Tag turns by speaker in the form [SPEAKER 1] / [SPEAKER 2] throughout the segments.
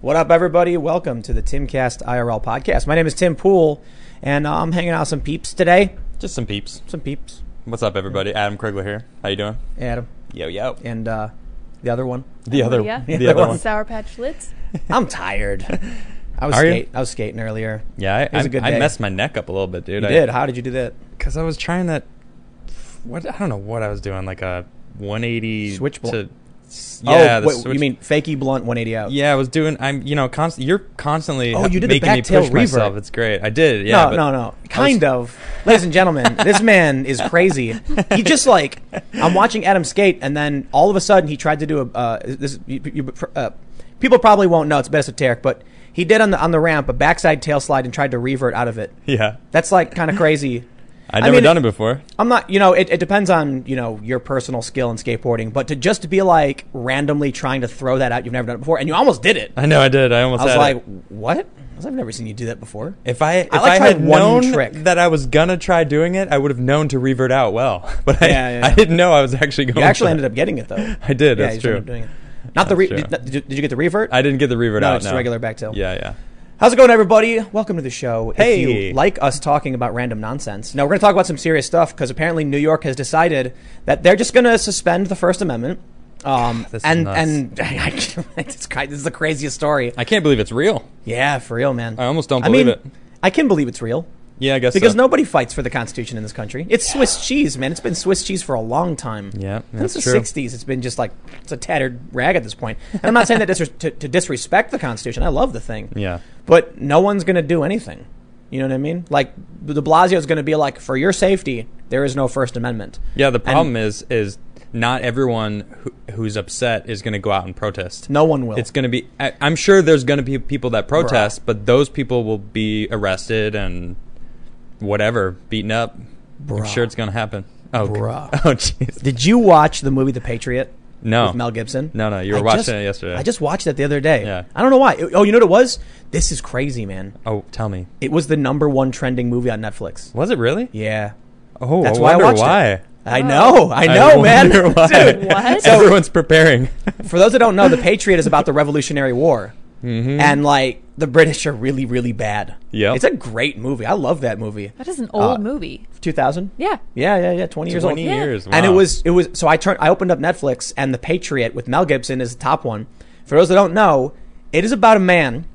[SPEAKER 1] What up, everybody? Welcome to the Timcast IRL podcast. My name is Tim Poole, and uh, I'm hanging out with some peeps today.
[SPEAKER 2] Just some peeps.
[SPEAKER 1] Some peeps.
[SPEAKER 2] What's up, everybody? Adam Krigler here. How you doing?
[SPEAKER 1] Adam
[SPEAKER 2] Yo, yo.
[SPEAKER 1] and uh, the other one.
[SPEAKER 2] The other,
[SPEAKER 3] yeah.
[SPEAKER 2] the other one.
[SPEAKER 3] Sour Patch Lids.
[SPEAKER 1] I'm tired. I was
[SPEAKER 2] Are you?
[SPEAKER 1] skate. I was skating earlier.
[SPEAKER 2] Yeah, I,
[SPEAKER 1] was
[SPEAKER 2] I,
[SPEAKER 1] a good
[SPEAKER 2] I
[SPEAKER 1] day.
[SPEAKER 2] messed my neck up a little bit, dude.
[SPEAKER 1] You did. How did you do that?
[SPEAKER 2] Because I was trying that. What I don't know what I was doing, like a 180
[SPEAKER 1] Switch bl-
[SPEAKER 2] to. Yeah,
[SPEAKER 1] oh,
[SPEAKER 2] the
[SPEAKER 1] wait,
[SPEAKER 2] switch-
[SPEAKER 1] you mean fakey blunt oh? 180 out?
[SPEAKER 2] Yeah, I was doing. I'm, you know, const- you're constantly.
[SPEAKER 1] Oh, you did the
[SPEAKER 2] making me
[SPEAKER 1] back tail
[SPEAKER 2] push myself.
[SPEAKER 1] revert.
[SPEAKER 2] It's great. I did. Yeah.
[SPEAKER 1] No,
[SPEAKER 2] but
[SPEAKER 1] no, no. Kind of. Ladies and gentlemen, this man is crazy. He just like I'm watching Adam skate, and then all of a sudden he tried to do a uh, this. You, you, uh, people probably won't know it's best esoteric, but he did on the on the ramp a backside tail slide and tried to revert out of it.
[SPEAKER 2] Yeah,
[SPEAKER 1] That's like kind of crazy.
[SPEAKER 2] I'd
[SPEAKER 1] I
[SPEAKER 2] never
[SPEAKER 1] mean,
[SPEAKER 2] done it before.
[SPEAKER 1] I'm not, you know, it, it depends on you know your personal skill in skateboarding, but to just be like randomly trying to throw that out, you've never done it before, and you almost did it.
[SPEAKER 2] I know I did. I almost.
[SPEAKER 1] I was
[SPEAKER 2] had
[SPEAKER 1] like,
[SPEAKER 2] it.
[SPEAKER 1] what? I was, I've never seen you do that before.
[SPEAKER 2] If I if I,
[SPEAKER 1] like tried
[SPEAKER 2] had
[SPEAKER 1] one
[SPEAKER 2] known
[SPEAKER 1] trick.
[SPEAKER 2] that I was gonna try doing it, I would have known to revert out well. But I,
[SPEAKER 1] Yeah, yeah,
[SPEAKER 2] I
[SPEAKER 1] yeah.
[SPEAKER 2] didn't know I was actually going.
[SPEAKER 1] You actually
[SPEAKER 2] to.
[SPEAKER 1] ended up getting it though.
[SPEAKER 2] I did.
[SPEAKER 1] Yeah, you
[SPEAKER 2] that's
[SPEAKER 1] just ended
[SPEAKER 2] true.
[SPEAKER 1] up doing it. Not the re-
[SPEAKER 2] That's
[SPEAKER 1] did,
[SPEAKER 2] true.
[SPEAKER 1] did you, did you get the revert?
[SPEAKER 2] I didn't get the revert
[SPEAKER 1] No,
[SPEAKER 2] out.
[SPEAKER 1] just
[SPEAKER 2] no.
[SPEAKER 1] a regular back tail.
[SPEAKER 2] Yeah, yeah.
[SPEAKER 1] How's it going, everybody? Welcome to the show. if
[SPEAKER 2] Hey.
[SPEAKER 1] you like us talking about random nonsense, now we're going to talk about some serious stuff because apparently New York has decided that they're just going to suspend the First Amendment. Um,
[SPEAKER 2] This is
[SPEAKER 1] and
[SPEAKER 2] nuts.
[SPEAKER 1] and I, can't- it's kind, this is the craziest story.
[SPEAKER 2] I can't believe it's real.
[SPEAKER 1] Yeah, for real, man.
[SPEAKER 2] I almost don't
[SPEAKER 1] I mean,
[SPEAKER 2] believe it.
[SPEAKER 1] I can believe it's real
[SPEAKER 2] Yeah, I guess
[SPEAKER 1] because
[SPEAKER 2] so.
[SPEAKER 1] nobody fights for the Constitution in this country. It's Swiss cheese, man. It's been Swiss cheese for a long time.
[SPEAKER 2] Yeah,
[SPEAKER 1] Since
[SPEAKER 2] that's
[SPEAKER 1] the
[SPEAKER 2] true.
[SPEAKER 1] 60s, it's been just like it's a tattered rag at this point. And I'm not saying that disres- to, to disrespect the Constitution. I love the thing.
[SPEAKER 2] Yeah.
[SPEAKER 1] But no one's going to do anything. You know what I mean? Like De Blasio is going to be like, for your safety, there is no First Amendment.
[SPEAKER 2] Yeah, the problem is is not everyone who, who's upset is going to go out and protest.
[SPEAKER 1] No one will.
[SPEAKER 2] It's going to be I, I'm sure there's going to be people that protest, but those people will be arrested and whatever, beaten up. I'm
[SPEAKER 1] Bruh.
[SPEAKER 2] sure it's going to happen. Oh, g-
[SPEAKER 1] Bruh.
[SPEAKER 2] oh jeez.
[SPEAKER 1] Did you watch the movie The Patriot?
[SPEAKER 2] No.
[SPEAKER 1] With Mel Gibson?
[SPEAKER 2] No, no, you were
[SPEAKER 1] I
[SPEAKER 2] watching
[SPEAKER 1] just-
[SPEAKER 2] it yesterday.
[SPEAKER 1] I just watched it the other day.
[SPEAKER 2] Yeah.
[SPEAKER 1] I don't know why. Oh, you know what it was? This is crazy, man.
[SPEAKER 2] Oh, tell me.
[SPEAKER 1] It was the number one trending movie on Netflix.
[SPEAKER 2] Was it really?
[SPEAKER 1] Yeah.
[SPEAKER 2] Oh,
[SPEAKER 1] That's
[SPEAKER 2] I
[SPEAKER 1] why I
[SPEAKER 2] wonder
[SPEAKER 1] watched it.
[SPEAKER 2] why.
[SPEAKER 1] I know, I know,
[SPEAKER 2] wonder
[SPEAKER 1] man.
[SPEAKER 2] why.
[SPEAKER 1] Dude,
[SPEAKER 3] What?
[SPEAKER 2] Everyone's preparing.
[SPEAKER 1] for those that don't know, The Patriot is about the Revolutionary War.
[SPEAKER 2] Mm-hmm.
[SPEAKER 1] And, like, the British are really, really bad.
[SPEAKER 2] Yeah.
[SPEAKER 1] It's a great movie. I love that movie.
[SPEAKER 3] That is an old
[SPEAKER 1] Uh,
[SPEAKER 3] movie.
[SPEAKER 1] 2000?
[SPEAKER 3] Yeah.
[SPEAKER 1] Yeah, yeah, yeah. 20 years old.
[SPEAKER 2] 20 years.
[SPEAKER 1] And it
[SPEAKER 2] wow.
[SPEAKER 1] was, it was, so I turned, I opened up Netflix and The Patriot with Mel Gibson is the top one. For those that don't know, it is about a man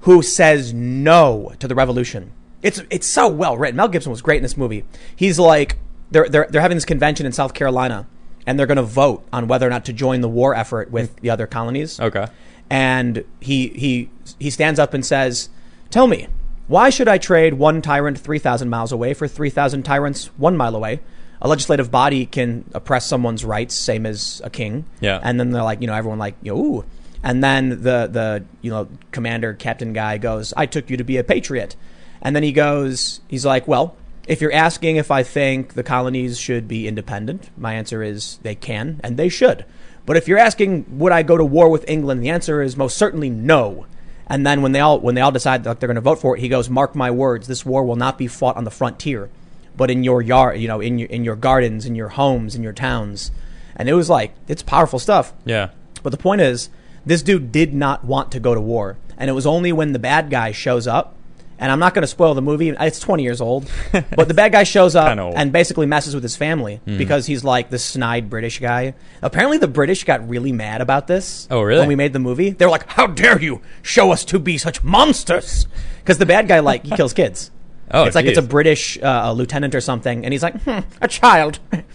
[SPEAKER 1] who says no to the revolution. It's it's so well written. Mel Gibson was great in this movie. He's like they're they're they're having this convention in South Carolina, and they're going to vote on whether or not to join the war effort with the other colonies.
[SPEAKER 2] Okay.
[SPEAKER 1] And he he he stands up and says, "Tell me, why should I trade one tyrant three thousand miles away for three thousand tyrants one mile away?" A legislative body can oppress someone's rights, same as a king.
[SPEAKER 2] Yeah.
[SPEAKER 1] And then they're like, you know, everyone like, you know, ooh. And then the the you know commander captain guy goes, I took you to be a patriot. And then he goes, he's like, well, if you're asking if I think the colonies should be independent, my answer is they can and they should. But if you're asking would I go to war with England, the answer is most certainly no. And then when they all when they all decide that they're going to vote for it, he goes, mark my words, this war will not be fought on the frontier, but in your yard, you know, in your in your gardens, in your homes, in your towns. And it was like it's powerful stuff.
[SPEAKER 2] Yeah.
[SPEAKER 1] But the point is, this dude did not want to go to war, and it was only when the bad guy shows up. And I'm not going to spoil the movie. It's 20 years old, but the bad guy shows up
[SPEAKER 2] Kinda old. Hmm.
[SPEAKER 1] and basically messes with his family because he's like the snide British guy. Apparently, the British got really mad about this.
[SPEAKER 2] Oh, really?
[SPEAKER 1] When we made the movie, they were like, "How dare you show us to be such monsters?" Because the bad guy like he kills kids.
[SPEAKER 2] Oh,
[SPEAKER 1] it's like it's a
[SPEAKER 2] geez.
[SPEAKER 1] British uh, lieutenant or something, and he's like, hmm, "A child,"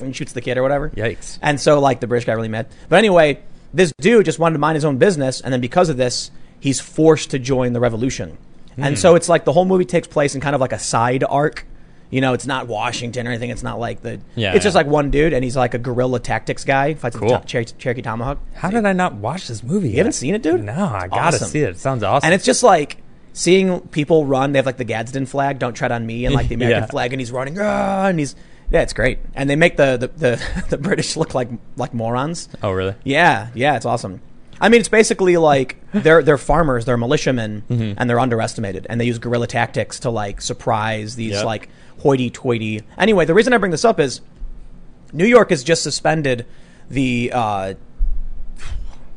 [SPEAKER 1] and shoots the kid or whatever.
[SPEAKER 2] Yikes.
[SPEAKER 1] And so, like, the British got really mad. But anyway, this dude just wanted to mind his own business, and then because of this, he's forced to join the revolution.
[SPEAKER 2] Hmm.
[SPEAKER 1] And so it's like the whole movie takes place in kind of like a side arc. You know, it's not Washington or anything. It's not like the.
[SPEAKER 2] Yeah,
[SPEAKER 1] It's just
[SPEAKER 2] yeah.
[SPEAKER 1] like one dude, and he's like a guerrilla tactics guy. Fights a
[SPEAKER 2] Cool.
[SPEAKER 1] to- Cher- Cherokee Tomahawk.
[SPEAKER 2] How did I not watch this movie? You
[SPEAKER 1] haven't seen it, dude?
[SPEAKER 2] No, I gotta
[SPEAKER 1] Awesome.
[SPEAKER 2] see it. It sounds awesome.
[SPEAKER 1] And it's just like seeing people run. They have like the Gadsden flag, "Don't tread on me," and like the American
[SPEAKER 2] Yeah.
[SPEAKER 1] flag, and he's running, ah, and he's yeah, it's great. And they make the the, the, the British look like like morons.
[SPEAKER 2] oh really?
[SPEAKER 1] Yeah, yeah, it's awesome. I mean, it's basically like they're they're farmers, they're militiamen,
[SPEAKER 2] Mm-hmm.
[SPEAKER 1] and they're underestimated, and they use guerrilla tactics to like surprise these
[SPEAKER 2] Yep.
[SPEAKER 1] like hoity-toity. Anyway, the reason I bring this up is New York has just suspended the uh,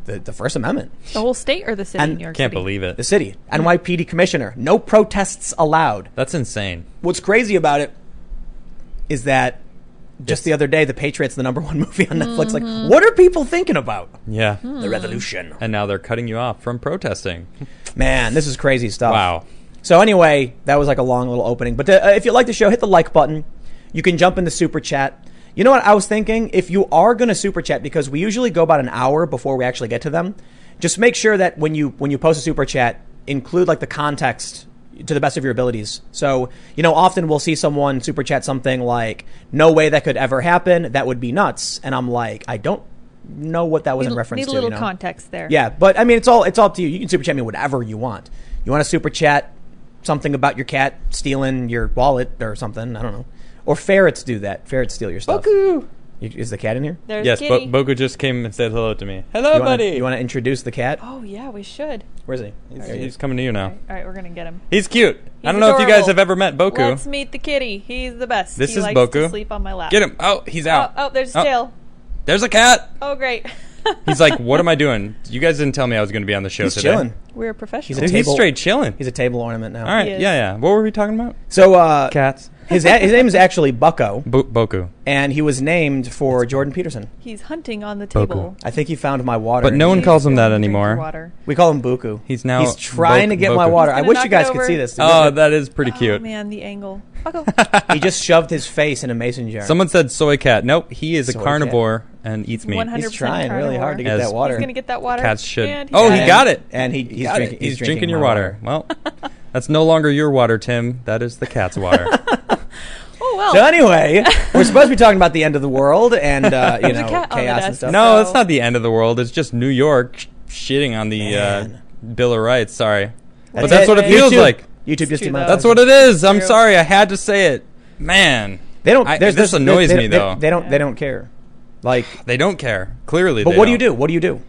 [SPEAKER 1] the, the First Amendment.
[SPEAKER 3] The whole state or the city?
[SPEAKER 1] And
[SPEAKER 3] in New York
[SPEAKER 2] Can't
[SPEAKER 3] City?
[SPEAKER 2] believe
[SPEAKER 1] The
[SPEAKER 2] it.
[SPEAKER 1] city. NYPD commissioner. No protests allowed.
[SPEAKER 2] That's insane.
[SPEAKER 1] What's crazy about it is that just
[SPEAKER 2] Yes. Mm-hmm.
[SPEAKER 1] the other day, The Patriots, the number one movie on Netflix. Like, what are people thinking about?
[SPEAKER 2] Yeah.
[SPEAKER 1] The revolution.
[SPEAKER 2] And now they're cutting you off from protesting.
[SPEAKER 1] Man, this is crazy stuff.
[SPEAKER 2] Wow.
[SPEAKER 1] So anyway, that was like a long little opening. But uh, if you like the show, hit the like button. You can jump into super chat. You know what I was thinking? If you are going to super chat, because we usually go about an hour before we actually get to them, just make sure that when you when you post a super chat, include like the context to the best of your abilities. So you know, often we'll see someone super chat something like, "No way that could ever happen. That would be nuts." And I'm like, I don't know what that was
[SPEAKER 3] Need,
[SPEAKER 1] in reference
[SPEAKER 3] need
[SPEAKER 1] to.
[SPEAKER 3] a little
[SPEAKER 1] you know?
[SPEAKER 3] context there.
[SPEAKER 1] Yeah, but I mean, it's all it's all up to you. You can super chat me whatever you want. You want to super chat something about your cat stealing your wallet or something? I don't know. Or ferrets do that. Ferrets steal your stuff.
[SPEAKER 3] Boku.
[SPEAKER 1] You- Is the cat in here?
[SPEAKER 3] There's
[SPEAKER 2] Yes, Bo-
[SPEAKER 3] Kitty.
[SPEAKER 2] Boku just came and said hello to me. Hello,
[SPEAKER 1] you wanna-
[SPEAKER 2] buddy.
[SPEAKER 1] You want to introduce the cat?
[SPEAKER 3] oh yeah, we should.
[SPEAKER 1] Where's he?
[SPEAKER 2] he's,
[SPEAKER 1] There he
[SPEAKER 2] he's
[SPEAKER 1] is.
[SPEAKER 2] coming to you now.
[SPEAKER 3] All right, we're gonna get him.
[SPEAKER 2] He's cute. I
[SPEAKER 3] He's
[SPEAKER 2] don't know if you guys
[SPEAKER 3] adorable.
[SPEAKER 2] have ever met Boku.
[SPEAKER 3] Let's meet the kitty. He's the best.
[SPEAKER 2] This
[SPEAKER 3] he
[SPEAKER 2] is
[SPEAKER 3] likes To
[SPEAKER 2] Boku.
[SPEAKER 3] sleep on my lap.
[SPEAKER 2] Get him. Oh, he's
[SPEAKER 3] Oh,
[SPEAKER 2] out.
[SPEAKER 3] oh there's a
[SPEAKER 2] Oh,
[SPEAKER 3] tail.
[SPEAKER 2] There's a cat.
[SPEAKER 3] Oh great.
[SPEAKER 2] He's like, what am I doing? You guys didn't tell me I was going to be on the show
[SPEAKER 1] He's
[SPEAKER 2] today.
[SPEAKER 1] chilling.
[SPEAKER 3] We're professional.
[SPEAKER 1] He's a
[SPEAKER 2] Dude, he's
[SPEAKER 1] Table-
[SPEAKER 2] straight chilling.
[SPEAKER 1] He's a table ornament now.
[SPEAKER 2] All right.
[SPEAKER 3] He is.
[SPEAKER 2] Yeah, yeah. What were we talking about?
[SPEAKER 1] So uh,
[SPEAKER 2] Cats.
[SPEAKER 1] his a- his name is actually Bucko,
[SPEAKER 2] Bo- Boku.
[SPEAKER 1] and he was named for Jordan Peterson.
[SPEAKER 3] He's hunting on the table.
[SPEAKER 1] I think he found my water.
[SPEAKER 2] But no one
[SPEAKER 3] He's
[SPEAKER 2] calls him that
[SPEAKER 3] going to drink your
[SPEAKER 2] anymore.
[SPEAKER 3] Water.
[SPEAKER 1] We call him Buku.
[SPEAKER 2] He's now
[SPEAKER 1] he's trying
[SPEAKER 2] Bo-
[SPEAKER 1] to get
[SPEAKER 2] Boku.
[SPEAKER 1] my water.
[SPEAKER 3] He's
[SPEAKER 1] I
[SPEAKER 3] gonna
[SPEAKER 1] wish
[SPEAKER 3] knock
[SPEAKER 1] you guys
[SPEAKER 3] it
[SPEAKER 1] could
[SPEAKER 3] over.
[SPEAKER 1] see this.
[SPEAKER 2] Oh, that is pretty
[SPEAKER 3] Oh
[SPEAKER 2] cute.
[SPEAKER 3] man, the angle. Bucko.
[SPEAKER 1] he just shoved his face in a mason jar.
[SPEAKER 2] Someone said soy cat. Nope, he is
[SPEAKER 1] Soy
[SPEAKER 2] a
[SPEAKER 1] cat.
[SPEAKER 2] carnivore and eats meat.
[SPEAKER 3] 100%
[SPEAKER 1] He's trying really hard to get
[SPEAKER 2] As-
[SPEAKER 1] that water.
[SPEAKER 3] He's gonna get that water.
[SPEAKER 2] Cats should.
[SPEAKER 3] And he
[SPEAKER 2] Oh,
[SPEAKER 3] got
[SPEAKER 2] he
[SPEAKER 3] it.
[SPEAKER 2] got it.
[SPEAKER 1] and he, he's
[SPEAKER 2] Got it.
[SPEAKER 1] drinking.
[SPEAKER 2] He's drinking your
[SPEAKER 1] my
[SPEAKER 2] water. Well, that's no longer your water, Tim. That is the cat's water.
[SPEAKER 3] Oh well.
[SPEAKER 1] So anyway, we're supposed to be talking about the end of the world and uh, you
[SPEAKER 3] There's a
[SPEAKER 1] know
[SPEAKER 3] cat on the
[SPEAKER 1] chaos and
[SPEAKER 3] desk.
[SPEAKER 1] stuff.
[SPEAKER 2] no,
[SPEAKER 3] So-
[SPEAKER 2] it's not the end of the world. It's just New York sh- shitting on the
[SPEAKER 1] Man.
[SPEAKER 2] uh, Bill of Rights. Sorry, but
[SPEAKER 3] That's
[SPEAKER 2] that's what it
[SPEAKER 3] it.
[SPEAKER 2] feels
[SPEAKER 1] YouTube,
[SPEAKER 2] like.
[SPEAKER 1] YouTube just
[SPEAKER 3] true,
[SPEAKER 1] demonetized
[SPEAKER 3] though.
[SPEAKER 2] That's what it is. I'm
[SPEAKER 3] True.
[SPEAKER 2] sorry. I had to say it. Man,
[SPEAKER 1] They don't.
[SPEAKER 2] I-
[SPEAKER 1] there's-
[SPEAKER 2] this
[SPEAKER 1] there's-
[SPEAKER 2] annoys
[SPEAKER 1] they- they-
[SPEAKER 2] me,
[SPEAKER 1] they-
[SPEAKER 2] though.
[SPEAKER 1] They don't. They don't care. Like,
[SPEAKER 2] they don't care. Clearly,
[SPEAKER 1] but
[SPEAKER 2] they
[SPEAKER 1] what do you do?
[SPEAKER 2] don't.
[SPEAKER 1] What do you do?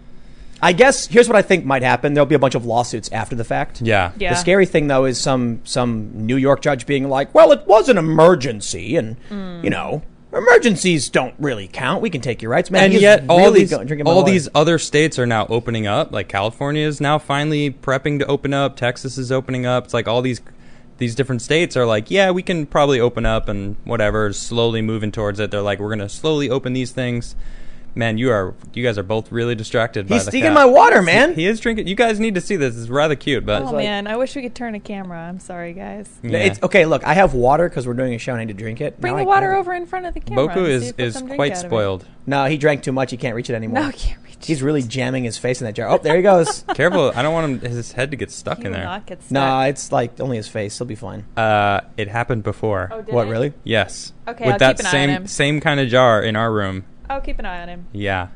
[SPEAKER 1] I guess here's what I think might happen. There'll be a bunch of lawsuits after the fact.
[SPEAKER 2] Yeah.
[SPEAKER 3] Yeah.
[SPEAKER 1] The scary thing though is some some New York judge being like, "Well, it was an emergency, and
[SPEAKER 3] Mm.
[SPEAKER 1] you know, emergencies don't really count. We can take your rights, man."
[SPEAKER 2] And
[SPEAKER 1] he's
[SPEAKER 2] yet, all
[SPEAKER 1] really
[SPEAKER 2] these
[SPEAKER 1] go- drinking my
[SPEAKER 2] all
[SPEAKER 1] water.
[SPEAKER 2] these other states are now opening up. Like California is now finally prepping to open up. Texas is opening up. It's like all these these different states are like, yeah, we can probably open up and whatever. Slowly moving towards it. They're like, we're gonna slowly open these things. Man, you are you guys are both really distracted. by
[SPEAKER 1] He's
[SPEAKER 2] the
[SPEAKER 1] stealing
[SPEAKER 2] cat.
[SPEAKER 1] my water, man.
[SPEAKER 2] He is drinking. You guys need to see this. It's rather cute, but
[SPEAKER 3] Oh
[SPEAKER 1] like-
[SPEAKER 3] man, I wish we could turn a camera. I'm sorry, guys.
[SPEAKER 2] Yeah.
[SPEAKER 1] It's okay. Look, I have water because we're doing a show. and I need to drink it.
[SPEAKER 3] Bring
[SPEAKER 1] Now
[SPEAKER 3] the
[SPEAKER 1] I-
[SPEAKER 3] water over in front of the camera.
[SPEAKER 2] Boku
[SPEAKER 3] and see
[SPEAKER 2] is
[SPEAKER 3] if we'll
[SPEAKER 2] is
[SPEAKER 3] come drink
[SPEAKER 2] quite
[SPEAKER 3] out of it.
[SPEAKER 2] spoiled.
[SPEAKER 1] No, he drank too much. He can't reach it anymore.
[SPEAKER 3] No, I can't reach.
[SPEAKER 1] He's
[SPEAKER 3] it.
[SPEAKER 1] really jamming his face in that jar. Oh, there he goes.
[SPEAKER 2] Careful, I don't want him, his head to get stuck
[SPEAKER 3] He
[SPEAKER 2] in
[SPEAKER 3] will
[SPEAKER 2] there.
[SPEAKER 3] not get stuck.
[SPEAKER 1] nah, it's like only his face. He'll be fine.
[SPEAKER 2] Uh, it happened before.
[SPEAKER 3] Oh, did
[SPEAKER 1] what
[SPEAKER 3] it?
[SPEAKER 1] really?
[SPEAKER 2] Yes.
[SPEAKER 3] Okay,
[SPEAKER 2] With
[SPEAKER 3] I'll
[SPEAKER 2] that
[SPEAKER 3] keep an eye on
[SPEAKER 2] same
[SPEAKER 3] him.
[SPEAKER 2] same kind of jar in our room.
[SPEAKER 3] I'll keep an eye on him.
[SPEAKER 2] Yeah.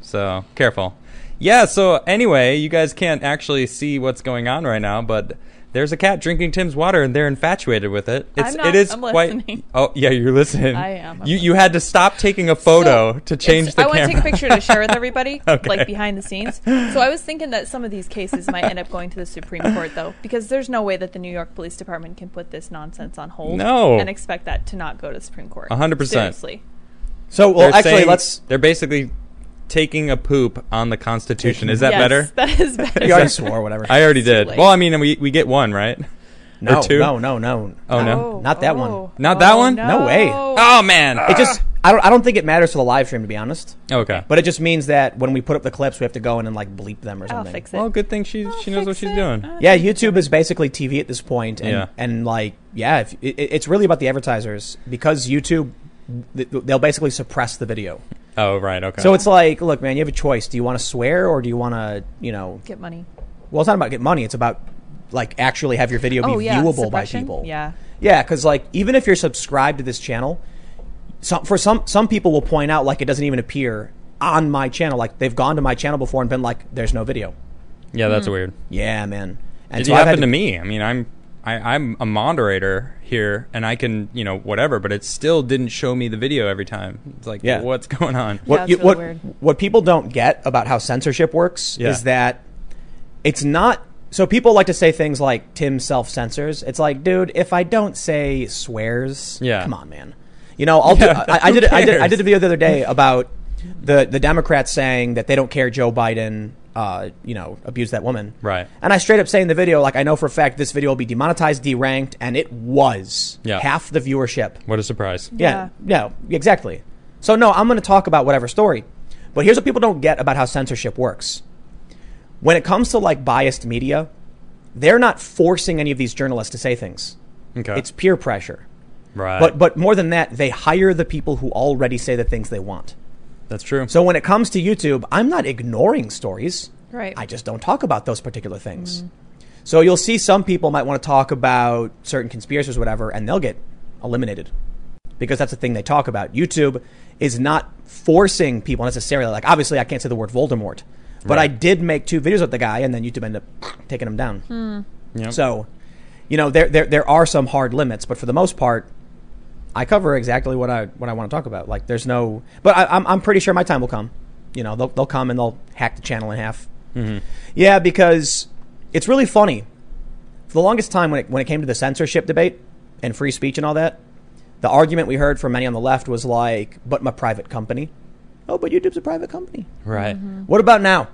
[SPEAKER 2] So careful. Yeah. So anyway, you guys can't actually see what's going on right now, but there's a cat drinking Tim's water, and they're infatuated with it. It's
[SPEAKER 3] I'm not-
[SPEAKER 2] it is
[SPEAKER 3] I'm
[SPEAKER 2] quite.
[SPEAKER 3] listening.
[SPEAKER 2] Oh yeah, you're listening.
[SPEAKER 3] I am, I'm
[SPEAKER 2] you you had to stop taking a photo
[SPEAKER 3] So,
[SPEAKER 2] to change
[SPEAKER 3] it's-
[SPEAKER 2] the
[SPEAKER 3] I
[SPEAKER 2] camera.
[SPEAKER 3] want to take a picture to share with everybody,
[SPEAKER 2] Okay.
[SPEAKER 3] like behind the scenes. So I was thinking that some of these cases might end up going to the Supreme Court, though, because there's no way that the New York Police Department can put this nonsense on hold
[SPEAKER 2] No.
[SPEAKER 3] and expect that to not go to the Supreme Court.
[SPEAKER 2] 100%.
[SPEAKER 3] Seriously.
[SPEAKER 1] So, well,
[SPEAKER 2] They're
[SPEAKER 1] actually,
[SPEAKER 2] saying-
[SPEAKER 1] let's.
[SPEAKER 2] They're basically taking a poop on the Constitution. Is that
[SPEAKER 3] Yes,
[SPEAKER 2] better?
[SPEAKER 3] That is better.
[SPEAKER 1] You already swore, whatever.
[SPEAKER 2] I already did.
[SPEAKER 3] late.
[SPEAKER 2] Well, I mean, we we get one right.
[SPEAKER 1] no,
[SPEAKER 2] or two?
[SPEAKER 1] no, no, no.
[SPEAKER 2] Oh no.
[SPEAKER 1] Not that one.
[SPEAKER 3] oh,
[SPEAKER 2] Not that
[SPEAKER 3] oh,
[SPEAKER 2] one?
[SPEAKER 1] No way.
[SPEAKER 2] Oh man.
[SPEAKER 1] It just. I don't. I don't think it matters for the live stream, to be honest.
[SPEAKER 2] okay.
[SPEAKER 1] But it just means that when we put up the clips, we have to go in and like bleep them or
[SPEAKER 3] I'll
[SPEAKER 1] something.
[SPEAKER 3] fix it.
[SPEAKER 2] Well, good thing she
[SPEAKER 3] Oh,
[SPEAKER 2] she knows what she's doing.
[SPEAKER 3] Ah,
[SPEAKER 1] Yeah, YouTube is basically TV at this point, and
[SPEAKER 2] Yeah.
[SPEAKER 1] and like yeah, if, it, it's really about the advertisers because YouTube th- they'll basically suppress the video.
[SPEAKER 2] Oh right. Okay.
[SPEAKER 1] So it's like, look, man, you have a choice. Do you want to swear or do you want to, you know,
[SPEAKER 3] Get money.
[SPEAKER 1] well, it's not about get money. It's about like actually have your video be
[SPEAKER 3] Oh yeah.
[SPEAKER 1] viewable by
[SPEAKER 3] suppression?
[SPEAKER 1] people.
[SPEAKER 3] Yeah.
[SPEAKER 1] yeah, because like even if you're subscribed to this channel, some for some some people will point out like it doesn't even appear on my channel. Like they've gone to my channel before and been like, there's no video.
[SPEAKER 2] yeah, that's weird.
[SPEAKER 1] Yeah, man. Mm. And
[SPEAKER 2] It
[SPEAKER 1] so I've had
[SPEAKER 2] happened to me. I mean, I'm I, I'm a moderator here, and I can you know whatever, but it still didn't show me the video every time. It's like,
[SPEAKER 1] Yeah.
[SPEAKER 2] what's going on?
[SPEAKER 3] Yeah,
[SPEAKER 1] what
[SPEAKER 3] it's
[SPEAKER 1] you-
[SPEAKER 3] really
[SPEAKER 1] what
[SPEAKER 3] weird.
[SPEAKER 1] what people don't get about how censorship works
[SPEAKER 2] Yeah.
[SPEAKER 1] is that it's not so people like to say things like Tim self censors. It's like, dude, if I don't say swears,
[SPEAKER 2] Yeah.
[SPEAKER 1] come on, man. You know, I'll do,
[SPEAKER 2] Yeah,
[SPEAKER 1] I, I
[SPEAKER 2] who
[SPEAKER 1] did I did I
[SPEAKER 2] cares?
[SPEAKER 1] did a video the other day about the the Democrats saying that they don't care Joe Biden, uh, you know, abused that woman.
[SPEAKER 2] Right.
[SPEAKER 1] And I straight up say in the video, like I know for a fact this video will be demonetized, deranked, and it was
[SPEAKER 2] Yeah.
[SPEAKER 1] half the viewership.
[SPEAKER 2] What a surprise.
[SPEAKER 1] Yeah. No, exactly. So, no, I'm going to talk about whatever story. But here's what people don't get about how censorship works. When it comes to like biased media, they're not forcing any of these journalists to say things.
[SPEAKER 2] Okay.
[SPEAKER 1] It's peer pressure.
[SPEAKER 2] right.
[SPEAKER 1] But but more than that, they hire the people who already say the things they want.
[SPEAKER 2] that's true.
[SPEAKER 1] So when it comes to YouTube, I'm not ignoring stories.
[SPEAKER 3] Right.
[SPEAKER 1] I just don't talk about those particular things. So you'll see some people might want to talk about certain conspiracies or whatever, and they'll get eliminated because that's the thing they talk about. YouTube is not forcing people necessarily. Like, obviously, I can't say the word Voldemort, but I did make two videos with the guy, and then YouTube ended up taking him down.
[SPEAKER 2] Yep.
[SPEAKER 1] So, you know, there, there there are some hard limits, but for the most part, I cover exactly what I what I want to talk about. Like, there's no, but I, I'm I'm pretty sure my time will come. You know, they'll they'll come and they'll hack the channel in half. Yeah, because it's really funny. For the longest time, when it when it came to the censorship debate and free speech and all that, the argument we heard from many on the left was like, "But my private company." Oh, but YouTube's a private company.
[SPEAKER 2] right.
[SPEAKER 3] Mm-hmm.
[SPEAKER 1] What about now?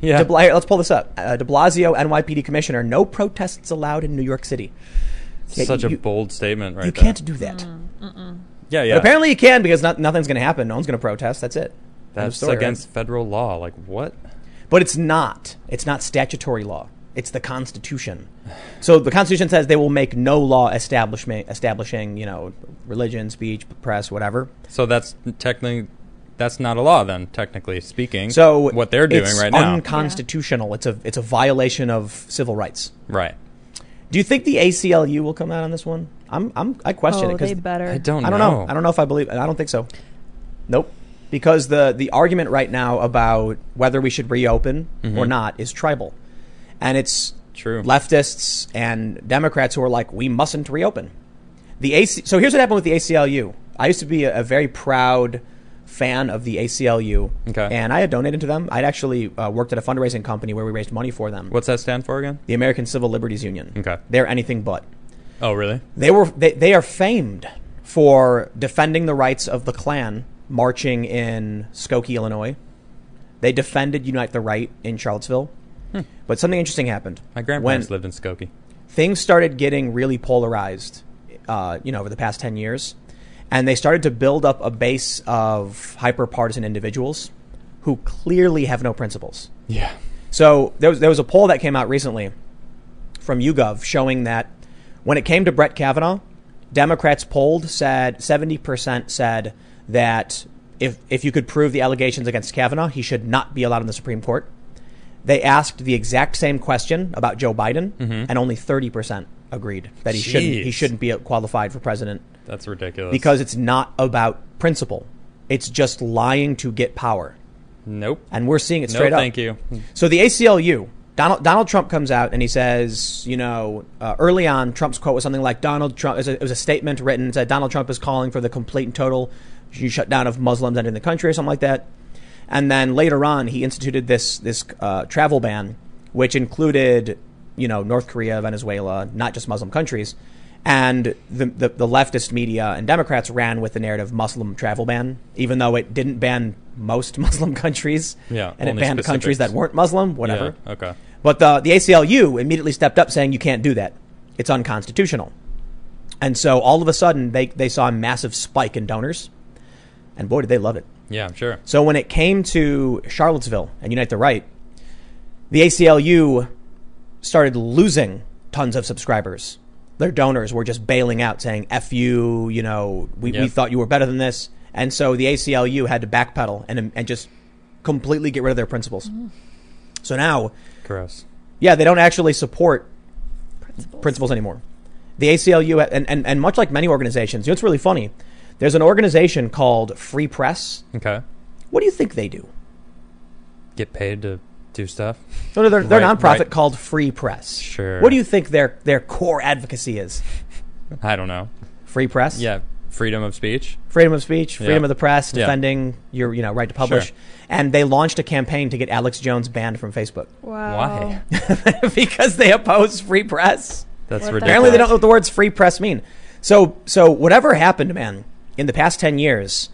[SPEAKER 2] Yeah.
[SPEAKER 1] De Bla- here, let's pull this up. Uh, de Blasio, NYPD commissioner, no protests allowed in New York City. Yeah,
[SPEAKER 2] Such a
[SPEAKER 1] you-
[SPEAKER 2] bold statement, right?
[SPEAKER 1] You
[SPEAKER 2] there.
[SPEAKER 1] can't do that.
[SPEAKER 2] Yeah, yeah.
[SPEAKER 1] But apparently you can because not, nothing's going to happen. No one's going to protest. That's it. End of
[SPEAKER 2] that's
[SPEAKER 1] story, right?
[SPEAKER 2] against federal law. Like what?
[SPEAKER 1] But it's not. It's not statutory law. It's the Constitution. So the Constitution says they will make no law establishment establishing you know religion, speech, press, whatever.
[SPEAKER 2] So that's technically that's not a law then, technically speaking.
[SPEAKER 1] So
[SPEAKER 2] what they're doing
[SPEAKER 1] it's
[SPEAKER 2] right now.
[SPEAKER 1] unconstitutional. It's a it's a violation of civil rights.
[SPEAKER 2] right.
[SPEAKER 1] Do you think the ACLU will come out on this one? I'm, I'm I question
[SPEAKER 3] oh,
[SPEAKER 1] it
[SPEAKER 3] they
[SPEAKER 1] because
[SPEAKER 3] better.
[SPEAKER 2] I don't know.
[SPEAKER 1] I don't know. I don't know if I believe. I don't think so. Nope. Because the the argument right now about whether we should reopen
[SPEAKER 2] Mm-hmm.
[SPEAKER 1] or not is tribal, and it's
[SPEAKER 2] True.
[SPEAKER 1] leftists and Democrats who are like, we mustn't reopen. The AC. So here's what happened with the ACLU. I used to be a, a very proud fan of the ACLU,
[SPEAKER 2] Okay.
[SPEAKER 1] and I had donated to them. I'd actually uh, worked at a fundraising company where we raised money for them.
[SPEAKER 2] What's that stand for again?
[SPEAKER 1] The American Civil Liberties Union.
[SPEAKER 2] Okay.
[SPEAKER 1] They're anything but
[SPEAKER 2] Oh, really?
[SPEAKER 1] they were they, they are famed for defending the rights of the Klan marching in Skokie, Illinois. They defended Unite the Right in Charlottesville. But something interesting happened.
[SPEAKER 2] Hmm. My grandparents
[SPEAKER 1] when
[SPEAKER 2] lived in Skokie.
[SPEAKER 1] things started getting really polarized, uh, you know, over the past 10 years, and they started to build up a base of hyper-partisan individuals who clearly have no principles.
[SPEAKER 2] Yeah.
[SPEAKER 1] So there was there was a poll that came out recently from YouGov showing that when it came to Brett Kavanaugh, Democrats polled said seventy percent said that if if you could prove the allegations against Kavanaugh, he should not be allowed in the Supreme Court. They asked the exact same question about Joe Biden, and only thirty percent agreed that he shouldn't he
[SPEAKER 2] Mm-hmm. Jeez.
[SPEAKER 1] shouldn't be qualified for president
[SPEAKER 2] That's ridiculous.
[SPEAKER 1] because it's not about principle. It's just lying to get power,
[SPEAKER 2] nope.
[SPEAKER 1] and we're seeing it
[SPEAKER 2] No,
[SPEAKER 1] straight up.
[SPEAKER 2] thank you.
[SPEAKER 1] So the ACLU, Donald, Donald Trump comes out and he says, you know, uh, early on, Trump's quote was something like Donald Trump, it was, a, it was a statement written that said Donald Trump is calling for the complete and total shutdown of Muslims entering the country or something like that. And then later on, he instituted this, this uh, travel ban, which included, you know, North Korea, Venezuela, not just Muslim countries. And the, the, the leftist media and Democrats ran with the narrative Muslim travel ban, even though it didn't ban most Muslim countries.
[SPEAKER 2] Yeah,
[SPEAKER 1] And it
[SPEAKER 2] only
[SPEAKER 1] banned countries that
[SPEAKER 2] specifics.
[SPEAKER 1] weren't Muslim, whatever.
[SPEAKER 2] Yeah. Okay.
[SPEAKER 1] But the, the ACLU immediately stepped up saying, you can't do that. It's unconstitutional. And so all of a sudden, they, they saw a massive spike in donors. And boy, did they love it.
[SPEAKER 2] Yeah, I'm sure.
[SPEAKER 1] So when it came to Charlottesville and Unite the Right, the ACLU started losing tons of subscribers. Their donors were just bailing out, saying, F you, you know, we, we
[SPEAKER 2] Yep.
[SPEAKER 1] thought you were better than this. And so the ACLU had to backpedal and, and just completely get rid of their principles. So now
[SPEAKER 2] Gross.
[SPEAKER 1] yeah, they don't actually support
[SPEAKER 3] Principles.
[SPEAKER 1] principles anymore. The ACLU, and, and, and much like many organizations, you know, it's really funny. There's an organization called Free Press.
[SPEAKER 2] Okay.
[SPEAKER 1] What do you think they do?
[SPEAKER 2] Get paid to do stuff.
[SPEAKER 1] No, no, they're, they're a
[SPEAKER 2] Right,
[SPEAKER 1] nonprofit
[SPEAKER 2] right.
[SPEAKER 1] called Free Press.
[SPEAKER 2] Sure.
[SPEAKER 1] What do you think their, their core advocacy is?
[SPEAKER 2] I don't know.
[SPEAKER 1] Free press?
[SPEAKER 2] Yeah. Freedom of speech.
[SPEAKER 1] Freedom of speech, freedom
[SPEAKER 2] Yeah.
[SPEAKER 1] of the press,
[SPEAKER 2] Yeah.
[SPEAKER 1] defending your you know right to publish.
[SPEAKER 2] Sure.
[SPEAKER 1] And they launched a campaign to get Alex Jones banned from Facebook
[SPEAKER 3] Wow.
[SPEAKER 2] Why?
[SPEAKER 1] because they oppose free press.
[SPEAKER 2] That's
[SPEAKER 3] What the-
[SPEAKER 2] ridiculous.
[SPEAKER 1] Apparently, they don't know what the words "free press" mean. So, so whatever happened, man, in the past ten years,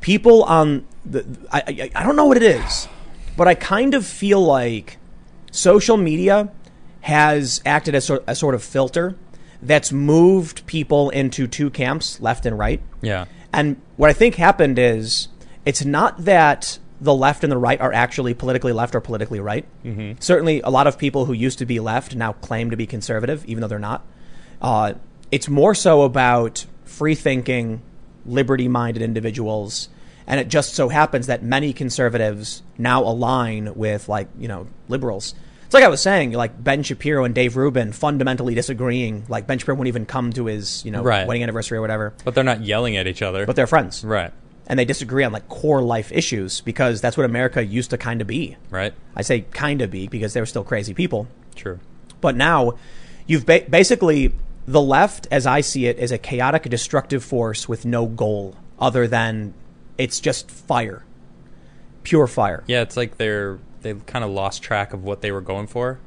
[SPEAKER 1] people on the I, I I don't know what it is, but I kind of feel like social media has acted as sort, a sort of filter that's moved people into two camps, left and right.
[SPEAKER 2] Yeah.
[SPEAKER 1] And what I think happened is it's not that the left and the right are actually politically left or politically right. Mm-hmm. Certainly, a lot of people who used to be left now claim to be conservative, even though they're not. Uh, it's more so about free thinking, liberty minded individuals. And it just so happens that many conservatives now align with, like, you know, liberals. It's like I was saying, like Ben Shapiro and Dave Rubin fundamentally disagreeing. Like, Ben Shapiro wouldn't even come to his, you know,
[SPEAKER 2] Right.
[SPEAKER 1] wedding anniversary or whatever,
[SPEAKER 2] But they're not yelling at each other.
[SPEAKER 1] but they're friends
[SPEAKER 2] right.
[SPEAKER 1] and they disagree on like core life issues because that's what America used to kind of be.
[SPEAKER 2] Right.
[SPEAKER 1] I say kind of be because they were still crazy people.
[SPEAKER 2] True.
[SPEAKER 1] But now you've ba- basically the left, as I see it, is a chaotic, destructive force with no goal other than it's just fire, pure fire.
[SPEAKER 2] Yeah, it's like they're they kind of lost track of what they were going for.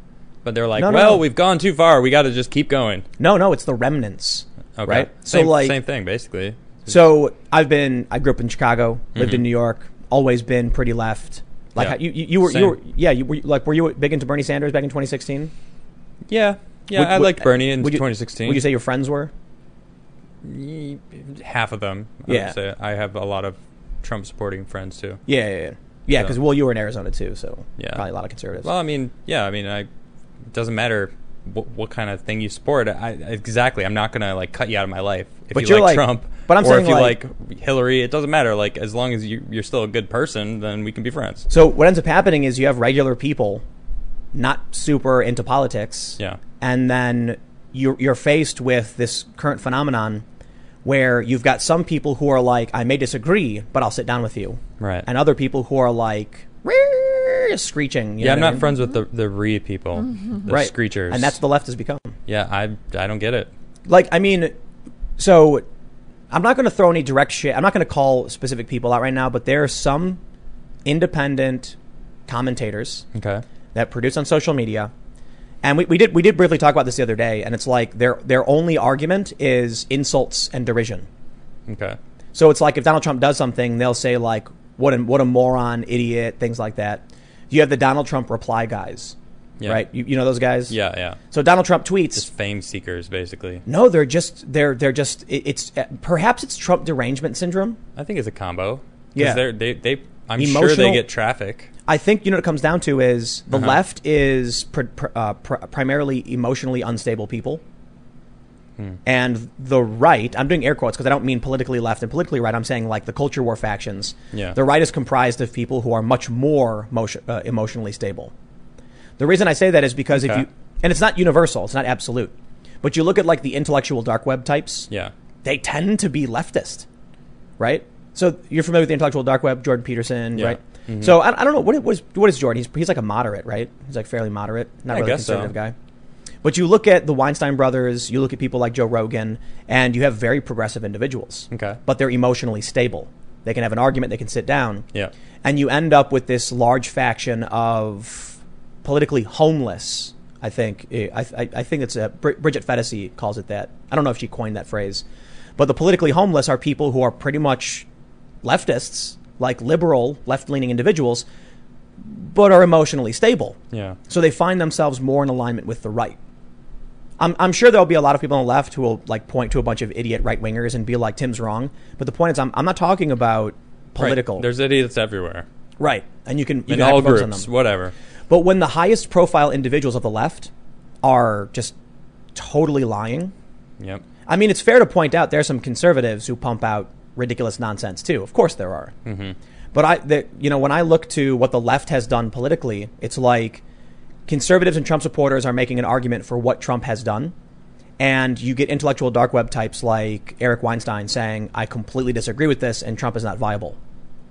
[SPEAKER 2] But they're like,
[SPEAKER 1] No, no,
[SPEAKER 2] well,
[SPEAKER 1] no.
[SPEAKER 2] we've gone too far. We got to just keep going.
[SPEAKER 1] No, no, it's the remnants.
[SPEAKER 2] Okay.
[SPEAKER 1] Right?
[SPEAKER 2] Same,
[SPEAKER 1] so like
[SPEAKER 2] same thing basically.
[SPEAKER 1] So I've been. I grew up in Chicago. Lived in New York. Always been pretty left. Like
[SPEAKER 2] Mm-hmm. Yeah.
[SPEAKER 1] how- you, you, you were,
[SPEAKER 2] Same.
[SPEAKER 1] you were, yeah, you were like, were you big into Bernie Sanders back in 2016?
[SPEAKER 2] Yeah. Yeah,
[SPEAKER 1] Would-
[SPEAKER 2] I
[SPEAKER 1] would-
[SPEAKER 2] liked Bernie in
[SPEAKER 1] would you-
[SPEAKER 2] 2016.
[SPEAKER 1] Would you say your friends were?
[SPEAKER 2] Ye- half of them? I
[SPEAKER 1] Yeah.
[SPEAKER 2] Would say. I have a lot of Trump supporting friends too.
[SPEAKER 1] Yeah, yeah, yeah. Yeah,
[SPEAKER 2] So-
[SPEAKER 1] because well, you were in Arizona too, so
[SPEAKER 2] Yeah.
[SPEAKER 1] probably a lot of conservatives.
[SPEAKER 2] Well, I mean, yeah, I mean, I, it doesn't matter what, what kind of thing you support. I, exactly, I'm not gonna like cut you out of my life if
[SPEAKER 1] But
[SPEAKER 2] you
[SPEAKER 1] you're
[SPEAKER 2] like,
[SPEAKER 1] like-
[SPEAKER 2] Trump.
[SPEAKER 1] but I'm
[SPEAKER 2] or
[SPEAKER 1] saying,
[SPEAKER 2] if you
[SPEAKER 1] like-
[SPEAKER 2] like, Hillary, it doesn't matter. Like as long as you, you're still a good person, then we can be friends.
[SPEAKER 1] so what ends up happening is you have regular people, not super into politics,
[SPEAKER 2] Yeah,
[SPEAKER 1] and then you're you're faced with this current phenomenon where you've got some people who are like, I may disagree, but I'll sit down with you,
[SPEAKER 2] right.
[SPEAKER 1] and other people who are like, "Rrrr," screeching. you
[SPEAKER 2] yeah,
[SPEAKER 1] know
[SPEAKER 2] I'm
[SPEAKER 1] what I
[SPEAKER 2] not
[SPEAKER 1] mean?
[SPEAKER 2] friends with the the re people, the
[SPEAKER 1] Mm-hmm. Right.
[SPEAKER 2] screechers,
[SPEAKER 1] and that's the left has become.
[SPEAKER 2] yeah. I I don't get it.
[SPEAKER 1] like I mean, so I'm not going to throw any direct shit. I'm not going to call specific people out right now, but there are some independent commentators
[SPEAKER 2] Okay,
[SPEAKER 1] that produce on social media, and we, we did we did briefly talk about this the other day, and it's like their their only argument is insults and derision.
[SPEAKER 2] okay,
[SPEAKER 1] So it's like if Donald Trump does something, they'll say like what a what a moron, idiot, things like that. You have the Donald Trump reply guys,
[SPEAKER 2] yeah.
[SPEAKER 1] right? You, you know those guys.
[SPEAKER 2] Yeah, yeah.
[SPEAKER 1] So Donald Trump tweets.
[SPEAKER 2] Just fame seekers, basically.
[SPEAKER 1] No, they're just they're they're just it, it's uh, perhaps it's Trump derangement syndrome.
[SPEAKER 2] I think it's a combo. 'Cause
[SPEAKER 1] Yeah.
[SPEAKER 2] they're, they they. I'm sure they
[SPEAKER 1] Emotional-
[SPEAKER 2] get traffic.
[SPEAKER 1] I think you know what it comes down to is the
[SPEAKER 2] Uh-huh.
[SPEAKER 1] left is pr- pr- uh, pr- primarily emotionally unstable people,
[SPEAKER 2] Hmm.
[SPEAKER 1] and the right. I'm doing air quotes because I don't mean politically left and politically right. I'm saying like the culture war factions.
[SPEAKER 2] Yeah.
[SPEAKER 1] The right is comprised of people who are much more motion, uh, emotionally stable. The reason I say that is because if
[SPEAKER 2] Okay.
[SPEAKER 1] you and it's not universal, it's not absolute, but you look at like the intellectual dark web types.
[SPEAKER 2] Yeah,
[SPEAKER 1] they tend to be leftist, right? So you're familiar with the intellectual dark web, Jordan Peterson,
[SPEAKER 2] Yeah. Mm-hmm.
[SPEAKER 1] right? So I, I don't know what it was. What is Jordan? He's he's like a moderate, right? He's like fairly moderate, not
[SPEAKER 2] I
[SPEAKER 1] really a
[SPEAKER 2] guess so.
[SPEAKER 1] conservative guy. But you look at the Weinstein brothers, you look at people like Joe Rogan, and you have very progressive individuals.
[SPEAKER 2] Okay.
[SPEAKER 1] But they're emotionally stable. They can have an argument. They can sit down.
[SPEAKER 2] yeah.
[SPEAKER 1] And you end up with this large faction of politically homeless. I think eh, I, I, I think it's a Bri- Bridget Fetisi calls it that. I don't know if she coined that phrase, but the politically homeless are people who are pretty much leftists, like liberal left-leaning individuals, but are emotionally stable.
[SPEAKER 2] Yeah.
[SPEAKER 1] So they find themselves more in alignment with the right. I'm, I'm sure there'll be a lot of people on the left who will like point to a bunch of idiot right wingers and be like, Tim's wrong. But the point is, I'm, I'm not talking about political.
[SPEAKER 2] Right. There's idiots everywhere.
[SPEAKER 1] Right, and you can you can
[SPEAKER 2] In
[SPEAKER 1] have
[SPEAKER 2] all
[SPEAKER 1] votes on
[SPEAKER 2] groups,
[SPEAKER 1] them.
[SPEAKER 2] whatever.
[SPEAKER 1] But when the highest profile individuals of the left are just totally lying,
[SPEAKER 2] Yep.
[SPEAKER 1] I mean, it's fair to point out there are some conservatives who pump out ridiculous nonsense too. Of course, there are. But I, the, you know, when I look to what the left has done politically, it's like conservatives and Trump supporters are making an argument for what Trump has done. And you get intellectual dark web types like Eric Weinstein saying, I completely disagree with this and Trump is not viable.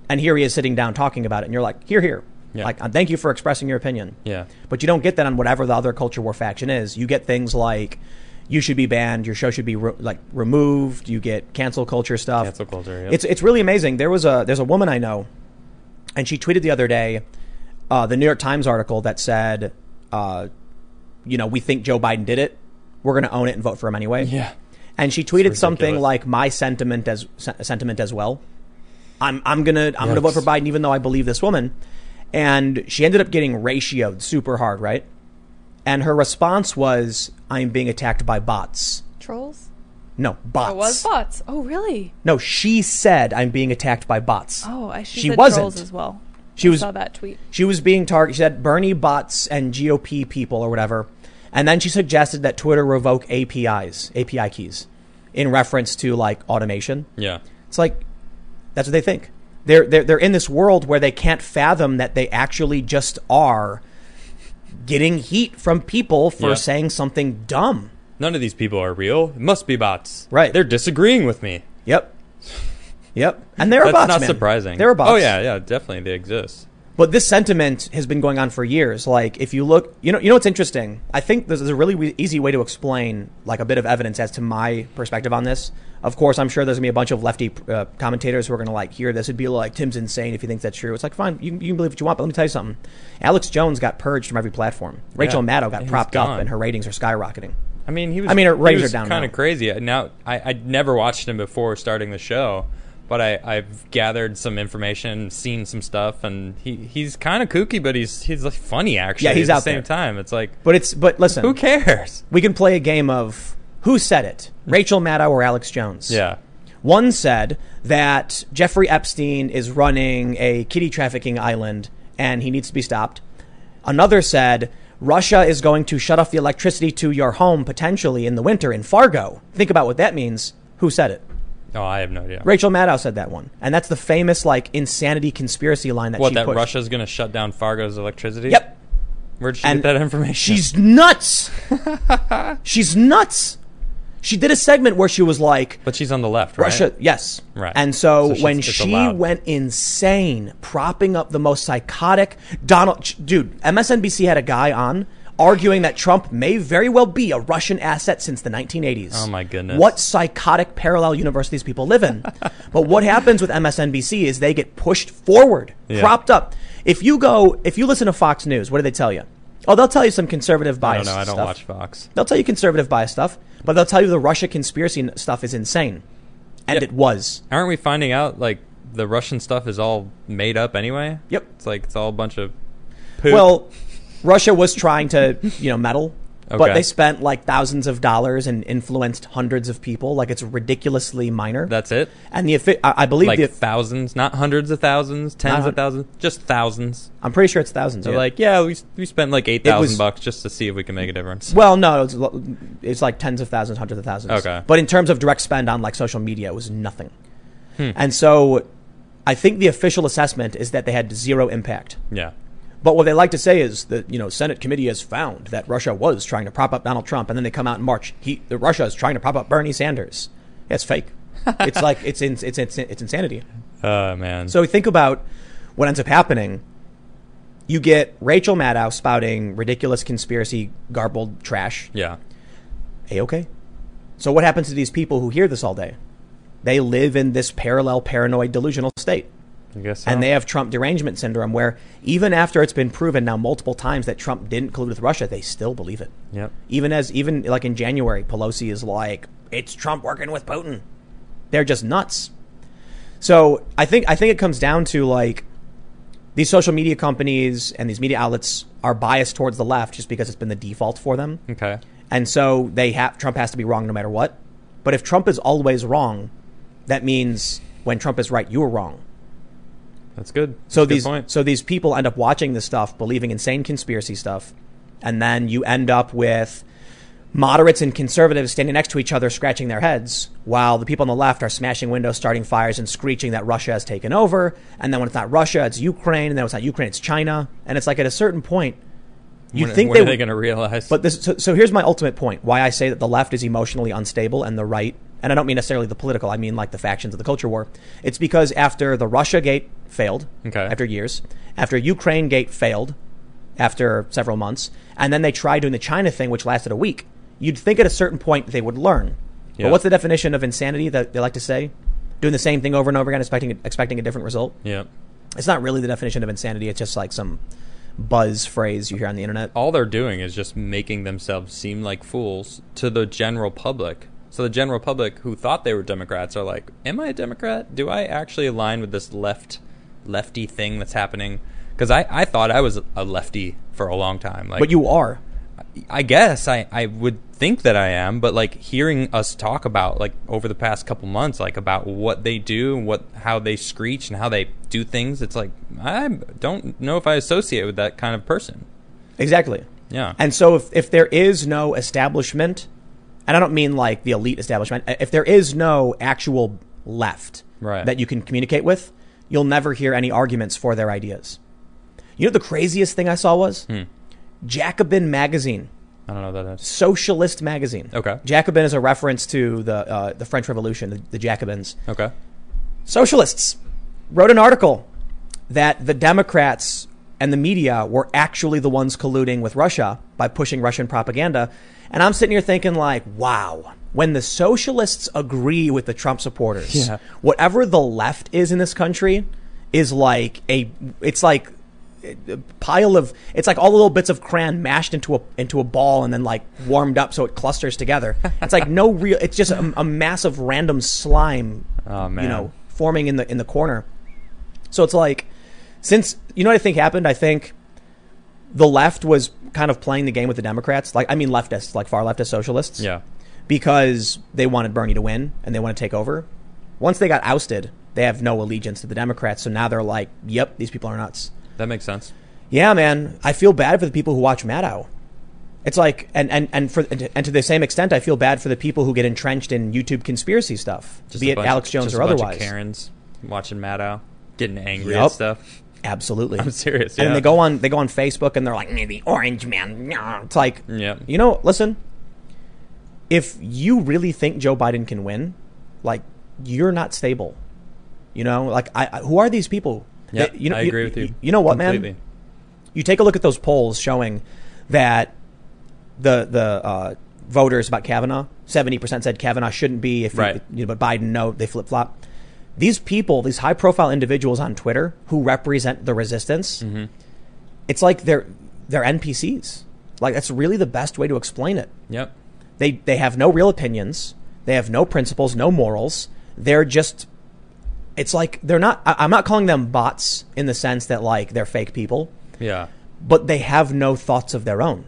[SPEAKER 1] And here he is sitting down talking about it. And you're like, here, here.
[SPEAKER 2] Yeah.
[SPEAKER 1] Like, uh, thank you for expressing your opinion.
[SPEAKER 2] Yeah.
[SPEAKER 1] But you don't get that on whatever the other culture war faction is. You get things like you should be banned, your show should be re- like removed. You get cancel culture stuff.
[SPEAKER 2] Cancel culture. Yep.
[SPEAKER 1] It's it's really amazing. There was a there's a woman I know, and she tweeted the other day, uh, the New York Times article that said, uh, you know, we think Joe Biden did it. We're going to own it and vote for him anyway.
[SPEAKER 2] yeah.
[SPEAKER 1] And she tweeted
[SPEAKER 2] It's
[SPEAKER 1] something
[SPEAKER 2] ridiculous.
[SPEAKER 1] like my sentiment as sen- sentiment as well. I'm I'm gonna I'm gonna vote for Biden even though I believe this woman. And she ended up getting ratioed super hard, right? And her response was, I'm being attacked by bots.
[SPEAKER 3] Trolls?
[SPEAKER 1] No, bots.
[SPEAKER 3] It was bots. Oh, really?
[SPEAKER 1] No, she said I'm being attacked by bots.
[SPEAKER 3] Oh, I she,
[SPEAKER 1] She
[SPEAKER 3] said
[SPEAKER 1] wasn't.
[SPEAKER 3] trolls as well.
[SPEAKER 1] She
[SPEAKER 3] I
[SPEAKER 1] was-
[SPEAKER 3] saw that tweet.
[SPEAKER 1] She was being targeted. She said Bernie bots and GOP people or whatever. And then she suggested that Twitter revoke APIs, API keys, in reference to like automation.
[SPEAKER 2] Yeah.
[SPEAKER 1] It's like that's what they think. They're they're they're in this world where they can't fathom that they actually just are getting heat from people for
[SPEAKER 2] Yeah.
[SPEAKER 1] saying something dumb.
[SPEAKER 2] None of these people are real. It must be bots.
[SPEAKER 1] Right.
[SPEAKER 2] They're disagreeing with me.
[SPEAKER 1] Yep. Yep. And there are
[SPEAKER 2] That's
[SPEAKER 1] bots.
[SPEAKER 2] not
[SPEAKER 1] man.
[SPEAKER 2] surprising.
[SPEAKER 1] There are bots.
[SPEAKER 2] Oh yeah, yeah, definitely they exist.
[SPEAKER 1] But this sentiment has been going on for years. Like, if you look, you know, you know what's interesting? I think there's there's a really we- easy way to explain, like, a bit of evidence as to my perspective on this. Of course, I'm sure there's gonna be a bunch of lefty uh, commentators who are gonna like hear this and be like, "Tim's insane if he thinks that's true." It's like, fine, you, you can believe what you want, but let me tell you something. Alex Jones got purged from every platform. Rachel
[SPEAKER 2] Yeah.
[SPEAKER 1] Maddow got
[SPEAKER 2] He's
[SPEAKER 1] propped
[SPEAKER 2] gone.
[SPEAKER 1] up, and her ratings are skyrocketing.
[SPEAKER 2] I mean, he was.
[SPEAKER 1] I mean, her ratings
[SPEAKER 2] he was
[SPEAKER 1] are down
[SPEAKER 2] Kind
[SPEAKER 1] now.
[SPEAKER 2] of crazy. Now, I I never watched him before starting the show, but I I've gathered some information, seen some stuff, and he he's kind of kooky, but he's he's like funny actually.
[SPEAKER 1] Yeah, he's
[SPEAKER 2] at
[SPEAKER 1] out
[SPEAKER 2] the same
[SPEAKER 1] there.
[SPEAKER 2] time. It's like
[SPEAKER 1] But it's but listen,
[SPEAKER 2] who cares?
[SPEAKER 1] we can play a game of who said it,
[SPEAKER 2] Hmm.
[SPEAKER 1] Rachel Maddow or Alex Jones.
[SPEAKER 2] Yeah.
[SPEAKER 1] One said that Jeffrey Epstein is running a kitty trafficking island and he needs to be stopped. Another said Russia is going to shut off the electricity to your home potentially in the winter in Fargo. Think about what that means. Who said it?
[SPEAKER 2] Oh, I have no idea.
[SPEAKER 1] Rachel Maddow said that one. And that's the famous like insanity conspiracy line that
[SPEAKER 2] What
[SPEAKER 1] she
[SPEAKER 2] that
[SPEAKER 1] pushed.
[SPEAKER 2] Russia's going to shut down Fargo's electricity?
[SPEAKER 1] Yep.
[SPEAKER 2] Where'd she
[SPEAKER 1] And
[SPEAKER 2] get that information?
[SPEAKER 1] She's nuts. She's nuts. She did a segment where she was like,
[SPEAKER 2] but she's on the left, right?
[SPEAKER 1] Russia, yes.
[SPEAKER 2] Right.
[SPEAKER 1] And so,
[SPEAKER 2] So she's-
[SPEAKER 1] when
[SPEAKER 2] it's
[SPEAKER 1] she
[SPEAKER 2] allowed.
[SPEAKER 1] went insane, propping up the most psychotic Donald, ch- dude, MSNBC had a guy on arguing that Trump may very well be a Russian asset since the 1980s.
[SPEAKER 2] Oh, my goodness.
[SPEAKER 1] What psychotic parallel universe these people live in. but what happens with MSNBC is they get pushed forward,
[SPEAKER 2] Yeah.
[SPEAKER 1] propped up. If you go, if you listen to Fox News, what do they tell you? Oh, they'll tell you some conservative
[SPEAKER 2] I
[SPEAKER 1] bias.
[SPEAKER 2] don't know. I don't
[SPEAKER 1] stuff.
[SPEAKER 2] watch Fox.
[SPEAKER 1] They'll tell you conservative bias stuff, but they'll tell you the Russia conspiracy n- stuff is insane. And
[SPEAKER 2] Yeah.
[SPEAKER 1] it was.
[SPEAKER 2] Aren't we finding out like the Russian stuff is all made up anyway?
[SPEAKER 1] Yep.
[SPEAKER 2] It's like it's all a bunch of poop.
[SPEAKER 1] Well, Russia was trying to, you know, meddle, but
[SPEAKER 2] Okay.
[SPEAKER 1] they spent like thousands of dollars and influenced hundreds of people. Like it's ridiculously minor.
[SPEAKER 2] that's it.
[SPEAKER 1] and the offi- I, I believe
[SPEAKER 2] Like
[SPEAKER 1] the
[SPEAKER 2] thousands, not hundreds of thousands, tens
[SPEAKER 1] hun-
[SPEAKER 2] of thousands, just thousands.
[SPEAKER 1] I'm pretty sure it's thousands.
[SPEAKER 2] They're
[SPEAKER 1] yeah.
[SPEAKER 2] like, yeah, we we spent like eight
[SPEAKER 1] was-
[SPEAKER 2] thousand bucks just to see if we can make a difference.
[SPEAKER 1] well, no, it's, lo- it's like tens of thousands, hundreds of thousands.
[SPEAKER 2] Okay.
[SPEAKER 1] but in terms of direct spend on like social media, it was nothing.
[SPEAKER 2] Hmm.
[SPEAKER 1] And so, I think the official assessment is that they had zero impact.
[SPEAKER 2] yeah.
[SPEAKER 1] But what they like to say is that you know Senate committee has found that Russia was trying to prop up Donald Trump, and then they come out in March. He, that Russia is trying to prop up Bernie Sanders. It's fake. it's like it's, in, it's it's it's insanity.
[SPEAKER 2] Oh man.
[SPEAKER 1] So think about what ends up happening. You get Rachel Maddow spouting ridiculous conspiracy garbled trash.
[SPEAKER 2] yeah.
[SPEAKER 1] A okay. So what happens to these people who hear this all day? They live in this parallel paranoid delusional state.
[SPEAKER 2] I guess. So.
[SPEAKER 1] And they have Trump derangement syndrome, where even after it's been proven now multiple times that Trump didn't collude with Russia, they still believe it.
[SPEAKER 2] Yep.
[SPEAKER 1] Even as, even like in January, Pelosi is like, it's Trump working with Putin. They're just nuts. So I think, I think it comes down to like these social media companies and these media outlets are biased towards the left just because it's been the default for them.
[SPEAKER 2] Okay.
[SPEAKER 1] And so they have Trump has to be wrong no matter what. But if Trump is always wrong, that means when Trump is right, you were wrong.
[SPEAKER 2] That's good. That's
[SPEAKER 1] So
[SPEAKER 2] a good
[SPEAKER 1] these
[SPEAKER 2] point.
[SPEAKER 1] so these people end up watching this stuff, believing insane conspiracy stuff, and then you end up with moderates and conservatives standing next to each other scratching their heads while the people on the left are smashing windows starting fires and screeching that russia has taken over and then when it's not russia it's ukraine and then when it's not ukraine it's china and it's like at a certain point you
[SPEAKER 2] when,
[SPEAKER 1] think
[SPEAKER 2] when
[SPEAKER 1] they
[SPEAKER 2] are they
[SPEAKER 1] would-
[SPEAKER 2] going to realize?
[SPEAKER 1] but this, so, so here's my ultimate point: why I say that the left is emotionally unstable and the right, and I don't mean necessarily the political, I mean like the factions of the culture war. It's because after the Russia gate failed,
[SPEAKER 2] Okay.
[SPEAKER 1] after years, after Ukraine gate failed, after several months, and then they tried doing the China thing, which lasted a week. You'd think at a certain point they would learn.
[SPEAKER 2] Yeah.
[SPEAKER 1] But what's the definition of insanity that they like to say? Doing the same thing over and over again, expecting expecting a different result.
[SPEAKER 2] yeah.
[SPEAKER 1] It's not really the definition of insanity. It's just like some buzz phrase you hear on
[SPEAKER 2] Oh,
[SPEAKER 1] the internet.
[SPEAKER 2] all they're doing is just making themselves seem like fools to the general public So the general public who thought they were Democrats are like, "Am I a Democrat? Do I actually align with this left, lefty thing that's happening?" Because I, I thought I was a lefty for a long time. Like,
[SPEAKER 1] but you are.
[SPEAKER 2] I guess I, I would think that I am, but like hearing us talk about like over the past couple months, like about what they do and what how they screech and how they do things, it's like I don't know if I associate with that kind of person.
[SPEAKER 1] Exactly.
[SPEAKER 2] Yeah.
[SPEAKER 1] And so if, if there is no establishment, and I don't mean like the elite establishment, uh, if there is no actual left
[SPEAKER 2] Right.
[SPEAKER 1] that you can communicate with, you'll never hear any arguments for their ideas. You know, the craziest thing I saw was
[SPEAKER 2] Hmm.
[SPEAKER 1] Jacobin Magazine,
[SPEAKER 2] I don't know what that is.
[SPEAKER 1] socialist magazine.
[SPEAKER 2] Okay.
[SPEAKER 1] Jacobin is a reference to the, uh, the French Revolution, the, the Jacobins.
[SPEAKER 2] Okay.
[SPEAKER 1] Socialists wrote an article that the Democrats and the media were actually the ones colluding with Russia by pushing Russian propaganda. And I'm sitting here thinking, like, wow, when the socialists agree with the Trump supporters,
[SPEAKER 2] Yeah.
[SPEAKER 1] whatever the left is in this country is like a, it's like a pile of, it's like all the little bits of crayon mashed into a into a ball and then like warmed up so it clusters together. It's like no real, it's just a, a massive random slime,
[SPEAKER 2] Oh, man.
[SPEAKER 1] you know, forming in the in the corner. So it's like, since you know what I think happened, I think the left was kind of playing the game with the Democrats. Like I mean, leftists, like far leftist socialists,
[SPEAKER 2] Yeah.
[SPEAKER 1] because they wanted Bernie to win and they want to take over. Once they got ousted, they have no allegiance to the Democrats. So now they're like, "Yep, these people are nuts."
[SPEAKER 2] That makes sense.
[SPEAKER 1] Yeah, man, I feel bad for the people who watch Maddow. It's like, and and and for and to- and to the same extent, I feel bad for the people who get entrenched in YouTube conspiracy stuff, be
[SPEAKER 2] a
[SPEAKER 1] it
[SPEAKER 2] bunch-
[SPEAKER 1] Alex Jones
[SPEAKER 2] just
[SPEAKER 1] or
[SPEAKER 2] a bunch of
[SPEAKER 1] otherwise.
[SPEAKER 2] Karens watching Maddow, getting angry
[SPEAKER 1] Yup.
[SPEAKER 2] at stuff.
[SPEAKER 1] Absolutely,
[SPEAKER 2] I'm serious. Yeah.
[SPEAKER 1] and then they go on they go on Facebook and they're like, "Mm, the orange man. nah." It's like,
[SPEAKER 2] Yep.
[SPEAKER 1] you know, listen. If you really think Joe Biden can win, like you're not stable. You know, like I, I who are these people?
[SPEAKER 2] Yeah,
[SPEAKER 1] They- you know,
[SPEAKER 2] I agree with you.
[SPEAKER 1] You know what,
[SPEAKER 2] completely.
[SPEAKER 1] man? You take a look at those polls showing that the the uh, voters about Kavanaugh, seventy percent said Kavanaugh shouldn't be. If you-
[SPEAKER 2] Right.
[SPEAKER 1] you know, but Biden, no, they flip flop. These people, these high profile individuals on Twitter who represent the resistance, it's like they're they're NPCs. Like that's really the best way to explain it.
[SPEAKER 2] Yep.
[SPEAKER 1] They they have no real opinions. They have no principles, no morals. They're just. It's like they're not. I- I'm not calling them bots in the sense that like they're fake people,
[SPEAKER 2] Yeah.
[SPEAKER 1] but they have no thoughts of their own.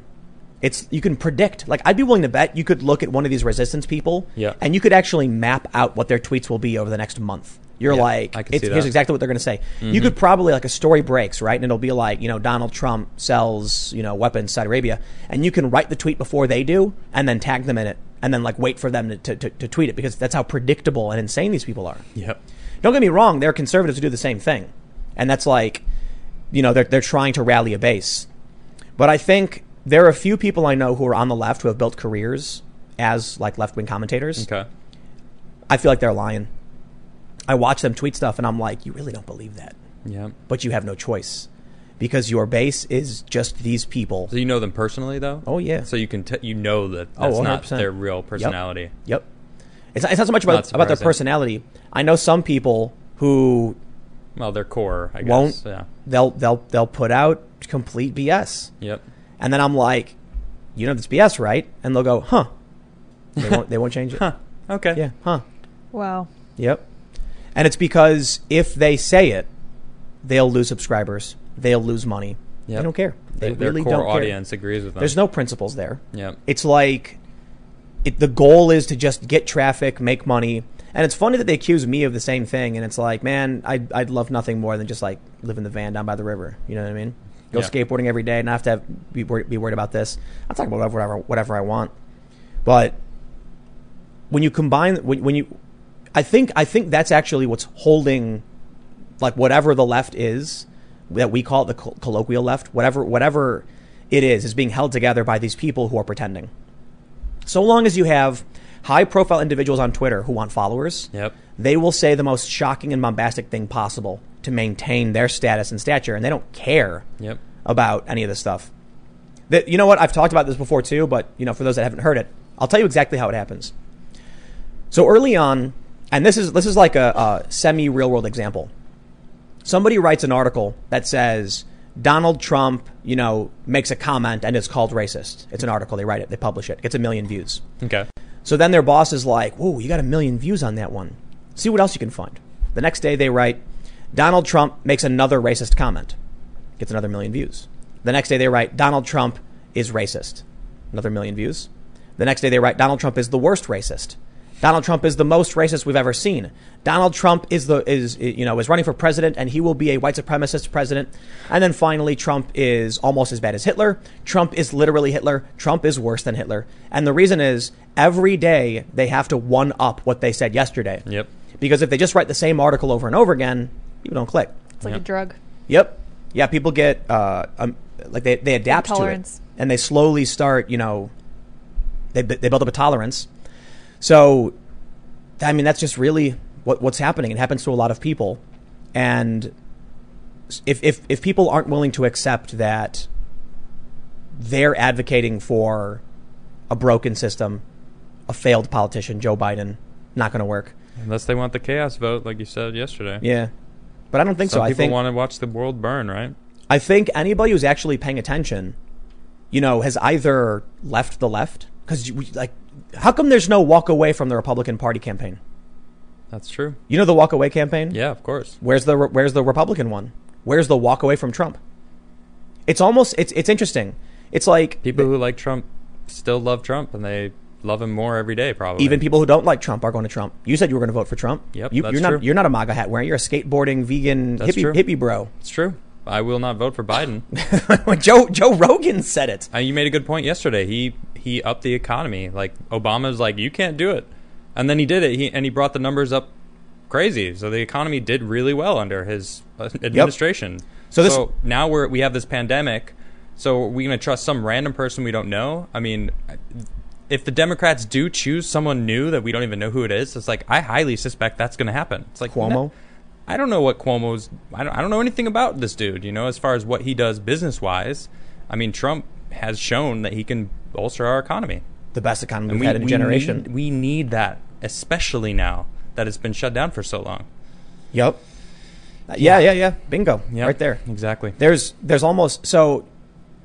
[SPEAKER 1] It's you can predict. Like I'd be willing to bet you could look at one of these resistance people,
[SPEAKER 2] Yeah.
[SPEAKER 1] and you could actually map out what their tweets will be over the next month. You're
[SPEAKER 2] Yeah,
[SPEAKER 1] like,
[SPEAKER 2] I can
[SPEAKER 1] it's,
[SPEAKER 2] see
[SPEAKER 1] here's
[SPEAKER 2] that. Mm-hmm.
[SPEAKER 1] exactly what they're going to say. You could probably like a story breaks right, and it'll be like you know Donald Trump sells you know weapons to Saudi Arabia, and you can write the tweet before they do, and then tag them in it, and then like wait for them to to, to, to tweet it because that's how predictable and insane these people are.
[SPEAKER 2] Yep.
[SPEAKER 1] Don't get me wrong, there are conservatives who do the same thing. And that's like, you know, they're, they're trying to rally a base. But I think there are a few people I know who are on the left who have built careers as like left wing commentators.
[SPEAKER 2] Okay.
[SPEAKER 1] I feel like they're lying. I watch them tweet stuff and I'm like, you really don't believe that.
[SPEAKER 2] Yep.
[SPEAKER 1] But you have no choice because your base is just these people.
[SPEAKER 2] So you know them personally, though.
[SPEAKER 1] Oh, yeah.
[SPEAKER 2] So you can t- you know that
[SPEAKER 1] Oh,
[SPEAKER 2] that's not
[SPEAKER 1] 100%.
[SPEAKER 2] their real personality.
[SPEAKER 1] Yep. It's not, it's not so much
[SPEAKER 2] Not
[SPEAKER 1] about, about their
[SPEAKER 2] surprising.
[SPEAKER 1] personality. I know some people who
[SPEAKER 2] Well, their core, I guess.
[SPEAKER 1] Won't.
[SPEAKER 2] Yeah.
[SPEAKER 1] they'll they'll they'll put out complete BS.
[SPEAKER 2] Yep.
[SPEAKER 1] And then I'm like, you know, this BS, right? And they'll go, huh. They won't, they won't change it.
[SPEAKER 2] Huh. Okay.
[SPEAKER 1] Yeah, huh.
[SPEAKER 3] Wow.
[SPEAKER 1] Yep. And it's because if they say it, they'll lose subscribers. They'll lose money. They
[SPEAKER 2] Yep.
[SPEAKER 1] don't care. They
[SPEAKER 2] Th- their
[SPEAKER 1] really
[SPEAKER 2] core
[SPEAKER 1] don't
[SPEAKER 2] audience agrees with them.
[SPEAKER 1] care. There's no principles there.
[SPEAKER 2] Yep.
[SPEAKER 1] It's like it, the goal is to just get traffic, make money. And it's funny that they accuse me of the same thing. And it's like, man, I'd, I'd love nothing more than just like live in the van down by the river. You know what I mean? Go
[SPEAKER 2] Yeah.
[SPEAKER 1] skateboarding every day, and I have to have, be, wor- be worried about this. I'll talk about whatever, whatever I want. But when you combine, when, when you, I think, I think that's actually what's holding, like whatever the left is, that we call it the col- colloquial left, whatever, whatever it is, is being held together by these people who are pretending. So long as you have high profile individuals on Twitter who want followers,
[SPEAKER 2] Yep.
[SPEAKER 1] they will say the most shocking and bombastic thing possible to maintain their status and stature, and they don't care
[SPEAKER 2] Yep.
[SPEAKER 1] about any of this stuff. That, you know what? I've talked about this before too, but you know, for those that haven't heard it, I'll tell you exactly how it happens. So early on, and this is this is like a, a semi real world example. Somebody writes an article that says Donald Trump, you know, makes a comment and it's called racist. It's an article. They write it. They publish it. Gets a million views.
[SPEAKER 2] Okay.
[SPEAKER 1] So then their boss is like, whoa, you got a million views on that one. See what else you can find. The next day they write, Donald Trump makes another racist comment, gets another million views. The next day they write, Donald Trump is racist, another million views. The next day they write, Donald Trump is the worst racist. Donald Trump is the most racist we've ever seen. Donald Trump is the is you know is running for president and he will be a white supremacist president. And then finally, Trump is almost as bad as Hitler. Trump is literally Hitler. Trump is worse than Hitler. And the reason is every day they have to one up what they said yesterday.
[SPEAKER 2] Yep.
[SPEAKER 1] Because if they just write the same article over and over again, people don't click.
[SPEAKER 3] It's like
[SPEAKER 2] Yeah.
[SPEAKER 3] a drug.
[SPEAKER 1] Yep. Yeah, people get uh, um, like they they adapt to it,
[SPEAKER 3] Intolerance.
[SPEAKER 1] and they slowly start. You know, they bu- they build up a tolerance. So, I mean, that's just really what what's happening. It happens to a lot of people, and s- if if if people aren't willing to accept that they're advocating for a broken system, a failed politician, Joe Biden, not going to work.
[SPEAKER 2] Unless they want the chaos vote, like you said yesterday.
[SPEAKER 1] Yeah, but I don't think
[SPEAKER 2] Some
[SPEAKER 1] so. I
[SPEAKER 2] people
[SPEAKER 1] think
[SPEAKER 2] want to watch the world burn, right?
[SPEAKER 1] I think anybody who's actually paying attention, you know, has either left the left because like, how come there's no walk away from the Republican Party campaign?
[SPEAKER 2] That's true.
[SPEAKER 1] You know the walk away campaign.
[SPEAKER 2] Yeah, of course.
[SPEAKER 1] Where's the where's the Republican one? Where's the walk away from Trump? It's almost it's it's interesting. It's like
[SPEAKER 2] People who like Trump still love Trump, and they love him more every day, probably.
[SPEAKER 1] even people who don't like Trump are going to Trump. You said you were going to vote for Trump.
[SPEAKER 2] Yep,
[SPEAKER 1] You,
[SPEAKER 2] that's
[SPEAKER 1] you're not
[SPEAKER 2] true.
[SPEAKER 1] you're not a MAGA hat wearing. You're a skateboarding vegan
[SPEAKER 2] That's
[SPEAKER 1] hippie
[SPEAKER 2] true.
[SPEAKER 1] hippie bro.
[SPEAKER 2] it's true. I will not vote for Biden.
[SPEAKER 1] Joe Joe Rogan said it.
[SPEAKER 2] Uh, you made a good point yesterday. He he upped the economy. Like Obama's like, you can't do it, and then he did it. He and he brought the numbers up crazy. So the economy did really well under his uh, administration.
[SPEAKER 1] So this-
[SPEAKER 2] now we're we have this pandemic. So are we gonna trust some random person we don't know? I mean, I- if the Democrats do choose someone new that we don't even know who it is, it's like I highly suspect that's gonna happen. It's like
[SPEAKER 1] Cuomo.
[SPEAKER 2] no- I don't know what Cuomo's. I don't. I don't know anything about this dude. You know, as far as what he does business wise. I mean, Trump has shown that he can bolster our economy,
[SPEAKER 1] The best economy
[SPEAKER 2] and
[SPEAKER 1] we've had in a generation.
[SPEAKER 2] Need, we need that, especially now that it's been shut down for so long.
[SPEAKER 1] Yep. Yeah, yeah, yeah. Bingo.
[SPEAKER 2] Uh, Yep,
[SPEAKER 1] Right there.
[SPEAKER 2] exactly.
[SPEAKER 1] There's there's almost so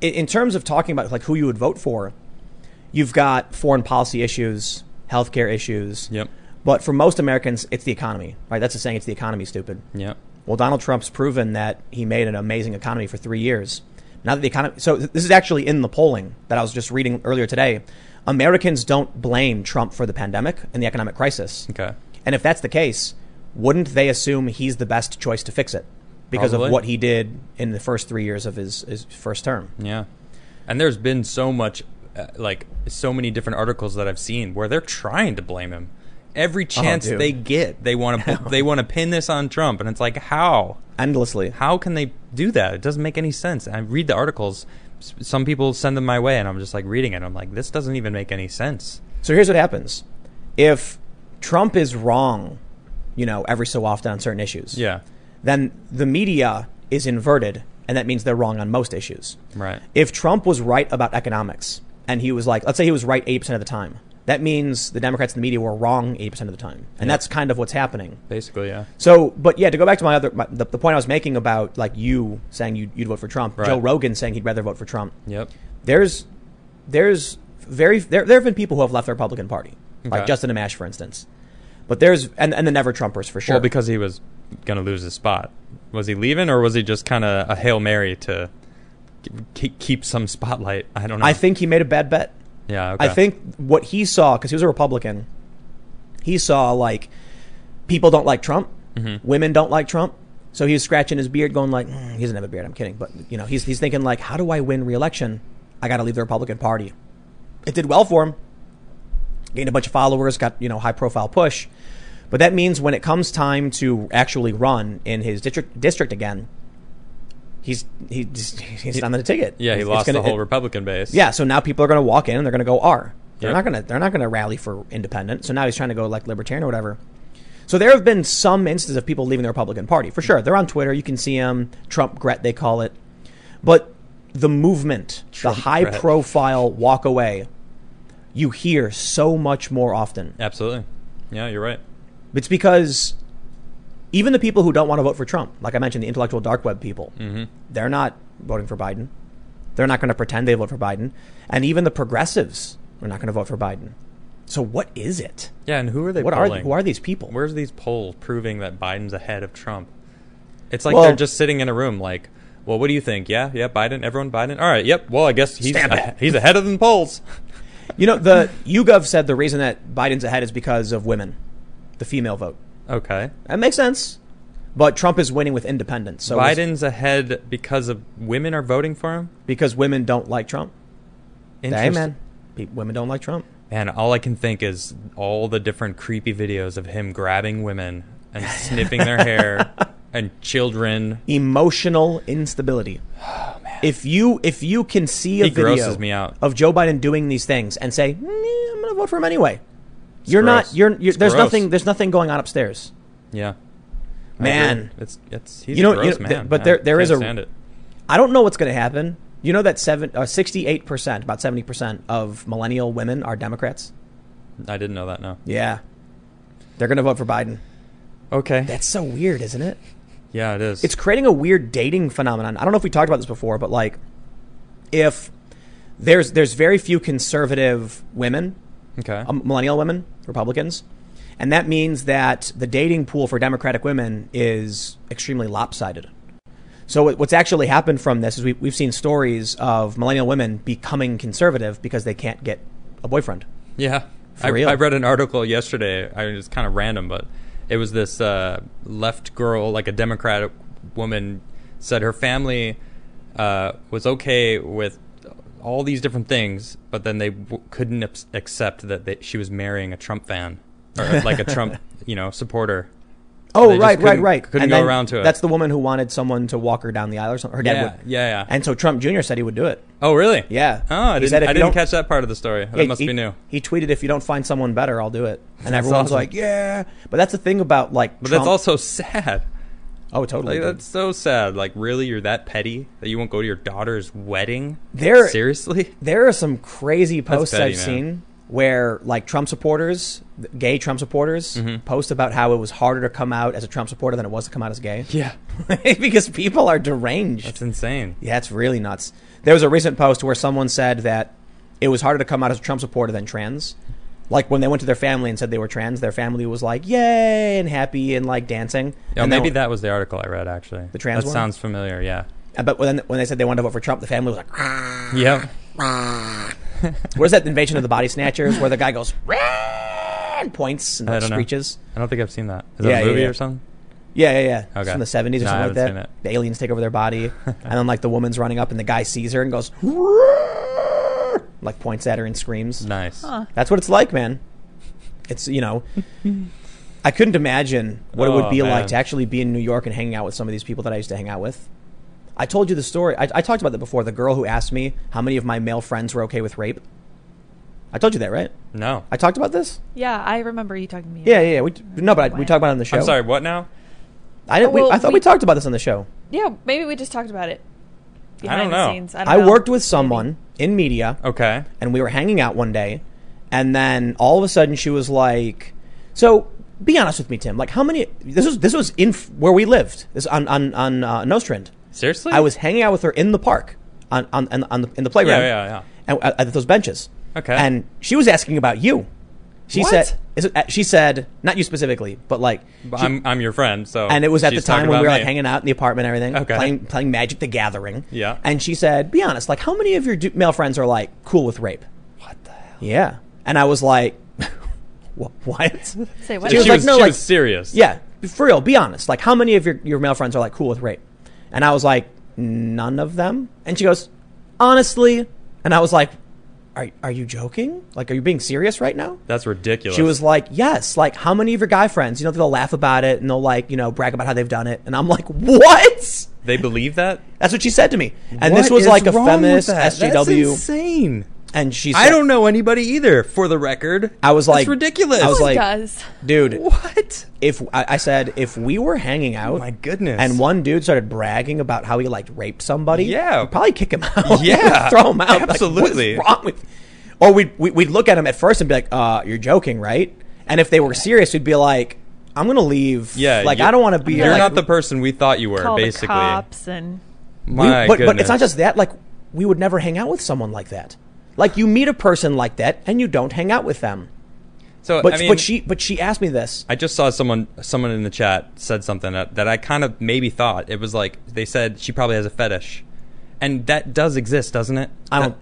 [SPEAKER 1] in, in terms of talking about like who you would vote for, you've got foreign policy issues, healthcare issues.
[SPEAKER 2] Yep,
[SPEAKER 1] But for most Americans, it's the economy. Right? That's the saying it's the economy, stupid.
[SPEAKER 2] yep.
[SPEAKER 1] Well, Donald Trump's proven that he made an amazing economy for three years. Now that the economy, so th- this is actually in the polling that I was just reading earlier today. Americans don't blame Trump for the pandemic and the economic crisis.
[SPEAKER 2] Okay,
[SPEAKER 1] And if that's the case, wouldn't they assume he's the best choice to fix it because
[SPEAKER 2] Probably.
[SPEAKER 1] of what he did in the first three years of his, his first term?
[SPEAKER 2] yeah. And there's been so much, uh, like so many different articles that I've seen where they're trying to blame him. Every chance
[SPEAKER 1] Oh, dude.
[SPEAKER 2] they get, they want to they want to pin this on Trump, and it's like how.
[SPEAKER 1] Endlessly.
[SPEAKER 2] how can they do that? It doesn't make any sense. I read the articles. S- Some people send them my way, and I'm just like reading it. I'm like, this doesn't even make any sense.
[SPEAKER 1] So here's what happens if Trump is wrong, you know, every so often on certain issues,
[SPEAKER 2] Yeah,
[SPEAKER 1] then the media is inverted, and that means they're wrong on most issues.
[SPEAKER 2] right.
[SPEAKER 1] If Trump was right about economics and he was like, let's say he was right 80% of the time, that means the Democrats and the media were wrong 80% of the time. And
[SPEAKER 2] Yeah.
[SPEAKER 1] that's kind of what's happening.
[SPEAKER 2] Basically, yeah.
[SPEAKER 1] So, but yeah, to go back to my other my, the, the point I was making about like you saying you'd, you'd vote for Trump,
[SPEAKER 2] Right.
[SPEAKER 1] Joe Rogan saying he'd rather vote for Trump.
[SPEAKER 2] Yep.
[SPEAKER 1] There's there's very there there have been people who have left the Republican Party, like
[SPEAKER 2] Okay.
[SPEAKER 1] Justin Amash, for instance. But there's and and the never Trumpers for sure.
[SPEAKER 2] Well, because he was gonna lose his spot. Was he leaving, or was he just kind of a hail mary to keep, keep some spotlight? I don't know.
[SPEAKER 1] I think he made a bad bet.
[SPEAKER 2] Yeah. Okay.
[SPEAKER 1] I think what he saw because he was a Republican, he saw like people don't like Trump,
[SPEAKER 2] Mm-hmm.
[SPEAKER 1] women don't like Trump. So he was scratching his beard, going like, "Hmm, "He doesn't have a beard." I'm kidding, but you know, he's he's thinking like, "How do I win re-election? I got to leave the Republican Party." It did well for him, gained a bunch of followers, got you know high profile push, but that means when it comes time to actually run in his district district again, he's he just, he's not on the ticket.
[SPEAKER 2] Yeah,
[SPEAKER 1] It's-
[SPEAKER 2] he
[SPEAKER 1] it's
[SPEAKER 2] lost
[SPEAKER 1] gonna-
[SPEAKER 2] the whole
[SPEAKER 1] it-
[SPEAKER 2] Republican base.
[SPEAKER 1] yeah, so now people are going to walk in and they're going to go R. They're
[SPEAKER 2] Yep.
[SPEAKER 1] not going to they're not going to rally for independent. So now he's trying to go like libertarian or whatever. So there have been some instances of people leaving the Republican Party for sure. They're on Twitter. You can see them. Trump Gret they call it, but the movement,
[SPEAKER 2] Trump
[SPEAKER 1] the high
[SPEAKER 2] Gret.
[SPEAKER 1] profile walk away, you hear so much more often.
[SPEAKER 2] Absolutely. Yeah, you're right.
[SPEAKER 1] It's because even the people who don't want to vote for Trump, like I mentioned, the intellectual dark web people, they're not voting for Biden. They're not going to pretend they vote for Biden. And even the progressives are not going to vote for Biden. So what is it?
[SPEAKER 2] Yeah, and who are they
[SPEAKER 1] What are
[SPEAKER 2] polling?
[SPEAKER 1] who are these people?
[SPEAKER 2] Where's these polls proving that Biden's ahead of Trump? It's like
[SPEAKER 1] Well-
[SPEAKER 2] they're just sitting in a room, like, well, what do you think? Yeah, yeah, Biden, everyone, Biden. All right, yep. Well, I guess he's
[SPEAKER 1] Stamp it.
[SPEAKER 2] he's ahead of the polls.
[SPEAKER 1] You know, the YouGov said the reason that Biden's ahead is because of women, the female vote.
[SPEAKER 2] Okay,
[SPEAKER 1] That makes sense. But Trump is winning with independents. So it's
[SPEAKER 2] Biden's ahead because of women are voting for him.
[SPEAKER 1] because women don't like Trump. Hey,
[SPEAKER 2] Interesting.
[SPEAKER 1] man. Pe- women don't like Trump.
[SPEAKER 2] Man, all I can think is all the different creepy videos of him grabbing women and snipping their hair and children.
[SPEAKER 1] Emotional instability. If you if you can see a
[SPEAKER 2] Oh, He
[SPEAKER 1] video
[SPEAKER 2] grosses me out.
[SPEAKER 1] of Joe Biden doing these things and say, "Mm, I'm going to vote for him anyway. You're not.
[SPEAKER 2] gross.
[SPEAKER 1] You're. you're
[SPEAKER 2] It's
[SPEAKER 1] there's
[SPEAKER 2] gross.
[SPEAKER 1] nothing. There's nothing going on upstairs.
[SPEAKER 2] Yeah, I
[SPEAKER 1] Man.
[SPEAKER 2] agree. it's it's he's
[SPEAKER 1] You know-
[SPEAKER 2] a
[SPEAKER 1] you
[SPEAKER 2] gross
[SPEAKER 1] know,
[SPEAKER 2] man.
[SPEAKER 1] th- but
[SPEAKER 2] man.
[SPEAKER 1] there- there
[SPEAKER 2] Can't
[SPEAKER 1] is a-
[SPEAKER 2] stand it.
[SPEAKER 1] I don't know what's going to happen. You know that seven, uh, 68%, about 70% of millennial women are Democrats?
[SPEAKER 2] I didn't know that. No.
[SPEAKER 1] Yeah. They're going to vote for Biden.
[SPEAKER 2] Okay.
[SPEAKER 1] That's so weird, isn't it?
[SPEAKER 2] yeah, it is.
[SPEAKER 1] It's creating a weird dating phenomenon. I don't know if we talked about this before, but like if there's there's very few conservative women,
[SPEAKER 2] okay.
[SPEAKER 1] um, millennial women, Republicans, and that means that the dating pool for Democratic women is extremely lopsided. So what- what's actually happened from this is we, we've seen stories of millennial women becoming conservative because they can't get a boyfriend.
[SPEAKER 2] Yeah.
[SPEAKER 1] For
[SPEAKER 2] I,
[SPEAKER 1] real.
[SPEAKER 2] I read an article yesterday. I mean, it's kind of random, but it was this uh, left girl, like a Democratic woman, said her family uh, was okay with all these different things, but then they w- couldn't abs- accept that they, she was marrying a Trump fan or like a Trump, you know, supporter.
[SPEAKER 1] Oh,
[SPEAKER 2] they just
[SPEAKER 1] right, right,
[SPEAKER 2] couldn't-
[SPEAKER 1] right.
[SPEAKER 2] couldn't
[SPEAKER 1] And
[SPEAKER 2] go
[SPEAKER 1] then
[SPEAKER 2] around to it.
[SPEAKER 1] That's the woman who wanted someone to walk her down the aisle or something. Her dad
[SPEAKER 2] yeah,
[SPEAKER 1] would.
[SPEAKER 2] yeah, yeah.
[SPEAKER 1] And so Trump Jr. said he would do it.
[SPEAKER 2] oh, really?
[SPEAKER 1] Yeah.
[SPEAKER 2] Oh, I
[SPEAKER 1] He
[SPEAKER 2] didn't,
[SPEAKER 1] said if
[SPEAKER 2] I
[SPEAKER 1] you
[SPEAKER 2] didn't
[SPEAKER 1] don't-
[SPEAKER 2] catch that part of the story. That
[SPEAKER 1] Yeah,
[SPEAKER 2] must
[SPEAKER 1] he,
[SPEAKER 2] be new.
[SPEAKER 1] He tweeted, "If you don't find someone better, I'll do it." And
[SPEAKER 2] That's
[SPEAKER 1] everyone's
[SPEAKER 2] awesome.
[SPEAKER 1] like, "Yeah," but that's the thing about like.
[SPEAKER 2] But
[SPEAKER 1] Trump-
[SPEAKER 2] that's also sad.
[SPEAKER 1] oh, totally.
[SPEAKER 2] Like,
[SPEAKER 1] dude.
[SPEAKER 2] that's so sad. Like, really, you're that petty that you won't go to your daughter's wedding?
[SPEAKER 1] There-
[SPEAKER 2] seriously?
[SPEAKER 1] there are some crazy posts
[SPEAKER 2] petty,
[SPEAKER 1] I've
[SPEAKER 2] man.
[SPEAKER 1] seen where like Trump supporters, th- gay Trump supporters,
[SPEAKER 2] Mm-hmm.
[SPEAKER 1] post about how it was harder to come out as a Trump supporter than it was to come out as gay
[SPEAKER 2] Yeah,
[SPEAKER 1] because people are deranged.
[SPEAKER 2] that's insane.
[SPEAKER 1] yeah, it's really nuts. There was a recent post where someone said that it was harder to come out as a Trump supporter than trans. Like when they went to their family and said they were trans, their family was like, "Yay!" and happy and like dancing.
[SPEAKER 2] Yeah,
[SPEAKER 1] and
[SPEAKER 2] maybe
[SPEAKER 1] that.
[SPEAKER 2] that was the article I read. Actually,
[SPEAKER 1] The trans
[SPEAKER 2] That
[SPEAKER 1] one?
[SPEAKER 2] sounds familiar. Yeah.
[SPEAKER 1] Uh, But when, when they said they wanted to vote for Trump, the family was like, "Ah."
[SPEAKER 2] Yep.
[SPEAKER 1] "What is that invasion of the body snatchers?" Where the guy goes "Rah!" and points and
[SPEAKER 2] I
[SPEAKER 1] like,
[SPEAKER 2] don't know.
[SPEAKER 1] screeches.
[SPEAKER 2] I don't think I've seen that. Is
[SPEAKER 1] Yeah,
[SPEAKER 2] that a
[SPEAKER 1] yeah,
[SPEAKER 2] movie
[SPEAKER 1] yeah.
[SPEAKER 2] or something?
[SPEAKER 1] Yeah, yeah, yeah. It's
[SPEAKER 2] Okay.
[SPEAKER 1] from the seventies or
[SPEAKER 2] No, I
[SPEAKER 1] something like
[SPEAKER 2] haven't
[SPEAKER 1] that.
[SPEAKER 2] seen it.
[SPEAKER 1] The aliens take over their body, and then like the woman's running up, and the guy sees her and goes "Rah!" like points at her and screams.
[SPEAKER 2] Nice.
[SPEAKER 3] Huh.
[SPEAKER 1] That's what it's like, man. It's you know, I couldn't imagine what it would
[SPEAKER 2] Oh,
[SPEAKER 1] be like
[SPEAKER 2] man.
[SPEAKER 1] to actually be in New York and hanging out with some of these people that I used to hang out with. I told you the story. I, I talked about that before. The girl who asked me how many of my male friends were okay with rape. I told you that, right?
[SPEAKER 2] No.
[SPEAKER 1] I talked about this.
[SPEAKER 3] Yeah, I remember you talking to me.
[SPEAKER 1] Yeah, yeah. yeah. We no, but I, we
[SPEAKER 3] When?
[SPEAKER 1] talked about it on the show.
[SPEAKER 2] I'm sorry. What now?
[SPEAKER 1] I didn't.
[SPEAKER 3] Well,
[SPEAKER 1] we, I thought we,
[SPEAKER 3] we-
[SPEAKER 1] talked about this on the show.
[SPEAKER 3] Yeah, maybe we just talked about it. Behind
[SPEAKER 2] don't
[SPEAKER 3] the
[SPEAKER 2] know.
[SPEAKER 3] scenes.
[SPEAKER 1] I,
[SPEAKER 3] don't know.
[SPEAKER 1] worked with someone in media,
[SPEAKER 2] Okay.
[SPEAKER 1] and we were hanging out one day, and then all of a sudden she was like, "So." Be honest with me, Tim. Like, how many? This was this was in f- where we lived. This on on on uh, Nostrand.
[SPEAKER 2] Seriously?
[SPEAKER 1] I was hanging out with her in the park on on, on, on the, in the
[SPEAKER 2] Yeah,
[SPEAKER 1] playground.
[SPEAKER 2] yeah, yeah.
[SPEAKER 1] and uh, at, at those benches.
[SPEAKER 2] Okay.
[SPEAKER 1] And she was asking about you. She
[SPEAKER 2] What?
[SPEAKER 1] said, is it- uh, "She said not you specifically, but like."
[SPEAKER 2] But
[SPEAKER 1] she-
[SPEAKER 2] I'm I'm your friend. So.
[SPEAKER 1] and it was at the
[SPEAKER 2] she's talking
[SPEAKER 1] time when we were
[SPEAKER 2] about
[SPEAKER 1] like
[SPEAKER 2] me.
[SPEAKER 1] hanging out in the apartment and everything,
[SPEAKER 2] Okay.
[SPEAKER 1] playing playing Magic: The Gathering.
[SPEAKER 2] Yeah.
[SPEAKER 1] And she said, "Be honest, like how many of your du- male friends are like cool with rape?"
[SPEAKER 2] What the hell?
[SPEAKER 1] Yeah. And I was like, "Wha- "What?"
[SPEAKER 3] Say what?
[SPEAKER 1] She was
[SPEAKER 2] She was,
[SPEAKER 1] like, no,
[SPEAKER 2] she
[SPEAKER 1] like-
[SPEAKER 2] was serious.
[SPEAKER 1] yeah, for real. Be honest. Like how many of your your male friends are like cool with rape? And I was like, "None of them." And she goes, "Honestly," and I was like, "Are are you joking? Like, are you being serious right now?"
[SPEAKER 2] That's ridiculous.
[SPEAKER 1] She was like, "Yes, like how many of your guy friends? You know, they'll laugh about it and they'll like, you know, brag about how they've done it." And I'm like, "What?"
[SPEAKER 2] They believe that.
[SPEAKER 1] That's what she said to me. And
[SPEAKER 2] What
[SPEAKER 1] this was
[SPEAKER 2] is
[SPEAKER 1] like a
[SPEAKER 2] wrong with
[SPEAKER 1] feminist
[SPEAKER 2] that? That's
[SPEAKER 1] SJW,
[SPEAKER 2] insane.
[SPEAKER 1] and she. Said,
[SPEAKER 2] I don't know anybody either. For the record,
[SPEAKER 1] I was like-
[SPEAKER 2] That's ridiculous.
[SPEAKER 1] I was
[SPEAKER 3] Everyone
[SPEAKER 1] like-
[SPEAKER 3] does.
[SPEAKER 1] dude.
[SPEAKER 2] what?
[SPEAKER 1] If I, I said if we were hanging out,
[SPEAKER 2] My goodness.
[SPEAKER 1] and one dude started bragging about how he like raped somebody,
[SPEAKER 2] Yeah.
[SPEAKER 1] we'd probably kick him out,
[SPEAKER 2] Yeah.
[SPEAKER 1] throw him out, Like, what is
[SPEAKER 2] Absolutely.
[SPEAKER 1] wrong with? Or we'd we- we'd look at him at first and be like, "Uh, you're joking, right?" And if they were serious, we'd be like, "I'm gonna leave."
[SPEAKER 2] Yeah,
[SPEAKER 1] like
[SPEAKER 2] you-
[SPEAKER 1] I don't want to be.
[SPEAKER 2] You're
[SPEAKER 1] like,
[SPEAKER 2] not the person we thought you were.
[SPEAKER 3] Call
[SPEAKER 2] basically,
[SPEAKER 3] the cops and
[SPEAKER 1] We-
[SPEAKER 2] my
[SPEAKER 1] but,
[SPEAKER 2] goodness.
[SPEAKER 1] but it's not just that. Like, we would never hang out with someone like that. Like, you meet a person like that and you don't hang out with them.
[SPEAKER 2] So
[SPEAKER 1] But
[SPEAKER 2] I mean,
[SPEAKER 1] but she but she asked me this.
[SPEAKER 2] I just saw someone someone in the chat said something that, that I kind of maybe thought it was like they said she probably has a fetish, and that does exist, doesn't it?
[SPEAKER 1] I
[SPEAKER 2] That-
[SPEAKER 1] don't.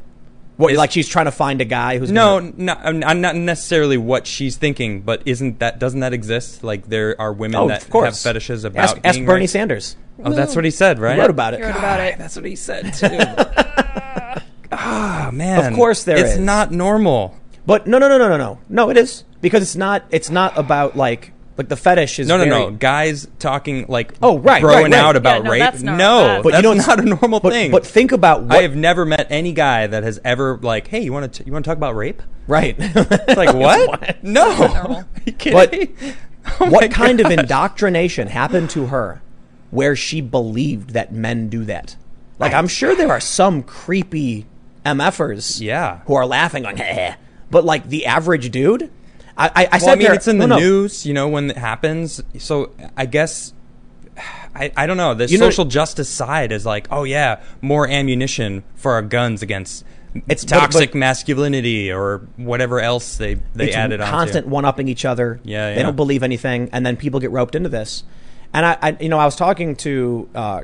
[SPEAKER 1] What
[SPEAKER 2] is-
[SPEAKER 1] like she's trying to find a guy who's
[SPEAKER 2] no,
[SPEAKER 1] gonna-
[SPEAKER 2] no, I'm I'm not necessarily what she's thinking, but isn't that doesn't that exist? Like there are women
[SPEAKER 1] Oh,
[SPEAKER 2] that
[SPEAKER 1] of course.
[SPEAKER 2] have fetishes about
[SPEAKER 1] ask, ask
[SPEAKER 2] being
[SPEAKER 1] Bernie
[SPEAKER 2] raped.
[SPEAKER 1] Sanders.
[SPEAKER 2] Oh, that's what he said, right?
[SPEAKER 1] He wrote about it.
[SPEAKER 3] You wrote about it.
[SPEAKER 2] That's what he said too. Ah, man.
[SPEAKER 1] Of course there
[SPEAKER 2] there is. it's
[SPEAKER 1] is.
[SPEAKER 2] not normal.
[SPEAKER 1] But no, no, no, no, no, no. No, it is because it's not. It's not about like like the fetish is
[SPEAKER 2] No, no,
[SPEAKER 1] very-
[SPEAKER 2] no. Guys talking like
[SPEAKER 1] Oh, right,
[SPEAKER 2] throwing
[SPEAKER 1] right, right.
[SPEAKER 2] out about
[SPEAKER 3] Yeah, no,
[SPEAKER 2] rape.
[SPEAKER 3] that's not-
[SPEAKER 2] no,
[SPEAKER 3] But
[SPEAKER 1] you
[SPEAKER 2] that's
[SPEAKER 1] know, it's-
[SPEAKER 2] not a normal
[SPEAKER 1] But,
[SPEAKER 2] thing.
[SPEAKER 1] but think about what
[SPEAKER 2] I have never met any guy that has ever like, hey, you want to you want to talk about rape?
[SPEAKER 1] right.
[SPEAKER 2] It's like what? No, Are you kidding
[SPEAKER 1] But
[SPEAKER 2] me? Oh my
[SPEAKER 1] what kind of
[SPEAKER 2] God.
[SPEAKER 1] indoctrination happened to her where she believed that men do that? Like, I'm sure there are some creepy MFers
[SPEAKER 2] Yeah.
[SPEAKER 1] who are laughing, going, "Heh." but like the average dude? I, I, I said
[SPEAKER 2] Well, I mean,
[SPEAKER 1] there-
[SPEAKER 2] it's in the
[SPEAKER 1] no, no.
[SPEAKER 2] news, you know, when it happens. So I guess I, I don't know. The
[SPEAKER 1] You know-
[SPEAKER 2] social justice side is like, oh yeah, more ammunition for our guns against
[SPEAKER 1] It's- but-
[SPEAKER 2] toxic
[SPEAKER 1] but-
[SPEAKER 2] masculinity or whatever else they they
[SPEAKER 1] it's
[SPEAKER 2] added on.
[SPEAKER 1] constant one upping each other.
[SPEAKER 2] Yeah,
[SPEAKER 1] they
[SPEAKER 2] yeah.
[SPEAKER 1] don't believe anything, and then people get roped into this. And I, I you know, I was talking to, uh,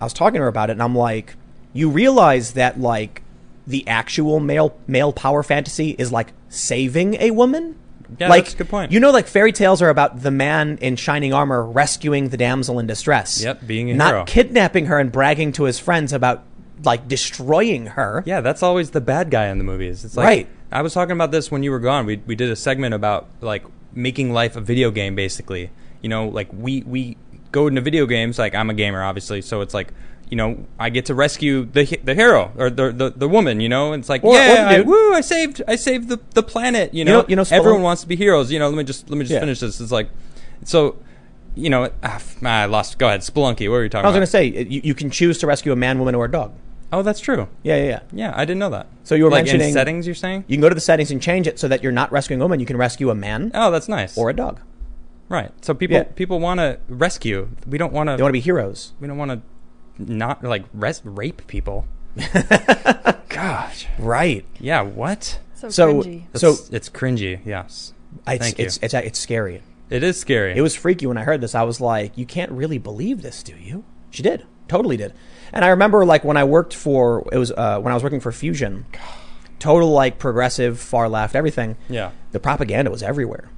[SPEAKER 1] I was talking to her about it, and I'm like, you realize that like the actual male male power fantasy is like saving a woman.
[SPEAKER 2] Yeah,
[SPEAKER 1] like,
[SPEAKER 2] that's a good point.
[SPEAKER 1] You know, like fairy tales are about the man in shining armor rescuing the damsel in distress.
[SPEAKER 2] Yep, being a
[SPEAKER 1] not
[SPEAKER 2] hero.
[SPEAKER 1] kidnapping her and bragging to his friends about like destroying her.
[SPEAKER 2] Yeah, that's always the bad guy in the movies. It's like
[SPEAKER 1] Right.
[SPEAKER 2] I was talking about this when you were gone. We we did a segment about like making life a video game basically. You know, like we we go into video games like I'm a gamer obviously, so it's like you know, I get to rescue the he- the hero or the the, the woman. You know, it's like
[SPEAKER 1] Or- or
[SPEAKER 2] yeah,
[SPEAKER 1] the
[SPEAKER 2] I,
[SPEAKER 1] dude.
[SPEAKER 2] woo, I saved I saved the, the planet. You know,
[SPEAKER 1] know- you know, Stallone-
[SPEAKER 2] everyone wants to be heroes. You know, let me just let me just
[SPEAKER 1] Yeah.
[SPEAKER 2] finish this. It's like so, you know, ah, f- I lost. Go ahead, Spelunky. What were you talking
[SPEAKER 1] I was
[SPEAKER 2] about?
[SPEAKER 1] going to say you, you can choose to rescue a man, woman, or a dog.
[SPEAKER 2] oh, that's true.
[SPEAKER 1] Yeah, yeah, yeah.
[SPEAKER 2] Yeah, I didn't know that.
[SPEAKER 1] So you were
[SPEAKER 2] like in
[SPEAKER 1] mentioning-
[SPEAKER 2] settings. You're saying.
[SPEAKER 1] You can go to the settings and change it so that you're not rescuing a woman. You can rescue a man
[SPEAKER 2] Oh, that's nice.
[SPEAKER 1] or a dog.
[SPEAKER 2] Right. So people
[SPEAKER 1] Yeah.
[SPEAKER 2] people want to rescue. We don't want to.
[SPEAKER 1] They want to be heroes.
[SPEAKER 2] We don't want to not like res- rape people. Gosh.
[SPEAKER 1] Right.
[SPEAKER 2] Yeah. What?
[SPEAKER 3] So,
[SPEAKER 1] So-
[SPEAKER 3] cringy.
[SPEAKER 2] It's,
[SPEAKER 1] So-
[SPEAKER 2] it's cringy. Yes.
[SPEAKER 1] It's,
[SPEAKER 2] Thank you.
[SPEAKER 1] it's, it's, it's scary.
[SPEAKER 2] It is scary.
[SPEAKER 1] It was freaky when I heard this. I was like, you can't really believe this, do you? She did. Totally did. And I remember like when I worked for, it was uh, when I was working for Fusion, total like progressive, far left, everything.
[SPEAKER 2] Yeah.
[SPEAKER 1] the propaganda was everywhere.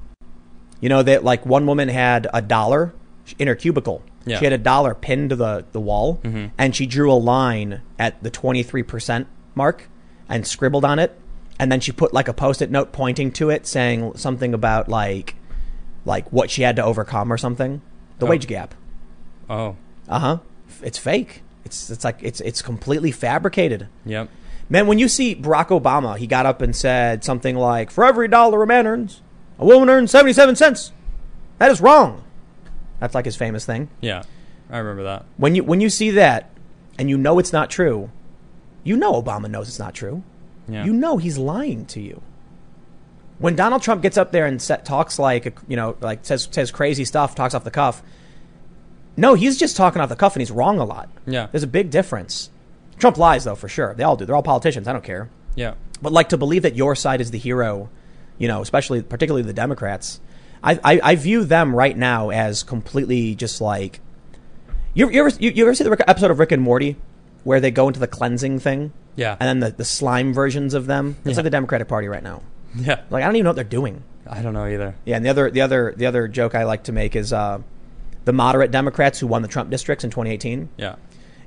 [SPEAKER 1] You know that like one woman had a dollar in her cubicle.
[SPEAKER 2] Yeah. Mm-hmm.
[SPEAKER 1] She had a dollar pinned to the the wall, and she drew a line at the twenty three percent mark and scribbled on it, and then she put like a post it note pointing to it saying something about like like what she had to overcome or something. The
[SPEAKER 2] Oh.
[SPEAKER 1] wage gap.
[SPEAKER 2] Oh.
[SPEAKER 1] Uh huh. It's fake. It's it's like it's it's completely fabricated.
[SPEAKER 2] Yep.
[SPEAKER 1] Man, when you see Barack Obama, he got up and said something like, For every dollar a man earns, a woman earns 77 cents. That is wrong. That's like his famous thing.
[SPEAKER 2] Yeah. I remember that.
[SPEAKER 1] When you, when you see that and you know it's not true, you know Obama knows it's not true.
[SPEAKER 2] Yeah.
[SPEAKER 1] You know he's lying to you. When Donald Trump gets up there and set, talks like, you know, like says, says crazy stuff, talks off the cuff, no, he's just talking off the cuff and he's wrong a lot.
[SPEAKER 2] Yeah.
[SPEAKER 1] There's a big difference. Trump lies, though, for sure. They all do. They're all politicians. I don't care.
[SPEAKER 2] Yeah.
[SPEAKER 1] But like to believe that your side is the hero, you know, especially particularly the Democrats, I I, I view them right now as completely just like you you ever you, you ever see the Rick- episode of Rick and Morty where they go into the cleansing thing,
[SPEAKER 2] Yeah.
[SPEAKER 1] and then the, the slime versions of them. It's
[SPEAKER 2] Yeah.
[SPEAKER 1] like the Democratic Party right now.
[SPEAKER 2] yeah.
[SPEAKER 1] Like I don't even know what they're doing.
[SPEAKER 2] I don't know either.
[SPEAKER 1] Yeah, and the other the other the other joke I like to make is uh, the moderate Democrats who won the Trump districts in 2018.
[SPEAKER 2] Yeah.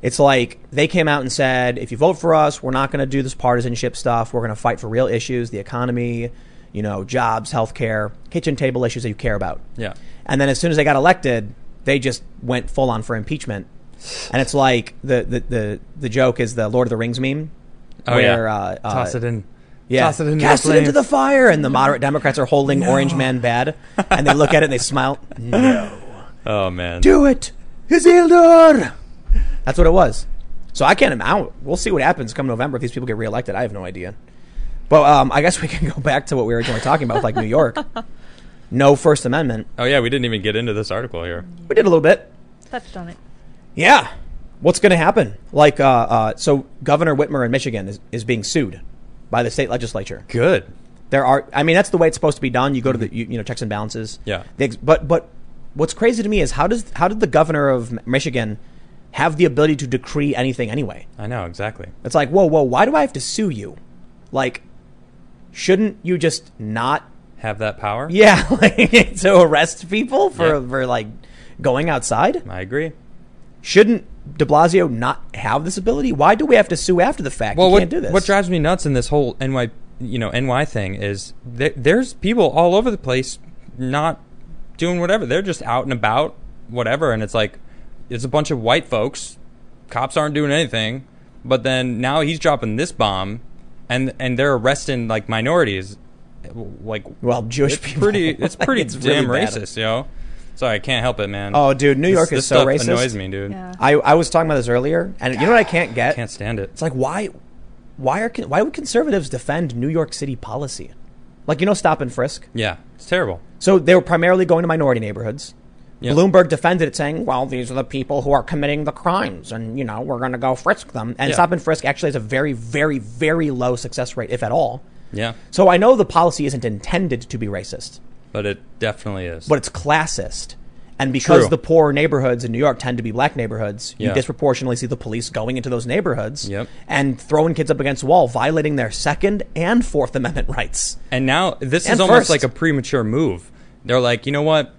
[SPEAKER 1] It's like they came out and said, if you vote for us, we're not going to do this partisanship stuff. We're going to fight for real issues, the economy, you know, jobs, healthcare, kitchen table issues that you care about.
[SPEAKER 2] Yeah.
[SPEAKER 1] And then as soon as they got elected, they just went full on for impeachment. And it's like the the, the, the joke is the Lord of the Rings meme.
[SPEAKER 2] Oh
[SPEAKER 1] where,
[SPEAKER 2] yeah.
[SPEAKER 1] uh, uh,
[SPEAKER 2] Toss it in.
[SPEAKER 1] Yeah.
[SPEAKER 2] Toss it into
[SPEAKER 1] Cast
[SPEAKER 2] the
[SPEAKER 1] it into
[SPEAKER 2] flames.
[SPEAKER 1] the fire. And the moderate Democrats are holding Orange Man bad. And they look at it and they smile. No.
[SPEAKER 2] Oh man.
[SPEAKER 1] Do it, Isildur. That's what it was. So I can't. I don't, we'll see what happens come November if these people get reelected. I have no idea. But um, I guess we can go back to what we were originally talking about, with, like New York. No First Amendment.
[SPEAKER 2] Oh yeah. We didn't even get into this article here.
[SPEAKER 1] We did a little bit.
[SPEAKER 3] touched on it.
[SPEAKER 1] Yeah. What's going to happen? Like, uh, uh, so Governor Whitmer in Michigan is, is being sued by the state legislature
[SPEAKER 2] Good.
[SPEAKER 1] There are. I mean, that's the way it's supposed to be done. You go to the you, you know checks and balances.
[SPEAKER 2] Yeah.
[SPEAKER 1] The ex- but but what's crazy to me is how does how did the governor of M- Michigan have the ability to decree anything anyway?
[SPEAKER 2] I know exactly.
[SPEAKER 1] It's like whoa whoa why do I have to sue you? Like, shouldn't you just not?
[SPEAKER 2] Have that power?
[SPEAKER 1] Yeah, like, to arrest people for
[SPEAKER 2] Yeah.
[SPEAKER 1] for like going outside.
[SPEAKER 2] I agree.
[SPEAKER 1] Shouldn't De Blasio not have this ability? Why do we have to sue after the fact?
[SPEAKER 2] Well,
[SPEAKER 1] you
[SPEAKER 2] what,
[SPEAKER 1] can't do this.
[SPEAKER 2] what drives me nuts in this whole NY, you know, NY thing is th- there's people all over the place not doing whatever. They're just out and about, whatever. And it's like, it's a bunch of white folks. Cops aren't doing anything. But then now he's dropping this bomb, and and they're arresting like minorities, like
[SPEAKER 1] well, Jewish
[SPEAKER 2] it's
[SPEAKER 1] people.
[SPEAKER 2] pretty. It's
[SPEAKER 1] Like,
[SPEAKER 2] pretty
[SPEAKER 1] really
[SPEAKER 2] damn
[SPEAKER 1] bad.
[SPEAKER 2] racist, yo. Sorry, I can't help it, man.
[SPEAKER 1] Oh, dude, New
[SPEAKER 2] This-
[SPEAKER 1] York
[SPEAKER 2] this
[SPEAKER 1] is so
[SPEAKER 2] stuff
[SPEAKER 1] racist.
[SPEAKER 2] Annoys me, dude.
[SPEAKER 3] Yeah.
[SPEAKER 1] I, I was talking about this earlier, and you know what I can't get?
[SPEAKER 2] Can't stand it.
[SPEAKER 1] It's like why, why are con- why would conservatives defend New York City policy? Like you know, stop and frisk.
[SPEAKER 2] Yeah, it's terrible.
[SPEAKER 1] So they were primarily going to minority neighborhoods.
[SPEAKER 2] Yeah.
[SPEAKER 1] Bloomberg defended it, saying, "Well, these are the people who are committing the crimes, and you know we're going to go frisk them." And
[SPEAKER 2] Yeah.
[SPEAKER 1] stop and frisk actually has a very, very, very low success rate, if at all.
[SPEAKER 2] Yeah,
[SPEAKER 1] So I know the policy isn't intended to be racist,
[SPEAKER 2] but it definitely is.
[SPEAKER 1] but it's classist. And because
[SPEAKER 2] True.
[SPEAKER 1] the poor neighborhoods in New York tend to be black neighborhoods, you
[SPEAKER 2] Yeah.
[SPEAKER 1] disproportionately see the police going into those neighborhoods
[SPEAKER 2] Yep.
[SPEAKER 1] and throwing kids up against the wall, violating their Second and Fourth Amendment rights.
[SPEAKER 2] And now this is
[SPEAKER 1] And
[SPEAKER 2] almost
[SPEAKER 1] first.
[SPEAKER 2] like a premature move. They're like, you know what?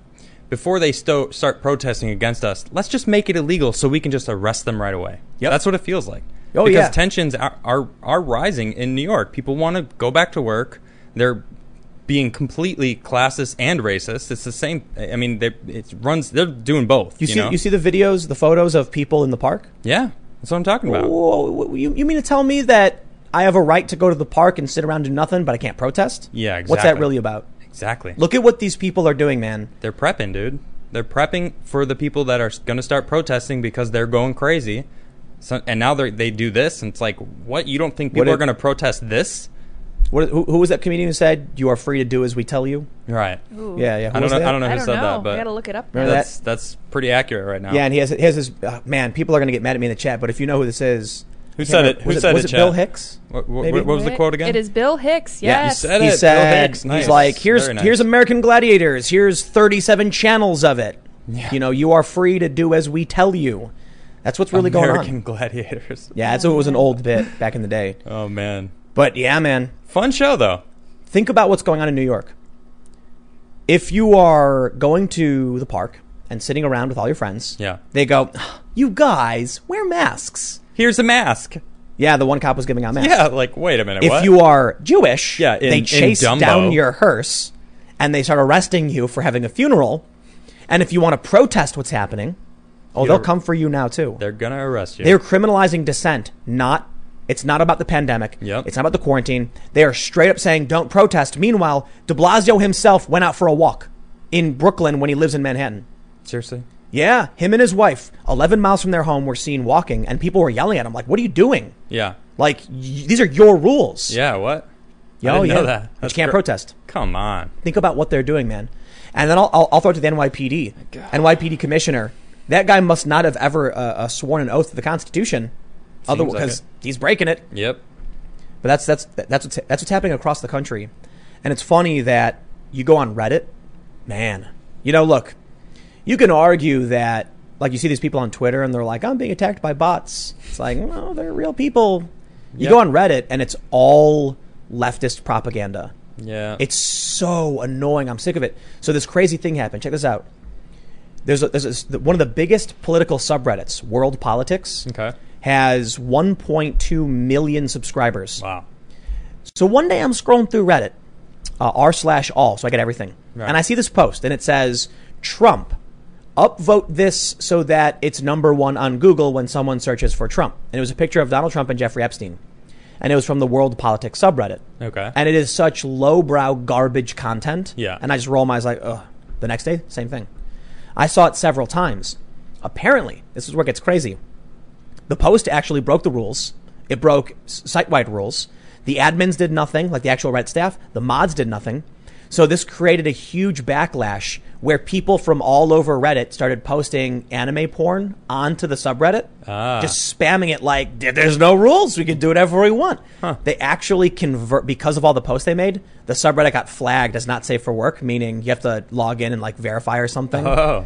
[SPEAKER 2] Before they sto- start protesting against us, let's just make it illegal so we can just arrest them right away.
[SPEAKER 1] Yep.
[SPEAKER 2] That's what it feels like.
[SPEAKER 1] Oh,
[SPEAKER 2] because
[SPEAKER 1] yeah.
[SPEAKER 2] tensions are, are are rising in New York. People want to go back to work. They're being completely classist and racist. It's the same. I mean, they it runs. They're doing both.
[SPEAKER 1] You,
[SPEAKER 2] You,
[SPEAKER 1] see,
[SPEAKER 2] know?
[SPEAKER 1] you see the videos, the photos of people in the park.
[SPEAKER 2] Yeah, that's what I'm talking about.
[SPEAKER 1] Whoa, wh- you, you mean to tell me that I have a right to go to the park and sit around and do nothing, but I can't protest?
[SPEAKER 2] Yeah,
[SPEAKER 1] What's that
[SPEAKER 2] exactly.
[SPEAKER 1] really about?
[SPEAKER 2] Exactly.
[SPEAKER 1] Look at what these people are doing, man.
[SPEAKER 2] They're prepping, dude. They're prepping for the people that are going to start protesting because they're going crazy. So, and now they they do this, and it's like, what? You don't think people
[SPEAKER 1] What
[SPEAKER 2] are
[SPEAKER 1] if-
[SPEAKER 2] going to protest this?
[SPEAKER 1] What, who, who was that comedian who said, "You are free to do as we tell you"?
[SPEAKER 2] Right.
[SPEAKER 3] Ooh.
[SPEAKER 1] Yeah, yeah. Who
[SPEAKER 2] I don't
[SPEAKER 1] was
[SPEAKER 2] know.
[SPEAKER 1] that?
[SPEAKER 2] I don't know
[SPEAKER 3] I
[SPEAKER 2] who
[SPEAKER 3] don't
[SPEAKER 2] said
[SPEAKER 3] know.
[SPEAKER 2] that,
[SPEAKER 3] I gotta
[SPEAKER 2] but
[SPEAKER 3] look it up.
[SPEAKER 1] Remember
[SPEAKER 3] now.
[SPEAKER 1] that?
[SPEAKER 2] that's that's pretty accurate right now.
[SPEAKER 1] Yeah, and he has he has this uh, man. People are going to get mad at me in the chat, but if you know who this is,
[SPEAKER 2] Who
[SPEAKER 1] I can't
[SPEAKER 2] said
[SPEAKER 1] remember-
[SPEAKER 2] it? Who
[SPEAKER 1] was
[SPEAKER 2] said
[SPEAKER 1] was
[SPEAKER 2] it,
[SPEAKER 1] it? Bill
[SPEAKER 2] chat?
[SPEAKER 1] Hicks.
[SPEAKER 2] What, what,
[SPEAKER 1] Maybe.
[SPEAKER 2] what was the quote again?
[SPEAKER 3] It is Bill Hicks.
[SPEAKER 1] Yeah, you
[SPEAKER 3] Yes.
[SPEAKER 2] said
[SPEAKER 1] he
[SPEAKER 2] it, Bill
[SPEAKER 1] said
[SPEAKER 2] Hicks,
[SPEAKER 1] he's
[SPEAKER 2] nice.
[SPEAKER 1] like here's
[SPEAKER 2] Very nice.
[SPEAKER 1] here's American Gladiators. Here's 37 channels of it. You know, you are free to do as we tell you. That's what's really
[SPEAKER 2] American
[SPEAKER 1] going on.
[SPEAKER 2] Gladiators.
[SPEAKER 1] Yeah, that's, it was an old bit back in the day.
[SPEAKER 2] Oh man,
[SPEAKER 1] But yeah, man,
[SPEAKER 2] fun show though.
[SPEAKER 1] think about what's going on in New York. If you are going to the park and sitting around with all your friends,
[SPEAKER 2] Yeah.
[SPEAKER 1] they go, "You guys wear masks."
[SPEAKER 2] Here's a mask.
[SPEAKER 1] Yeah, the one cop was giving out masks.
[SPEAKER 2] Yeah. Like, wait a minute.
[SPEAKER 1] if
[SPEAKER 2] what?
[SPEAKER 1] you are Jewish,
[SPEAKER 2] Yeah, in-
[SPEAKER 1] they
[SPEAKER 2] in
[SPEAKER 1] chase
[SPEAKER 2] Dumbo.
[SPEAKER 1] down your hearse and they start arresting you for having a funeral. And if you want to protest what's happening, oh,
[SPEAKER 2] You're-
[SPEAKER 1] they'll come for you now too.
[SPEAKER 2] they're gonna arrest you.
[SPEAKER 1] They're criminalizing dissent, not it's not about the pandemic.
[SPEAKER 2] Yep.
[SPEAKER 1] It's not about the quarantine. They are straight up saying don't protest. Meanwhile, de Blasio himself went out for a walk in Brooklyn when he lives in Manhattan.
[SPEAKER 2] Seriously.
[SPEAKER 1] Yeah, him and his wife, 11 miles from their home, were seen walking, and people were yelling at him, like, what are you doing?
[SPEAKER 2] Yeah.
[SPEAKER 1] Like, y- these are your rules.
[SPEAKER 2] Yeah. What?
[SPEAKER 1] Yo,
[SPEAKER 2] I didn't
[SPEAKER 1] Oh, yeah.
[SPEAKER 2] know that.
[SPEAKER 1] But
[SPEAKER 2] That's
[SPEAKER 1] you can't
[SPEAKER 2] gr-
[SPEAKER 1] protest.
[SPEAKER 2] Come on.
[SPEAKER 1] Think about what they're doing, man. And then I'll, I'll, I'll throw it to the NYPD.
[SPEAKER 2] Oh
[SPEAKER 1] NYPD commissioner. That guy must not have ever uh, uh, sworn an oath to the Constitution,
[SPEAKER 2] Seems like
[SPEAKER 1] because
[SPEAKER 2] it.
[SPEAKER 1] he's breaking it.
[SPEAKER 2] Yep.
[SPEAKER 1] But that's that's that's what's, that's what's happening across the country, and it's funny that you go on Reddit, man. You know, look, you can argue that like you see these people on Twitter and they're like, "I'm being attacked by bots." It's like, no, they're real people. You
[SPEAKER 2] Yeah.
[SPEAKER 1] go on Reddit and it's all leftist propaganda.
[SPEAKER 2] Yeah.
[SPEAKER 1] It's so annoying. I'm sick of it. So this crazy thing happened. Check this out. There's, a, there's a, one of the biggest political subreddits, World Politics,
[SPEAKER 2] okay.
[SPEAKER 1] has 1.2 million subscribers.
[SPEAKER 2] Wow.
[SPEAKER 1] So one day I'm scrolling through Reddit, uh, r slash all, so I get everything,
[SPEAKER 2] Right.
[SPEAKER 1] and I see this post, and it says Trump upvote this so that it's number one on Google when someone searches for Trump, and it was a picture of Donald Trump and Jeffrey Epstein, and it was from the World Politics subreddit.
[SPEAKER 2] Okay.
[SPEAKER 1] And it is such lowbrow garbage content.
[SPEAKER 2] Yeah.
[SPEAKER 1] And I just roll my eyes like, ugh. The next day, same thing. I saw it several times. Apparently, this is where it gets crazy. The post actually broke the rules. It broke s- site-wide rules. The admins did nothing, like the actual Reddit staff. The mods did nothing. So this created a huge backlash where people from all over Reddit started posting anime porn onto the subreddit,
[SPEAKER 2] Ah.
[SPEAKER 1] just spamming it like "There- there's no rules, we can do whatever we want.
[SPEAKER 2] Huh.
[SPEAKER 1] They actually convert because of all the posts they made. The subreddit got flagged as not safe for work, meaning you have to log in and like verify or something.
[SPEAKER 2] Oh,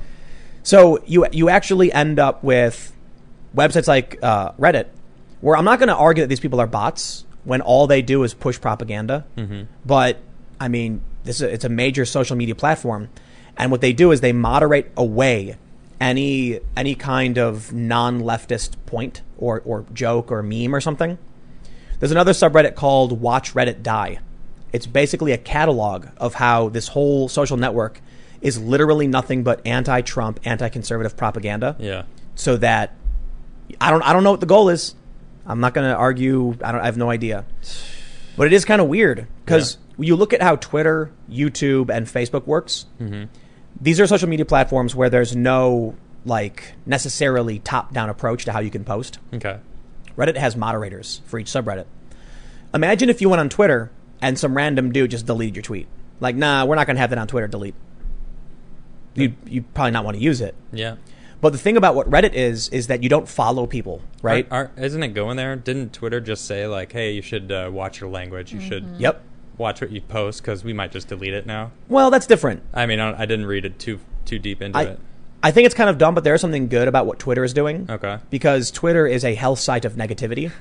[SPEAKER 1] So you you actually end up with websites like uh, Reddit, where I'm not going to argue that these people are bots when all they do is push propaganda. But I mean, this is, it's a major social media platform, and what they do is they moderate away any any kind of non-leftist point or or joke or meme or something. There's another subreddit called Watch Reddit Die. It's basically a catalog of how this whole social network is literally nothing but anti-Trump, anti-conservative propaganda.
[SPEAKER 2] yeah.
[SPEAKER 1] So that I don't I don't know what the goal is. I'm not going to argue. I don't I have no idea. But it is kind of weird because you look at how Twitter, YouTube, and Facebook works. These are social media platforms where there's no like necessarily top-down approach to how you can post.
[SPEAKER 2] Okay.
[SPEAKER 1] Reddit has moderators for each subreddit. Imagine if you went on Twitter and some random dude just deleted your tweet. Like, nah, we're not going to have that on Twitter. Delete. You you probably not want to use it.
[SPEAKER 2] Yeah.
[SPEAKER 1] But the thing about what Reddit is is that you don't follow people, right?
[SPEAKER 2] Aren't- aren't- isn't it going there? Didn't Twitter just say like, "Hey, you should uh, watch your language. You should
[SPEAKER 1] Yep.
[SPEAKER 2] watch what you post because we might just delete it now."
[SPEAKER 1] Well, that's different.
[SPEAKER 2] I mean, I, don't- I didn't read it too too deep into
[SPEAKER 1] I
[SPEAKER 2] it.
[SPEAKER 1] I think it's kind of dumb, but there is something good about what Twitter is doing.
[SPEAKER 2] Okay.
[SPEAKER 1] Because Twitter is a hell site of negativity,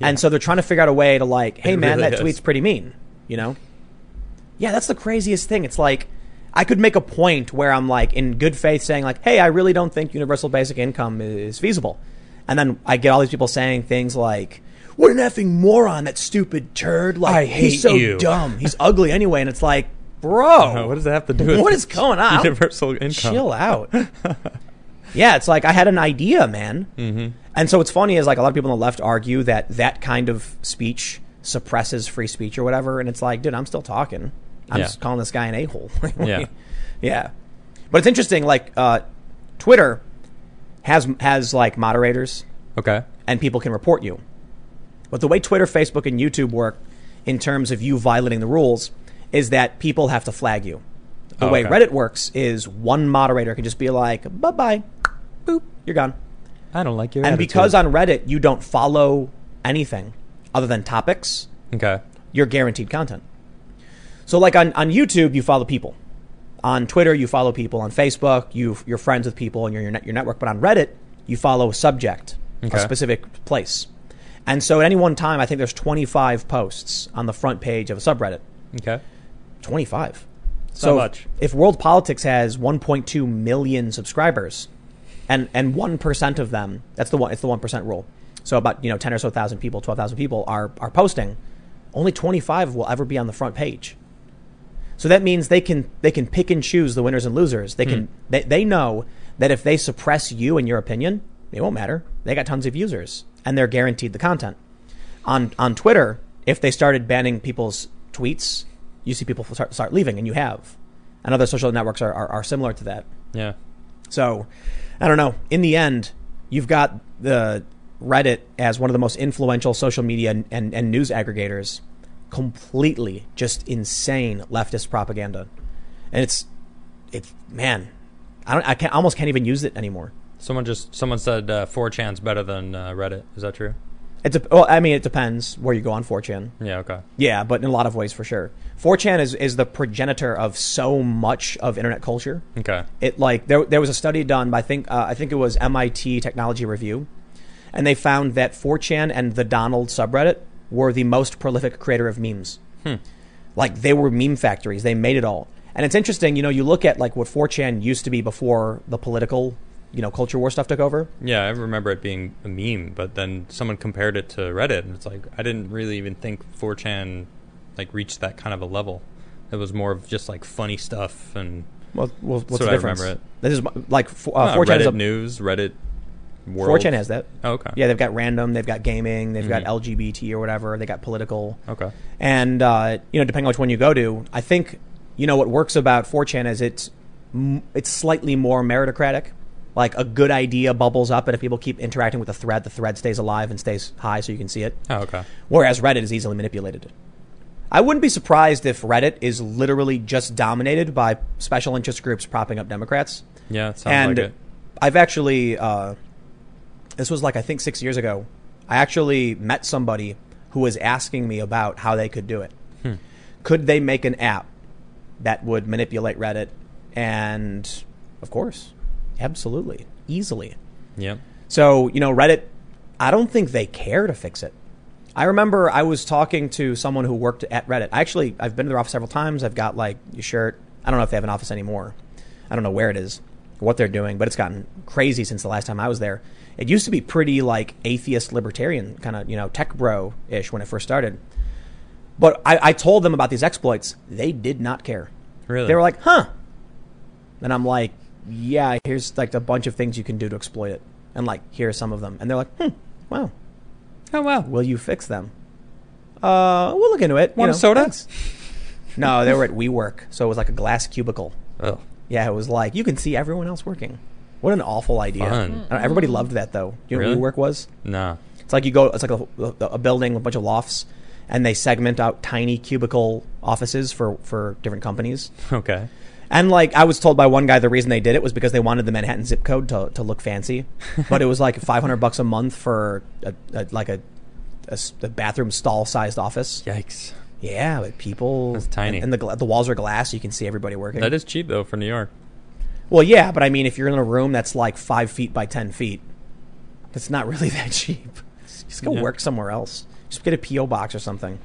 [SPEAKER 1] and so they're trying to figure out a way to like, hey
[SPEAKER 2] It
[SPEAKER 1] man,
[SPEAKER 2] really
[SPEAKER 1] that
[SPEAKER 2] is.
[SPEAKER 1] tweet's pretty mean, you know? Yeah, that's the craziest thing. It's like I could make a point where I'm like in good faith saying like, hey, I really don't think universal basic income is feasible, and then I get all these people saying things like. What an effing moron! That stupid turd! Like
[SPEAKER 2] I hate
[SPEAKER 1] he's so
[SPEAKER 2] you."
[SPEAKER 1] dumb. He's ugly anyway, and it's like, bro,
[SPEAKER 2] Uh, what does that have to do? with
[SPEAKER 1] What is going on? I don't-
[SPEAKER 2] Universal income.
[SPEAKER 1] chill out. yeah, it's like I had an idea, man. Mm-hmm. And so what's funny is like a lot of people on the left argue that that kind of speech suppresses free speech or whatever, and it's like, dude, I'm still talking. I'm
[SPEAKER 2] Yeah.
[SPEAKER 1] just calling this guy an a hole.
[SPEAKER 2] Yeah.
[SPEAKER 1] yeah. But it's interesting. Like uh, Twitter has has like moderators
[SPEAKER 2] Okay.
[SPEAKER 1] and people can report you. But the way Twitter, Facebook, and YouTube work in terms of you violating the rules is that people have to flag you. The
[SPEAKER 2] Oh,
[SPEAKER 1] way
[SPEAKER 2] okay.
[SPEAKER 1] Reddit works is one moderator can just be like, bye bye, boop, you're gone.
[SPEAKER 2] I don't like your.
[SPEAKER 1] And because on Reddit you don't follow anything other than topics,
[SPEAKER 2] okay.
[SPEAKER 1] you're guaranteed content. So, like on, on YouTube, you follow people. On Twitter, you follow people. On Facebook, you, you're friends with people and you're your, net, your network. But on Reddit, you follow a subject,
[SPEAKER 2] Okay.
[SPEAKER 1] a specific place. And so, at any one time, I think there's 25 posts on the front page of a subreddit.
[SPEAKER 2] Okay.
[SPEAKER 1] 25.
[SPEAKER 2] It's
[SPEAKER 1] So,
[SPEAKER 2] not much.
[SPEAKER 1] if World Politics has 1.2 million subscribers, and and one percent of them, that's the one, it's the one percent rule. So about you know 10 or so thousand people, 12,000 people are are posting. Only 25 will ever be on the front page. So that means they can they can pick and choose the winners and losers. They can
[SPEAKER 2] Hmm.
[SPEAKER 1] they, they know that if they suppress you and your opinion, it won't matter. They got tons of users and they're guaranteed the content. On on Twitter, if they started banning people's tweets, you see people start, start leaving, and you have. And other social networks are, are, are similar to that.
[SPEAKER 2] Yeah.
[SPEAKER 1] So, I don't know. In the end, you've got the Reddit as one of the most influential social media and, and, and news aggregators, completely just insane leftist propaganda, and it's it's man, I don't I can almost can't even use it anymore.
[SPEAKER 2] Someone just someone said uh, 4chan's better than uh, Reddit. Is that true?
[SPEAKER 1] It's a, well, I mean, it depends where you go on 4chan.
[SPEAKER 2] Yeah. Okay.
[SPEAKER 1] Yeah, but in a lot of ways, for sure. 4chan is, is the progenitor of so much of internet culture.
[SPEAKER 2] Okay.
[SPEAKER 1] It like there there was a study done by I think uh, I think it was MIT Technology Review, and they found that 4chan and the Donald subreddit were the most prolific creator of memes. Like they were meme factories. They made it all. And it's interesting, you know, you look at like what 4chan used to be before the political, you know, culture war stuff took over.
[SPEAKER 2] Yeah, I remember it being a meme, but then someone compared it to Reddit, and it's like I didn't really even think 4chan like reached that kind of a level. It was more of just like funny stuff and
[SPEAKER 1] Well, well what's
[SPEAKER 2] what
[SPEAKER 1] the
[SPEAKER 2] I
[SPEAKER 1] difference?
[SPEAKER 2] remember
[SPEAKER 1] This is like fo- uh,
[SPEAKER 2] uh,
[SPEAKER 1] 4chan is
[SPEAKER 2] Reddit
[SPEAKER 1] a,
[SPEAKER 2] news, Reddit world.
[SPEAKER 1] 4chan has that.
[SPEAKER 2] Oh, okay.
[SPEAKER 1] Yeah, they've got random, they've got gaming, they've
[SPEAKER 2] Mhm.
[SPEAKER 1] got LGBT or whatever, they got political.
[SPEAKER 2] Okay.
[SPEAKER 1] And uh, you know, depending on which one you go to, I think you know what works about 4chan is it's m- it's slightly more meritocratic. Like a good idea bubbles up, and if people keep interacting with the thread, the thread stays alive and stays high, so you can see it.
[SPEAKER 2] Oh, okay.
[SPEAKER 1] Whereas Reddit is easily manipulated. I wouldn't be surprised if Reddit is literally just dominated by special interest groups propping up Democrats.
[SPEAKER 2] Yeah, it sounds
[SPEAKER 1] and
[SPEAKER 2] like it.
[SPEAKER 1] I've actually, uh, this was like I think six years ago. I actually met somebody who was asking me about how they could do it.
[SPEAKER 2] Hmm.
[SPEAKER 1] Could they make an app that would manipulate Reddit? And of course, absolutely, easily.
[SPEAKER 2] Yep.
[SPEAKER 1] So, you know, Reddit, I don't think they care to fix it. I remember I was talking to someone who worked at Reddit. I actually, I've been to their office several times. I've got like your shirt. I don't know if they have an office anymore. I don't know where it is, what they're doing, but it's gotten crazy since the last time I was there. It used to be pretty like atheist libertarian kind of, you know, tech bro ish when it first started. But I, I told them about these exploits. They did not care.
[SPEAKER 2] Really?
[SPEAKER 1] They were like, huh. And I'm like, yeah, here's like a bunch of things you can do to exploit it. And like, here are some of them. And they're like, hmm, wow.
[SPEAKER 2] oh wow.
[SPEAKER 1] Will you fix them? Uh, we'll look into it.
[SPEAKER 2] Want a soda?
[SPEAKER 1] thanks. No, they were at WeWork, so it was like a glass cubicle.
[SPEAKER 2] Oh,
[SPEAKER 1] Yeah, it was like you can see everyone else working. What an awful idea!
[SPEAKER 2] Fun.
[SPEAKER 1] I don't-
[SPEAKER 2] Mm-hmm.
[SPEAKER 1] everybody loved that though. Do you know
[SPEAKER 2] Really?
[SPEAKER 1] what WeWork was?
[SPEAKER 2] nah.
[SPEAKER 1] It's like you go. It's like a, a building with a bunch of lofts, and they segment out tiny cubicle offices for for different companies.
[SPEAKER 2] Okay.
[SPEAKER 1] And like I was told by one guy, the reason they did it was because they wanted the Manhattan zip code to, to look fancy, but it was like five hundred bucks a month for a, a, like a, a s- a bathroom stall sized office.
[SPEAKER 2] Yikes.
[SPEAKER 1] Yeah, but people.
[SPEAKER 2] That's tiny.
[SPEAKER 1] And, and the gla- the walls are glass, so you can see everybody working.
[SPEAKER 2] That is cheap though for New York.
[SPEAKER 1] Well, yeah, but I mean, if you're in a room that's like five feet by ten feet, it's not really that cheap. Just go
[SPEAKER 2] Yeah.
[SPEAKER 1] work somewhere else. Just get a PO box or something.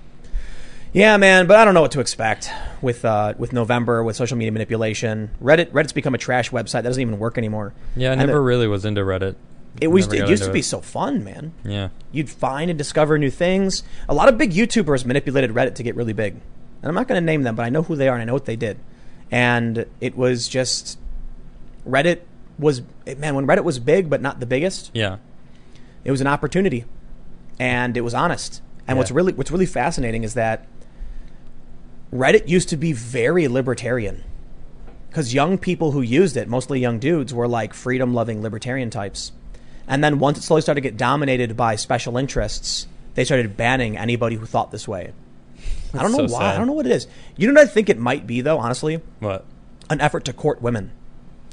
[SPEAKER 1] Yeah, man, but I don't know what to expect with uh, with November with social media manipulation. Reddit Reddit's become a trash website that doesn't even work anymore.
[SPEAKER 2] Yeah, I
[SPEAKER 1] And
[SPEAKER 2] never
[SPEAKER 1] It,
[SPEAKER 2] really was into Reddit.
[SPEAKER 1] it, was,
[SPEAKER 2] never
[SPEAKER 1] it
[SPEAKER 2] got
[SPEAKER 1] used
[SPEAKER 2] into
[SPEAKER 1] to be
[SPEAKER 2] it.
[SPEAKER 1] so fun, man.
[SPEAKER 2] Yeah.
[SPEAKER 1] You'd find and discover new things. A lot of big YouTubers manipulated Reddit to get really big. And I'm not going to name them, but I know who they are and I know what they did. And it was just Reddit was man when Reddit was big but not the biggest,
[SPEAKER 2] Yeah.
[SPEAKER 1] it was an opportunity and it was honest. And what's
[SPEAKER 2] Yeah.
[SPEAKER 1] really what's really fascinating is that Reddit used to be very libertarian. Cuz young people who used it, mostly young dudes, were like freedom-loving libertarian types. And then once it slowly started to get dominated by special interests, they started banning anybody who thought this way. I don't know
[SPEAKER 2] so
[SPEAKER 1] why. I
[SPEAKER 2] sad.
[SPEAKER 1] don't know what it is. You know what I think it might be though, honestly?
[SPEAKER 2] What?
[SPEAKER 1] An effort to court women.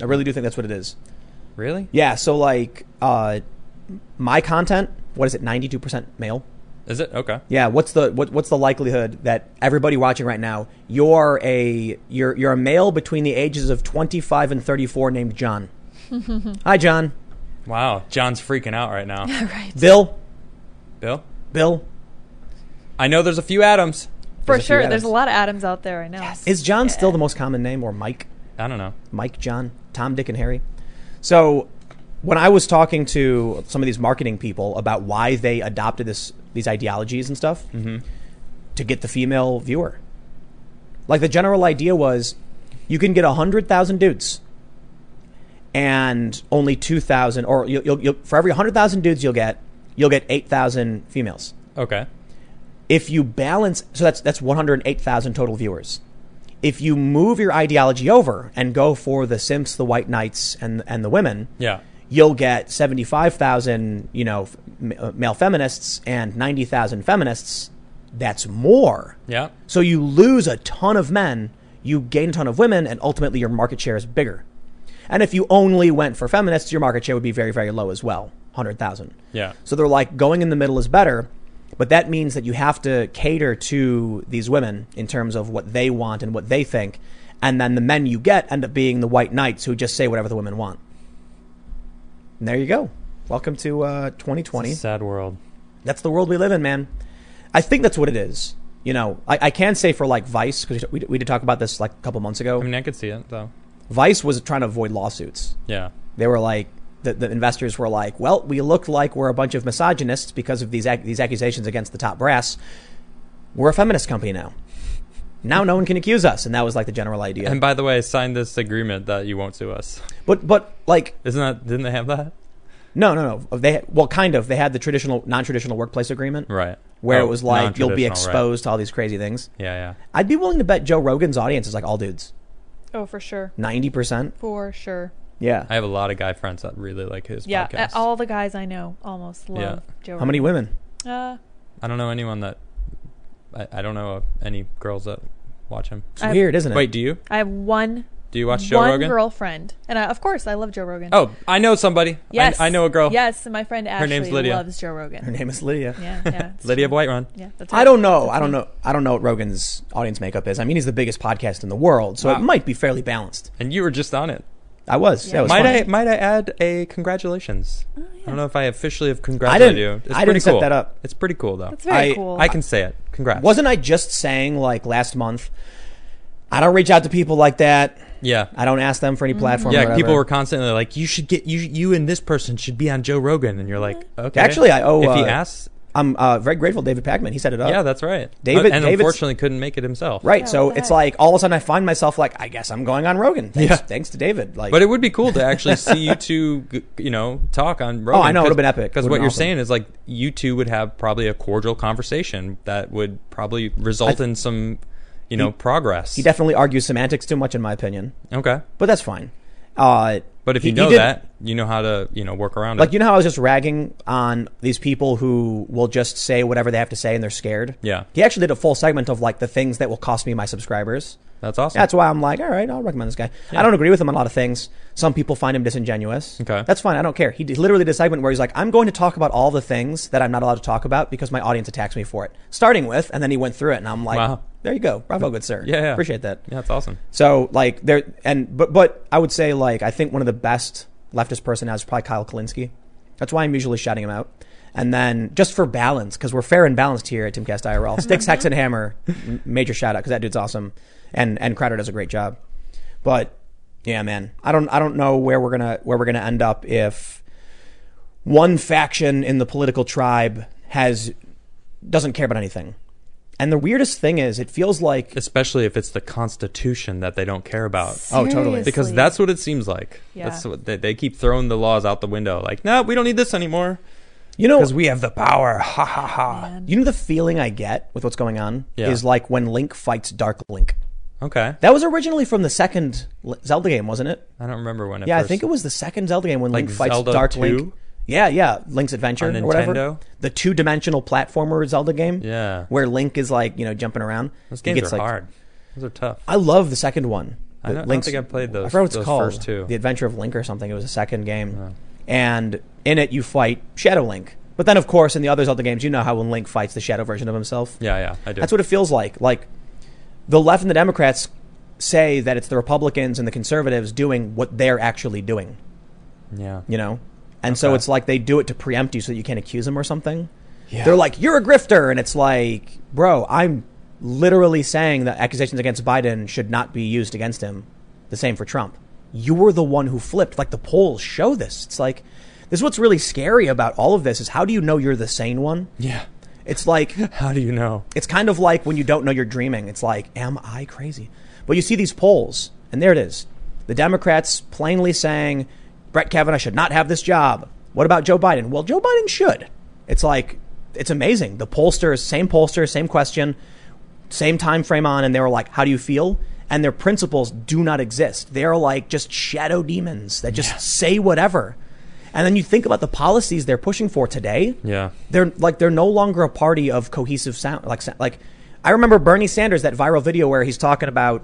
[SPEAKER 1] I really do think that's what it is.
[SPEAKER 2] Really?
[SPEAKER 1] Yeah, so like uh my content, what is it, ninety two percent male?
[SPEAKER 2] Is it? Okay.
[SPEAKER 1] Yeah, what's the what, what's the likelihood that everybody watching right now, you're a you're you're a male between the ages of twenty five and thirty four named John. Hi John.
[SPEAKER 2] Wow. John's freaking out right now.
[SPEAKER 3] right.
[SPEAKER 1] Bill,
[SPEAKER 2] Bill?
[SPEAKER 1] Bill,
[SPEAKER 2] I know there's a few Adams.
[SPEAKER 3] For
[SPEAKER 1] There's a few
[SPEAKER 3] sure.
[SPEAKER 1] Adams.
[SPEAKER 3] There's a lot of Adams out there right now.
[SPEAKER 1] is John
[SPEAKER 3] Yeah.
[SPEAKER 1] still the most common name or Mike?
[SPEAKER 2] I don't know.
[SPEAKER 1] Mike, John, Tom, Dick, and Harry. So when I was talking to some of these marketing people about why they adopted this these ideologies and stuff to get the female viewer, like the general idea was you can get hundred thousand dudes. And only two thousand, or you'll, you'll, you'll, for every hundred thousand dudes you'll get, you'll get eight thousand females
[SPEAKER 2] Okay.
[SPEAKER 1] if you balance so that's that's 108,000 total viewers. If you move your ideology over and go for the simps, the white knights and and the women,
[SPEAKER 2] Yeah.
[SPEAKER 1] you'll get 75,000, you know, f- m- uh, male feminists and 90,000 feminists. That's more.
[SPEAKER 2] Yeah.
[SPEAKER 1] So you lose a ton of men, you gain a ton of women, and ultimately your market share is bigger. And if you only went for feminists, your market share would be very, very low as well 100,000.
[SPEAKER 2] Yeah.
[SPEAKER 1] So they're like, going in the middle is better, but that means that you have to cater to these women in terms of what they want and what they think. And then the men you get end up being the white knights who just say whatever the women want. And there you go. Welcome to uh, 2020.
[SPEAKER 2] Sad world.
[SPEAKER 1] That's the world we live in, man. I think that's what it is. You know, I, I can say for like Vice, because we, we did talk about this like a couple months ago.
[SPEAKER 2] I mean, I could see it though.
[SPEAKER 1] Vice was trying to avoid lawsuits.
[SPEAKER 2] Yeah.
[SPEAKER 1] They were like, the, the investors were like, well, we look like we're a bunch of misogynists because of these, ac- these accusations against the top brass. We're a feminist company now. Now no one can accuse us. And that was like the general idea.
[SPEAKER 2] And by the way, sign this agreement that you won't sue us.
[SPEAKER 1] but, but like,
[SPEAKER 2] Isn't that? Didn't they have that?
[SPEAKER 1] no, no, no. They, well, kind of. They had the traditional, non traditional workplace agreement
[SPEAKER 2] Right.
[SPEAKER 1] where
[SPEAKER 2] Oh,
[SPEAKER 1] it was like, you'll be
[SPEAKER 2] non-traditional, right.
[SPEAKER 1] exposed to all these crazy things.
[SPEAKER 2] Yeah.
[SPEAKER 1] I'd be willing to bet Joe Rogan's audience is like all dudes.
[SPEAKER 3] Oh, for sure.
[SPEAKER 1] Ninety percent.
[SPEAKER 3] For sure.
[SPEAKER 1] Yeah.
[SPEAKER 2] I have a lot of guy friends that really like his
[SPEAKER 3] Yeah. uh,
[SPEAKER 2] podcast.
[SPEAKER 3] All the guys I know almost love Joe
[SPEAKER 1] How many women?
[SPEAKER 3] Rogan. Uh,
[SPEAKER 2] I don't know anyone that I, I don't know any girls that watch him.
[SPEAKER 1] It's
[SPEAKER 3] I-
[SPEAKER 1] weird, isn't it?
[SPEAKER 2] Wait, do you?
[SPEAKER 3] I have one
[SPEAKER 2] Do you watch Joe
[SPEAKER 3] one
[SPEAKER 2] Rogan?
[SPEAKER 3] girlfriend, and I, of course I love Joe Rogan.
[SPEAKER 2] Oh, I know somebody. I-
[SPEAKER 3] yes,
[SPEAKER 2] I, know a girl.
[SPEAKER 3] Yes, my friend Ashley
[SPEAKER 2] name's Lydia.
[SPEAKER 3] loves Joe
[SPEAKER 1] Her
[SPEAKER 3] Rogan.
[SPEAKER 1] name is Lydia.
[SPEAKER 3] Yeah, yeah, it's
[SPEAKER 2] Lydia
[SPEAKER 3] true.
[SPEAKER 2] Whiterun.
[SPEAKER 3] Yeah, that's
[SPEAKER 1] I
[SPEAKER 3] right.
[SPEAKER 1] don't know.
[SPEAKER 3] That's
[SPEAKER 1] I don't
[SPEAKER 3] me.
[SPEAKER 1] know. I don't know what Rogan's audience makeup is. I mean, he's the biggest podcast in the world, so
[SPEAKER 2] Wow.
[SPEAKER 1] it might be fairly balanced.
[SPEAKER 2] And you were just on it.
[SPEAKER 1] I was.
[SPEAKER 3] Yeah.
[SPEAKER 1] That was
[SPEAKER 2] Might
[SPEAKER 1] fun.
[SPEAKER 2] I might I add a congratulations?
[SPEAKER 3] Oh, yeah.
[SPEAKER 2] I don't know if I officially have
[SPEAKER 1] I
[SPEAKER 2] congratulated
[SPEAKER 1] didn't.
[SPEAKER 2] you. It's
[SPEAKER 1] I
[SPEAKER 2] pretty
[SPEAKER 1] didn't set
[SPEAKER 2] cool.
[SPEAKER 1] that up.
[SPEAKER 2] It's pretty cool though.
[SPEAKER 3] That's very
[SPEAKER 1] I-
[SPEAKER 3] cool.
[SPEAKER 2] I can say it. Congrats.
[SPEAKER 1] Wasn't I just saying like last month? I don't reach out to people like that.
[SPEAKER 2] Yeah.
[SPEAKER 1] I don't ask them for any platform. or
[SPEAKER 2] Mm-hmm. Yeah,
[SPEAKER 1] whatever.
[SPEAKER 2] people were constantly like, "You should get you you and this person should be on Joe Rogan," and you're like, "Okay."
[SPEAKER 1] Actually, I owe.
[SPEAKER 2] if he
[SPEAKER 1] uh,
[SPEAKER 2] asks,
[SPEAKER 1] I'm uh, very grateful, David Packman. He set it up.
[SPEAKER 2] yeah, that's right.
[SPEAKER 1] David-
[SPEAKER 2] and
[SPEAKER 1] David's-
[SPEAKER 2] unfortunately couldn't make it himself.
[SPEAKER 1] Right.
[SPEAKER 3] Yeah,
[SPEAKER 1] so
[SPEAKER 3] what the
[SPEAKER 1] it's
[SPEAKER 3] heck?
[SPEAKER 1] like all of a sudden I find myself like, I guess I'm going on Rogan. Thanks,
[SPEAKER 2] Yeah.
[SPEAKER 1] thanks to David. Like,
[SPEAKER 2] But it would be cool to actually see you two, g- you know, talk on Rogan.
[SPEAKER 1] Oh, I know, it would've been epic.
[SPEAKER 2] Because
[SPEAKER 1] Would've
[SPEAKER 2] what
[SPEAKER 1] been
[SPEAKER 2] you're
[SPEAKER 1] awesome.
[SPEAKER 2] saying is like you two would have probably a cordial conversation that would probably result in some, you know, progress.
[SPEAKER 1] he definitely argues semantics too much, in my opinion.
[SPEAKER 2] okay,
[SPEAKER 1] But that's fine. Uh,
[SPEAKER 2] but if
[SPEAKER 1] He-
[SPEAKER 2] you
[SPEAKER 1] he
[SPEAKER 2] know
[SPEAKER 1] did-
[SPEAKER 2] that, you know how to, you know, work around
[SPEAKER 1] like
[SPEAKER 2] it.
[SPEAKER 1] you know how I was just ragging on these people who will just say whatever they have to say and they're scared.
[SPEAKER 2] yeah,
[SPEAKER 1] He actually did a full segment of like the things that will cost me my subscribers.
[SPEAKER 2] that's awesome.
[SPEAKER 1] That's why I'm like, all right, I'll recommend this guy. I don't agree with him on a lot of things. Some people find him disingenuous.
[SPEAKER 2] Okay.
[SPEAKER 1] That's fine. I don't care. He did- literally did a segment where he's like, I'm going to talk about all the things that I'm not allowed to talk about because my audience attacks me for it. Starting with, and then he went through it, and I'm like,
[SPEAKER 2] Wow.
[SPEAKER 1] there you go. Bravo, good sir.
[SPEAKER 2] Yeah, yeah.
[SPEAKER 1] Appreciate that.
[SPEAKER 2] yeah, that's awesome.
[SPEAKER 1] So, like, there, and, but, but I would say, like, I think one of the best leftist person now is probably Kyle Kalinske. That's why I'm usually shouting him out. And then just for balance, because we're fair and balanced here at Timcast IRL, Sticks, Hex, and Hammer, m- major shout out because that dude's awesome, and and Crowder does a great job. But yeah, man, I don't I don't know where we're gonna where we're gonna end up if one faction in the political tribe has doesn't care about anything. And the weirdest thing is, it feels like
[SPEAKER 2] Especially if it's the Constitution that they don't care about.
[SPEAKER 1] Oh, totally.
[SPEAKER 2] Because
[SPEAKER 3] Seriously.
[SPEAKER 2] that's what it seems like.
[SPEAKER 3] Yeah.
[SPEAKER 2] That's what they, they keep throwing the laws out the window. Like, no, we don't need this anymore
[SPEAKER 1] you know
[SPEAKER 2] because we have the power. Ha ha ha.
[SPEAKER 3] Man.
[SPEAKER 1] You know the feeling I get with what's going on
[SPEAKER 2] Yeah.
[SPEAKER 1] is like when Link fights Dark Link.
[SPEAKER 2] Okay,
[SPEAKER 1] That was originally from the second L- Zelda game, wasn't it?
[SPEAKER 2] I don't remember when. It
[SPEAKER 1] Yeah, I
[SPEAKER 2] first-
[SPEAKER 1] think it was the second Zelda game when
[SPEAKER 2] Like
[SPEAKER 1] Link fights
[SPEAKER 2] Zelda
[SPEAKER 1] Dark
[SPEAKER 2] 2?
[SPEAKER 1] Link. Yeah, yeah, Link's Adventure
[SPEAKER 2] On
[SPEAKER 1] or whatever.
[SPEAKER 2] Nintendo?
[SPEAKER 1] The two-dimensional platformer Zelda game.
[SPEAKER 2] Yeah.
[SPEAKER 1] where Link is like you know jumping around.
[SPEAKER 2] Those
[SPEAKER 1] He
[SPEAKER 2] games
[SPEAKER 1] gets,
[SPEAKER 2] are
[SPEAKER 1] like-
[SPEAKER 2] hard. Those are tough.
[SPEAKER 1] I love the second one.
[SPEAKER 2] I
[SPEAKER 1] The
[SPEAKER 2] don't- I don't
[SPEAKER 1] Link's-
[SPEAKER 2] think I played
[SPEAKER 1] I
[SPEAKER 2] those-
[SPEAKER 1] forgot what it's
[SPEAKER 2] those
[SPEAKER 1] called.
[SPEAKER 2] first two.
[SPEAKER 1] The Adventure of Link or something. It was the second game, and in it you fight Shadow Link. But then, of course, in the other Zelda games, you know how when Link fights the Shadow version of himself,
[SPEAKER 2] Yeah, yeah, I do.
[SPEAKER 1] That's what it feels like. Like the left and the Democrats say that it's the Republicans and the conservatives doing what they're actually doing,
[SPEAKER 2] yeah,
[SPEAKER 1] you know? And so
[SPEAKER 2] Okay.
[SPEAKER 1] it's like they do it to preempt you so that you can't accuse them or something. They're like, you're a grifter. And it's like, bro, I'm literally saying that accusations against Biden should not be used against him. The same for Trump. You were the one who flipped. Like the polls show this. It's like, this is what's really scary about all of this is how do you know you're the sane one?
[SPEAKER 2] yeah.
[SPEAKER 1] It's like,
[SPEAKER 2] How do you know?
[SPEAKER 1] it's kind of like when you don't know you're dreaming. It's like, am I crazy? But you see these polls, and there it is. The Democrats plainly saying, Brett Kavanaugh should not have this job. What about Joe Biden? Well, Joe Biden should. It's like, it's amazing. The pollsters, same pollster, same question, same time frame on, and they were like, how do you feel? And their principles do not exist. They're like just shadow demons that just say whatever. And then you think about the policies they're pushing for today
[SPEAKER 2] Yeah,
[SPEAKER 1] they're like they're no longer a party of cohesive sound like sa- like I remember Bernie Sanders that viral video where he's talking about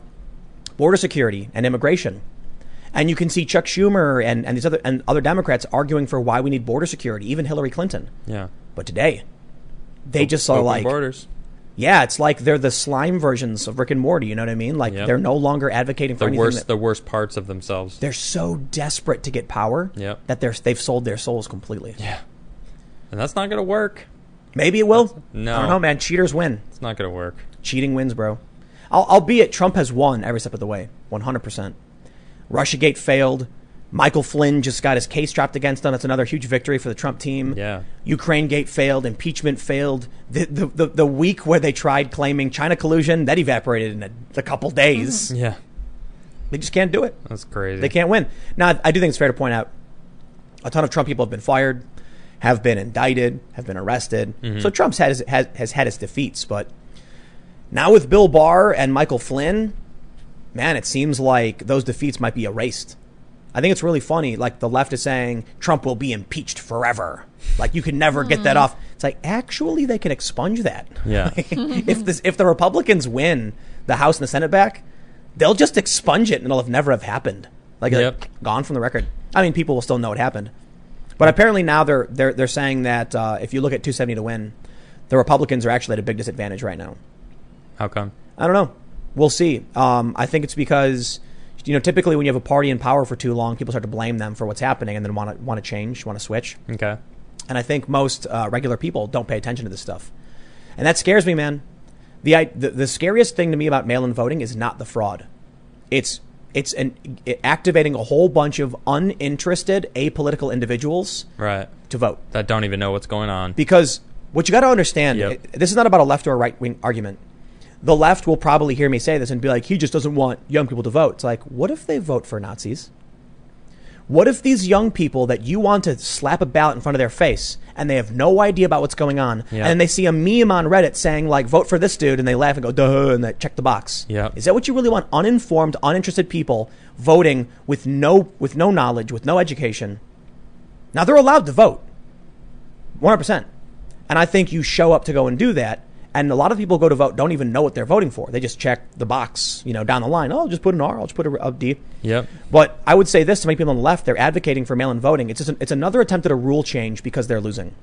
[SPEAKER 1] border security and immigration. And you can see Chuck Schumer and, and these other and other Democrats arguing for why we need border security, even Hillary Clinton.
[SPEAKER 2] yeah.
[SPEAKER 1] But today, they just are
[SPEAKER 2] Open
[SPEAKER 1] like,
[SPEAKER 2] borders.
[SPEAKER 1] yeah, it's like they're the slime versions of Rick and Morty. You know what I mean? Like
[SPEAKER 2] Yep.
[SPEAKER 1] they're no longer advocating for
[SPEAKER 2] The
[SPEAKER 1] anything.
[SPEAKER 2] worst,
[SPEAKER 1] that-
[SPEAKER 2] the worst parts of themselves.
[SPEAKER 1] they're so desperate to get power
[SPEAKER 2] Yep.
[SPEAKER 1] that they're they've sold their souls completely.
[SPEAKER 2] Yeah, and that's not gonna work.
[SPEAKER 1] Maybe it will.
[SPEAKER 2] No.
[SPEAKER 1] I don't know, man. Cheaters win.
[SPEAKER 2] It's not gonna work.
[SPEAKER 1] Cheating wins, bro. Al- albeit Trump has won every step of the way, 100%. Russiagate failed. Michael Flynn just got his case dropped against him. That's another huge victory for the Trump team.
[SPEAKER 2] Yeah.
[SPEAKER 1] Ukraine gate failed. Impeachment failed. The, the, the, the week where they tried claiming China collusion, that evaporated in a, a couple days.
[SPEAKER 2] Yeah,
[SPEAKER 1] They just can't do it.
[SPEAKER 2] that's crazy.
[SPEAKER 1] They can't win. Now, I do think it's fair to point out a ton of Trump people have been fired, have been indicted, have been arrested. So Trump's had his, has, has had his defeats, but now with Bill Barr and Michael Flynn, man, it seems like those defeats might be erased. I think it's really funny. Like the left is saying Trump will be impeached forever. Like you can never get that off. It's like actually they can expunge that.
[SPEAKER 2] Yeah.
[SPEAKER 1] if this if the Republicans win the House and the Senate back, they'll just expunge it and it'll have never have happened. Like uh,
[SPEAKER 2] Yep.
[SPEAKER 1] gone from the record. I mean, people will still know it happened. But apparently now they're they're they're saying that uh, if you look at 270 to win, the Republicans are actually at a big disadvantage right now.
[SPEAKER 2] How come?
[SPEAKER 1] I don't know. We'll see. Um, I think it's because you know typically when you have a party in power for too long, people start to blame them for what's happening and then want to want to change, want to switch.
[SPEAKER 2] Okay.
[SPEAKER 1] And I think most uh, regular people don't pay attention to this stuff, and that scares me, man. The, I, the the scariest thing to me about mail-in voting is not the fraud; it's it's an, it activating a whole bunch of uninterested, apolitical individuals
[SPEAKER 2] Right.
[SPEAKER 1] to vote.
[SPEAKER 2] That don't even know what's going on.
[SPEAKER 1] Because what you got to understand,
[SPEAKER 2] Yep.
[SPEAKER 1] i- this is not about a left or right wing argument. The left will probably hear me say this and be like, he just doesn't want young people to vote. It's like, what if they vote for Nazis? What if these young people that you want to slap a ballot in front of their face and they have no idea about what's going on,
[SPEAKER 2] Yeah.
[SPEAKER 1] and they see a meme on Reddit saying like "vote for this dude" and they laugh and go "duh" and they check the box?
[SPEAKER 2] Yeah.
[SPEAKER 1] Is that what you really want? Uninformed, uninterested people voting with no with no knowledge, with no education. Now they're allowed to vote. 100%. And I think you show up to go and do that. And a lot of people go to vote, don't even know what they're voting for. They just check the box, you know, down the line. Oh, I'll just put an R, I'll just put a, a D.
[SPEAKER 2] Yep.
[SPEAKER 1] But I would say this to make people on the left, they're advocating for mail in voting. It's, just an, it's another attempt at a rule change because they're losing.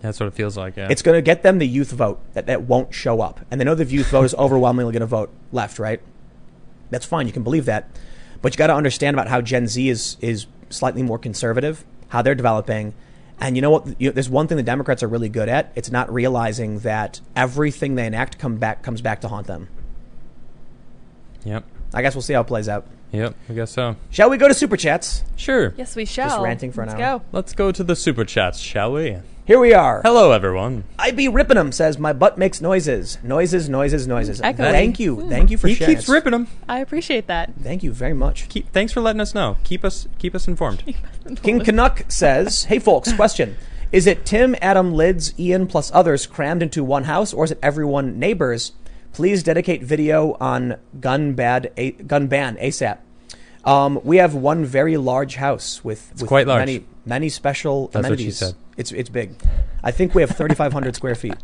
[SPEAKER 2] That's what it feels like. Yeah.
[SPEAKER 1] It's going to get them the youth vote that, that won't show up. And they know the youth vote is overwhelmingly going to vote left, right? That's fine. You can believe that. But you got to understand about how Gen Z is, is slightly more conservative, how they're developing. And you know what? You, there's one thing the Democrats are really good at. It's not realizing that everything they enact come back, comes back to haunt them.
[SPEAKER 2] Yep.
[SPEAKER 1] I guess we'll see how it plays out.
[SPEAKER 2] Yep. I guess so.
[SPEAKER 1] Shall we go to Super Chats?
[SPEAKER 2] Sure.
[SPEAKER 3] Yes, we shall.
[SPEAKER 1] ranting for an
[SPEAKER 3] Let's
[SPEAKER 1] hour.
[SPEAKER 3] go.
[SPEAKER 2] Let's go to the super chats, shall we?
[SPEAKER 1] Here we are.
[SPEAKER 2] Hello, everyone.
[SPEAKER 1] I be ripping 'em says, My butt makes noises. Noises, noises, noises.
[SPEAKER 3] Echoing.
[SPEAKER 1] Thank you. Thank you for
[SPEAKER 2] he
[SPEAKER 1] sharing.
[SPEAKER 2] keeps
[SPEAKER 1] It's-
[SPEAKER 2] ripping them.
[SPEAKER 3] I appreciate that.
[SPEAKER 1] Thank you very much.
[SPEAKER 2] Keep, thanks for letting us know. Keep us keep us informed.
[SPEAKER 1] King Canuck says, "Hey folks, question: Is it Tim, Adam, Lids, Ian, plus others crammed into one house, or is it everyone neighbors? Please dedicate video on gun bad a, gun ban ASAP. Um, we have one very large house with, with
[SPEAKER 2] quite large.
[SPEAKER 1] many many special
[SPEAKER 2] That's what she
[SPEAKER 1] amenities.
[SPEAKER 2] said.
[SPEAKER 1] It's it's big. I think we have 3,500 square feet.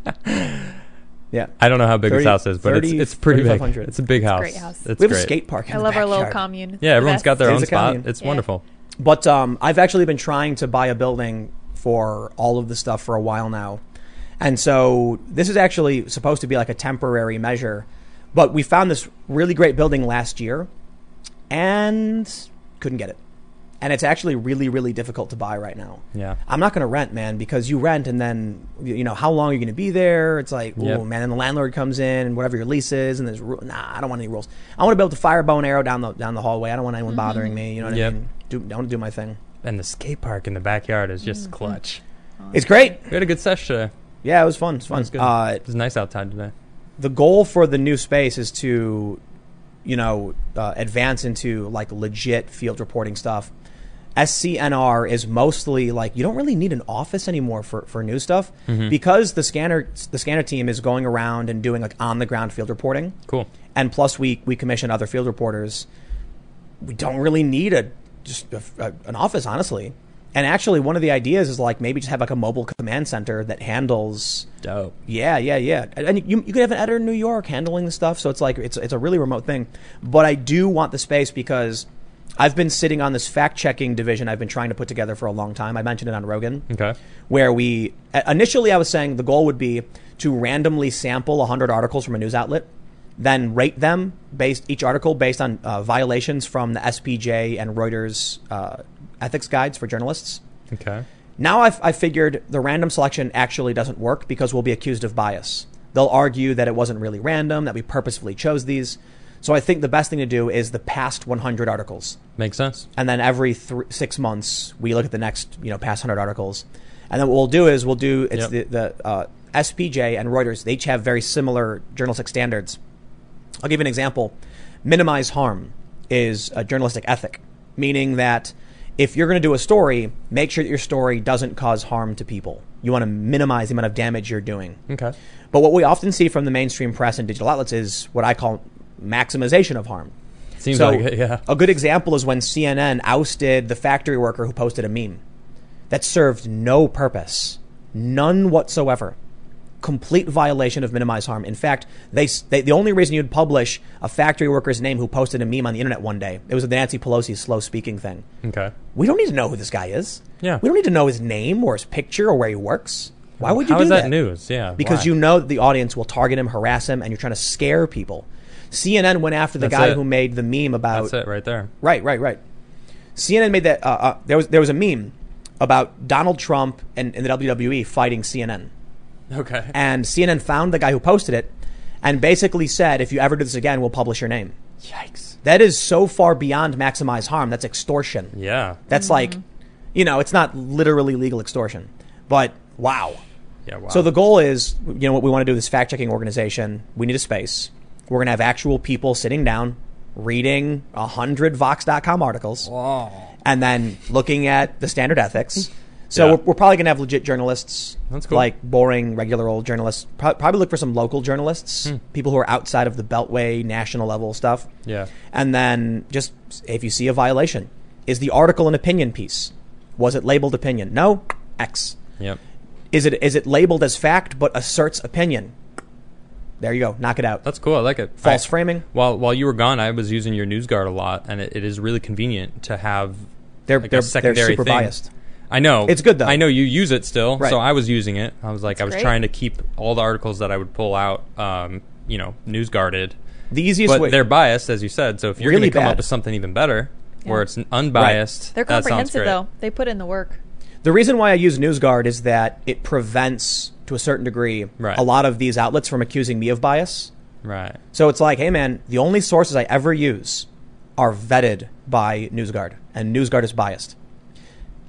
[SPEAKER 1] Yeah,
[SPEAKER 2] I don't know how big this
[SPEAKER 1] 30
[SPEAKER 2] house is, but it's,
[SPEAKER 1] 30
[SPEAKER 2] it's pretty big.
[SPEAKER 1] 3,500.
[SPEAKER 2] It's a big house.
[SPEAKER 3] great house.
[SPEAKER 2] It's
[SPEAKER 1] we have
[SPEAKER 2] great.
[SPEAKER 1] a skate park. in
[SPEAKER 3] I
[SPEAKER 1] the
[SPEAKER 3] love our little
[SPEAKER 1] backyard.
[SPEAKER 3] commune.
[SPEAKER 2] yeah,
[SPEAKER 3] everyone's
[SPEAKER 2] everyone's got
[SPEAKER 1] It
[SPEAKER 2] their
[SPEAKER 1] is
[SPEAKER 2] own
[SPEAKER 1] a
[SPEAKER 2] spot.
[SPEAKER 1] commune.
[SPEAKER 2] It's
[SPEAKER 3] Yeah.
[SPEAKER 2] wonderful.
[SPEAKER 1] But um, I've actually been trying to buy a building for all of the stuff for a while now. And so this is actually supposed to be like a temporary measure. But we found this really great building last year and couldn't get it. And it's actually really, really difficult to buy right now.
[SPEAKER 2] Yeah.
[SPEAKER 1] I'm not going to rent, man, because you rent and then, you you know, how long are you going to be there? It's like, oh,
[SPEAKER 2] Yep.
[SPEAKER 1] man. And the landlord comes in and whatever your lease is, and there's, ru- nah, I don't want any rules. I want to be able to fire a bow and arrow down the, down the hallway. I don't want anyone bothering me. You know what
[SPEAKER 2] Yep.
[SPEAKER 1] I mean? Do, I want to do my thing.
[SPEAKER 2] And the skate park in the backyard is
[SPEAKER 3] Mm-hmm.
[SPEAKER 2] just clutch.
[SPEAKER 1] It's great.
[SPEAKER 2] We had a good session today.
[SPEAKER 1] Yeah, it was fun. It's fun.
[SPEAKER 2] good.
[SPEAKER 1] Uh,
[SPEAKER 2] It was nice outside today.
[SPEAKER 1] the goal for the new space is to, you know, uh, advance into like legit field reporting stuff. SCNR is mostly like you don't really need an office anymore for, for new stuff because the scanner the scanner team is going around and doing like on the ground field reporting
[SPEAKER 2] Cool.
[SPEAKER 1] and plus we we commission other field reporters. We don't really need a just a, a- an office, honestly. And actually, one of the ideas is like maybe just have like a mobile command center that handles.
[SPEAKER 2] Dope.
[SPEAKER 1] Yeah, yeah, yeah. And- And you, you could have an editor in New York handling the stuff, so it's like it's it's a really remote thing. But I do want the space because I've been sitting on this fact checking division I've been trying to put together for a long time. I mentioned it on Rogan
[SPEAKER 2] Okay.
[SPEAKER 1] where we uh, initially I was saying the goal would be to randomly sample 100 articles from a news outlet, then rate them based each article based on uh, violations from the SPJ and Reuters uh, ethics guides for journalists.
[SPEAKER 2] Okay.
[SPEAKER 1] Now I've, I figured the random selection actually doesn't work because we'll be accused of bias. They'll argue that it wasn't really random, that we purposefully chose these. So I think the best thing to do is the past 100 articles
[SPEAKER 2] Makes sense.
[SPEAKER 1] and then every thr six months we look at the next you know past 100 articles and then what we'll do is we'll do it's
[SPEAKER 2] Yep.
[SPEAKER 1] the, the uh, spj and reuters they each have very similar journalistic standards i'll give you an example minimize harm is a journalistic ethic meaning that if you're going to do a story make sure that your story doesn't cause harm to people you want to minimize the amount of damage you're doing
[SPEAKER 2] Okay.
[SPEAKER 1] but what we often see from the mainstream press and digital outlets is what i call maximization of harm
[SPEAKER 2] Seems
[SPEAKER 1] so
[SPEAKER 2] like it. Yeah.
[SPEAKER 1] a good example is when CNN ousted the factory worker who posted a meme that served no purpose. None whatsoever. Complete violation of minimize harm. In fact, they, s- they the only reason you'd publish a factory worker's name who posted a meme on the internet one day it was the Nancy Pelosi slow speaking thing.
[SPEAKER 2] Okay.
[SPEAKER 1] We don't need to know who this guy is.
[SPEAKER 2] Yeah.
[SPEAKER 1] We don't need to know his name or his picture or where he works. Why would you
[SPEAKER 2] How
[SPEAKER 1] do
[SPEAKER 2] is that,
[SPEAKER 1] that
[SPEAKER 2] news? Yeah.
[SPEAKER 1] because
[SPEAKER 2] why?
[SPEAKER 1] you know that the audience will target him, harass him, and you're trying to scare people. CNN went after the
[SPEAKER 2] That's
[SPEAKER 1] guy
[SPEAKER 2] it.
[SPEAKER 1] who made the meme about
[SPEAKER 2] That's it right there.
[SPEAKER 1] right, right, right. CNN made that. Uh, uh, there was there was a meme about Donald Trump and, and the WWE fighting CNN,
[SPEAKER 2] Okay.
[SPEAKER 1] and CNN found the guy who posted it, and basically said, "If you ever do this again, we'll publish your name."
[SPEAKER 2] Yikes.
[SPEAKER 1] That is so far beyond maximize harm. That's extortion.
[SPEAKER 2] Yeah.
[SPEAKER 1] That's like, you know, it's not literally legal extortion, but wow.
[SPEAKER 2] Yeah. Wow.
[SPEAKER 1] So the goal is, you know, what we want to do with this fact checking organization. We need a space. We're going to have actual people sitting down, reading a hundred Vox.com articles, and then looking at the standard ethics. So
[SPEAKER 2] Hmm. Yeah.
[SPEAKER 1] we're, we're probably going to have legit journalists.
[SPEAKER 2] That's cool.
[SPEAKER 1] Like boring, regular old journalists. Pro- probably look for some local journalists,
[SPEAKER 2] Hmm.
[SPEAKER 1] people who are outside of the Beltway, national level stuff.
[SPEAKER 2] Yeah.
[SPEAKER 1] And then just if you see a violation, is the article an opinion piece? Was it labeled opinion? No, X.
[SPEAKER 2] Yep.
[SPEAKER 1] Is it is it labeled as fact but asserts opinion? There you go. Knock it out.
[SPEAKER 2] That's cool. I like it.
[SPEAKER 1] False
[SPEAKER 2] I-
[SPEAKER 1] framing.
[SPEAKER 2] While while you were gone, I was using your NewsGuard a lot, and it, it is really convenient to have.
[SPEAKER 1] They're
[SPEAKER 2] like a
[SPEAKER 1] they're, they're
[SPEAKER 2] secondary
[SPEAKER 1] super
[SPEAKER 2] thing.
[SPEAKER 1] biased.
[SPEAKER 2] I know
[SPEAKER 1] It's good, though.
[SPEAKER 2] I know you use it still,
[SPEAKER 1] Right.
[SPEAKER 2] so I was using it. I was like, I was
[SPEAKER 3] great.
[SPEAKER 2] trying to keep all the articles that I would pull out, um, you know, NewsGuarded.
[SPEAKER 1] The easiest
[SPEAKER 2] But
[SPEAKER 1] way
[SPEAKER 2] they're biased, as you said. So if you're
[SPEAKER 1] Really
[SPEAKER 2] going to come
[SPEAKER 1] bad.
[SPEAKER 2] up with something even better, where
[SPEAKER 3] Yeah.
[SPEAKER 2] it's unbiased,
[SPEAKER 3] They're
[SPEAKER 2] that sounds
[SPEAKER 3] comprehensive
[SPEAKER 2] great.
[SPEAKER 3] though. They put in the work.
[SPEAKER 1] the reason why I use NewsGuard is that it prevents to a certain degree
[SPEAKER 2] Right.
[SPEAKER 1] a lot of these outlets from accusing me of bias.
[SPEAKER 2] Right.
[SPEAKER 1] So it's like, hey man, the only sources I ever use are vetted by NewsGuard, and NewsGuard is biased.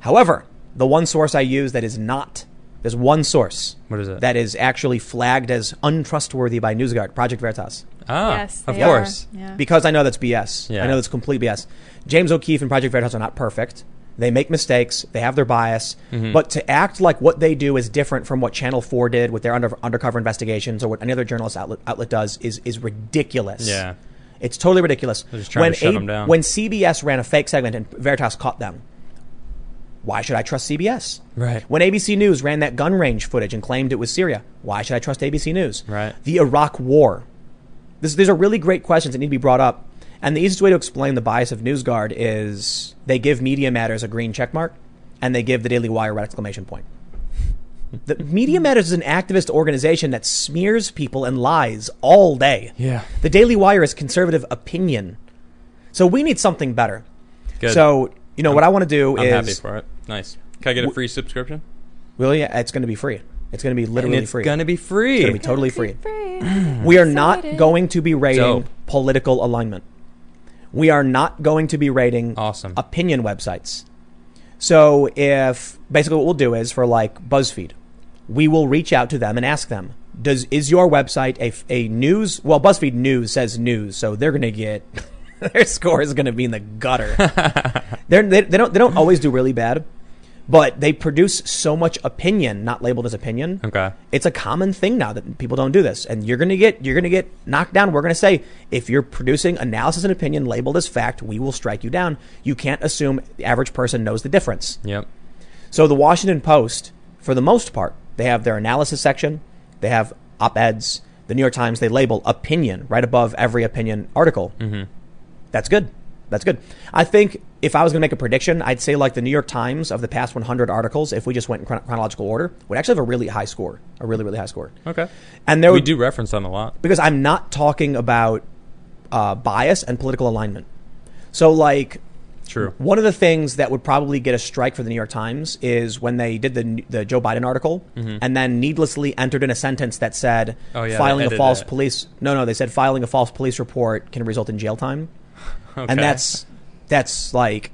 [SPEAKER 1] However, the one source I use that is not there's one source
[SPEAKER 2] What is it?
[SPEAKER 1] that is actually flagged as untrustworthy by NewsGuard, Project Veritas.
[SPEAKER 2] Ah,
[SPEAKER 3] yes,
[SPEAKER 2] of
[SPEAKER 3] they are.
[SPEAKER 2] course.
[SPEAKER 3] Yeah.
[SPEAKER 1] because I know that's BS.
[SPEAKER 2] Yeah.
[SPEAKER 1] I know that's complete BS. James O'Keefe and Project Veritas are not perfect. They make mistakes. They have their bias.
[SPEAKER 2] Mm-hmm.
[SPEAKER 1] But to act like what they do is different from what Channel 4 did with their under, undercover investigations or what any other journalist outlet, outlet does is, is ridiculous.
[SPEAKER 2] Yeah.
[SPEAKER 1] It's totally ridiculous.
[SPEAKER 2] They're just trying to shut 'em down.
[SPEAKER 1] When CBS ran a fake segment and Veritas caught them, why should I trust CBS?
[SPEAKER 2] Right.
[SPEAKER 1] When ABC News ran that gun range footage and claimed it was Syria, why should I trust ABC News?
[SPEAKER 2] Right.
[SPEAKER 1] The Iraq War. This, these are really great questions that need to be brought up. And the easiest way to explain the bias of NewsGuard is they give Media Matters a green check mark and they give the Daily Wire a red exclamation point. The Media Matters is an activist organization that smears people and lies all day.
[SPEAKER 2] Yeah.
[SPEAKER 1] The Daily Wire is conservative opinion. So we need something better.
[SPEAKER 2] Good.
[SPEAKER 1] So, you know, what I want to do
[SPEAKER 2] I'm
[SPEAKER 1] is
[SPEAKER 2] happy for it. Nice. Can I get a free subscription?
[SPEAKER 1] Well, yeah, it's going to be free. It's going to be literally
[SPEAKER 2] and it's
[SPEAKER 1] free.
[SPEAKER 2] gonna be free.
[SPEAKER 1] It's gonna be totally free.
[SPEAKER 3] free.
[SPEAKER 1] We are not
[SPEAKER 3] Excited.
[SPEAKER 1] going to be rating
[SPEAKER 2] Mm-hmm. Dope.
[SPEAKER 1] political alignment. We are not going to be rating
[SPEAKER 2] awesome.
[SPEAKER 1] opinion websites. So, if basically what we'll do is for like BuzzFeed, we will reach out to them and ask them, "Does is your website a, a news? Well, BuzzFeed News says news, so they're going to get their score is going to be in the gutter. They're, they, they don't they don't always do really bad, but they produce so much opinion not labeled as opinion.
[SPEAKER 2] okay.
[SPEAKER 1] It's a common thing now that people don't do this, and you're gonna get you're gonna get knocked down. We're gonna say if you're producing analysis and opinion labeled as fact, we will strike you down. You can't assume the average person knows the difference.
[SPEAKER 2] Yep.
[SPEAKER 1] So the Washington Post, for the most part, they have their analysis section, they have op eds. The New York Times they label opinion right above every opinion article. Mm-hmm. That's good. That's good. I think if I was going to make a prediction, I'd say like the New York Times of the past 100 articles, if we just went in chron- chronological order, would actually have a really high score, a really really high score.
[SPEAKER 2] Okay.
[SPEAKER 1] And there
[SPEAKER 2] We
[SPEAKER 1] would
[SPEAKER 2] do reference them a lot.
[SPEAKER 1] because I'm not talking about uh, bias and political alignment. So like
[SPEAKER 2] True.
[SPEAKER 1] one of the things that would probably get a strike for the New York Times is when they did the the Joe Biden article and then needlessly entered in a sentence that said
[SPEAKER 2] Mm-hmm. Oh, yeah, they
[SPEAKER 1] filing a
[SPEAKER 2] edited
[SPEAKER 1] false
[SPEAKER 2] it.
[SPEAKER 1] police no no they said filing a false police report can result in jail time
[SPEAKER 2] Okay.
[SPEAKER 1] and that's that's like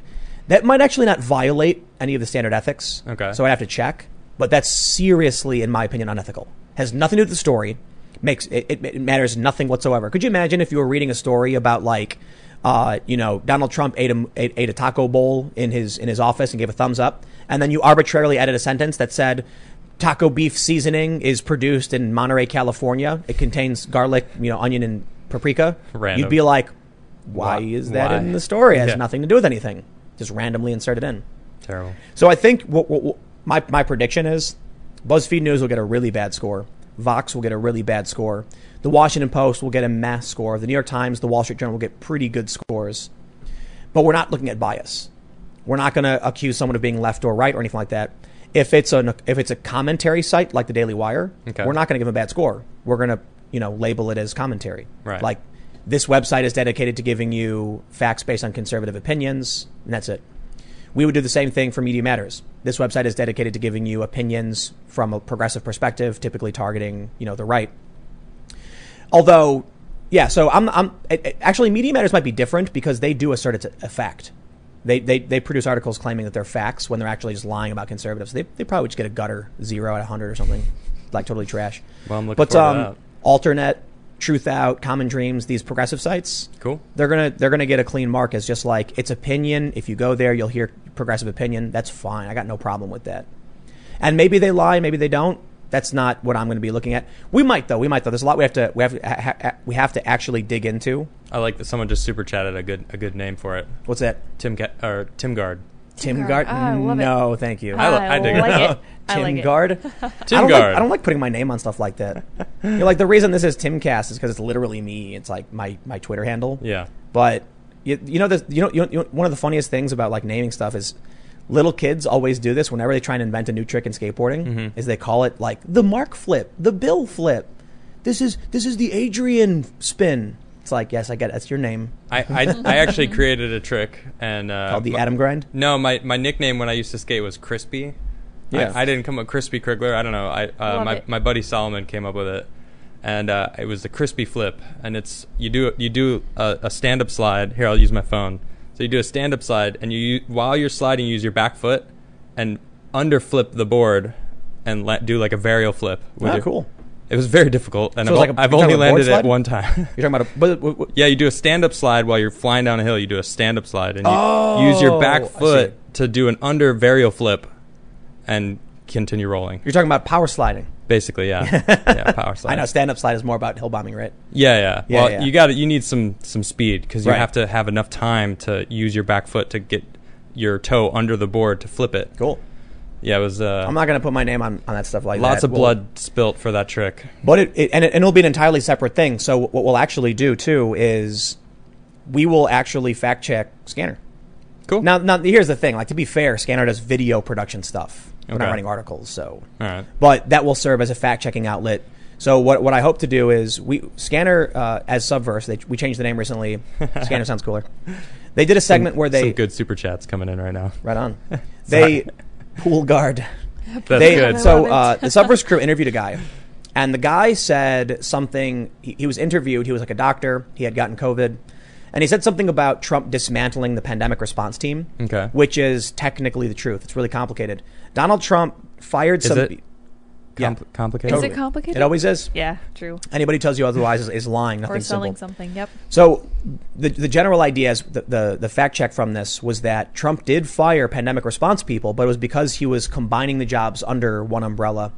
[SPEAKER 1] that might actually not violate any of the standard ethics
[SPEAKER 2] Okay.
[SPEAKER 1] so I'd have to check but that's seriously in my opinion unethical has nothing to do with the story makes it, it, it matters nothing whatsoever could you imagine if you were reading a story about like uh, you know Donald Trump ate a, ate, ate a taco bowl in his in his office and gave a thumbs up and then you arbitrarily added a sentence that said taco beef seasoning is produced in Monterey California it contains garlic you know onion and paprika
[SPEAKER 2] Random.
[SPEAKER 1] you'd be like why
[SPEAKER 2] Why-
[SPEAKER 1] is that
[SPEAKER 2] why?
[SPEAKER 1] in the story? It has
[SPEAKER 2] Yeah.
[SPEAKER 1] nothing to do with anything. Just randomly inserted in.
[SPEAKER 2] terrible.
[SPEAKER 1] So I think what, what, what my my prediction is BuzzFeed News will get a really bad score. Vox will get a really bad score. The Washington Post will get a mass score. The New York Times, the Wall Street Journal will get pretty good scores. But we're not looking at bias. We're not going to accuse someone of being left or right or anything like that. If it's a if it's a commentary site like the Daily Wire,
[SPEAKER 2] Okay.
[SPEAKER 1] we're not going to give them a bad score. We're going to you know label it as commentary.
[SPEAKER 2] Right.
[SPEAKER 1] Like this website is dedicated to giving you facts based on conservative opinions, and that's it. We would do the same thing for Media Matters. This website is dedicated to giving you opinions from a progressive perspective, typically targeting you know the right. Although, yeah, so I'm, I'm it- it- actually Media Matters might be different because they do assert it's a, a fact. They, they, they produce articles claiming that they're facts when they're actually just lying about conservatives. They, they probably just get a gutter zero out of hundred or something, like totally trash.
[SPEAKER 2] Well, I'm looking
[SPEAKER 1] but
[SPEAKER 2] forward to
[SPEAKER 1] um, alternate, truth out, common dreams, these progressive sites,
[SPEAKER 2] Cool.
[SPEAKER 1] they're gonna they're gonna get a clean mark as just like it's opinion. If you go there, you'll hear progressive opinion. That's fine. I got no problem with that. And maybe they lie, maybe they don't. That's not what I'm going to be looking at. We might though. We might though. There's a lot we have to we have to, ha, ha, we have to actually dig into.
[SPEAKER 2] I like that someone just super chatted a good a good name for it.
[SPEAKER 1] What's that?
[SPEAKER 2] Tim Ga- or Tim Guard.
[SPEAKER 1] Tim Gard?
[SPEAKER 3] Guard. Ah, I love it.
[SPEAKER 1] no, thank you.
[SPEAKER 2] I li- I dig it.
[SPEAKER 3] like it. I
[SPEAKER 1] Tim
[SPEAKER 3] like it.
[SPEAKER 1] Guard. I
[SPEAKER 2] Tim
[SPEAKER 1] don't
[SPEAKER 2] Guard.
[SPEAKER 1] Like, I don't like putting my name on stuff like that. You're like the reason this is Timcast is because it's literally me. It's like my my Twitter handle.
[SPEAKER 2] Yeah.
[SPEAKER 1] But you, you know, this, you know, you know, you know, one of the funniest things about like naming stuff is little kids always do this whenever they try and invent a new trick in skateboarding.
[SPEAKER 2] Mm-hmm.
[SPEAKER 1] Is they call it like the Mark flip, the Bill flip. This is this is the Adrian spin. It's like yes, I get it. that's your name
[SPEAKER 2] I, I, I actually created a trick and uh,
[SPEAKER 1] called the
[SPEAKER 2] my-
[SPEAKER 1] Adam grind.
[SPEAKER 2] No, my, my nickname when I used to skate was Crispy.
[SPEAKER 1] Yeah.
[SPEAKER 2] I, I didn't come up Crispy Krigler. I don't know. I uh,
[SPEAKER 3] Love
[SPEAKER 2] my
[SPEAKER 3] it.
[SPEAKER 2] my buddy Solomon came up with it, and uh, it was the Crispy flip. And it's you do you do a, a stand up slide. Here, I'll use my phone. So you do a stand up slide, and you u- while you're sliding, you use your back foot and under flip the board, and la- do like a varial flip. with
[SPEAKER 1] Ah,
[SPEAKER 2] your-
[SPEAKER 1] cool.
[SPEAKER 2] It was very difficult, and
[SPEAKER 1] So it's
[SPEAKER 2] I've,
[SPEAKER 1] like a-
[SPEAKER 2] I've
[SPEAKER 1] you're talking
[SPEAKER 2] only
[SPEAKER 1] about a board
[SPEAKER 2] landed it
[SPEAKER 1] slide?
[SPEAKER 2] one time.
[SPEAKER 1] You're talking about a, but, but,
[SPEAKER 2] Yeah, you do a stand up slide while you're flying down a hill. You do a stand up slide and you use your
[SPEAKER 1] Oh, I
[SPEAKER 2] back
[SPEAKER 1] see.
[SPEAKER 2] foot to do an under varial flip and continue rolling.
[SPEAKER 1] you're talking about power sliding.
[SPEAKER 2] Basically, yeah. yeah, power slide.
[SPEAKER 1] I know stand up slide is more about hill bombing, right?
[SPEAKER 2] Yeah, yeah.
[SPEAKER 1] Yeah,
[SPEAKER 2] well,
[SPEAKER 1] yeah.
[SPEAKER 2] you got to You need some some speed cuz you
[SPEAKER 1] Right.
[SPEAKER 2] have to have enough time to use your back foot to get your toe under the board to flip it.
[SPEAKER 1] Cool.
[SPEAKER 2] Yeah, it was uh,
[SPEAKER 1] I'm not going to put my name on, on that stuff like that.
[SPEAKER 2] lots of
[SPEAKER 1] We'll-
[SPEAKER 2] blood spilt for that trick.
[SPEAKER 1] But it, it, and it and it'll be an entirely separate thing. So what we'll actually do too is we will actually fact check Scanner.
[SPEAKER 2] Cool.
[SPEAKER 1] Now, now here's the thing. Like to be fair, Scanner does video production stuff. We're not
[SPEAKER 2] Okay.
[SPEAKER 1] writing articles, so.
[SPEAKER 2] All right.
[SPEAKER 1] But that will serve as a fact checking outlet. So what what I hope to do is we Scanner uh, as Subverse. They, we changed the name recently. Scanner sounds cooler. They did a segment where they
[SPEAKER 2] some good super chats coming in right now.
[SPEAKER 1] right on. They pool guard
[SPEAKER 2] That's
[SPEAKER 1] they,
[SPEAKER 2] good.
[SPEAKER 1] So
[SPEAKER 3] I
[SPEAKER 1] uh,
[SPEAKER 3] love it.
[SPEAKER 1] the Subverse crew interviewed a guy, and the guy said something. He, he was interviewed. He was like a doctor. He had gotten COVID, and he said something about Trump dismantling the pandemic response team,
[SPEAKER 2] Okay.
[SPEAKER 1] which is technically the truth. It's really complicated. Donald Trump fired
[SPEAKER 2] Is
[SPEAKER 1] some.
[SPEAKER 2] it?
[SPEAKER 1] Yeah.
[SPEAKER 2] Compl- complicated.
[SPEAKER 3] Is
[SPEAKER 1] Totally.
[SPEAKER 3] it complicated?
[SPEAKER 1] It always is.
[SPEAKER 3] yeah, true.
[SPEAKER 1] Anybody tells you otherwise is, is lying.
[SPEAKER 3] Or
[SPEAKER 1] Nothing
[SPEAKER 3] selling
[SPEAKER 1] simple.
[SPEAKER 3] something. Yep.
[SPEAKER 1] So the the general idea is the, the the fact check from this was that Trump did fire pandemic response people, but it was because he was combining the jobs under one umbrella.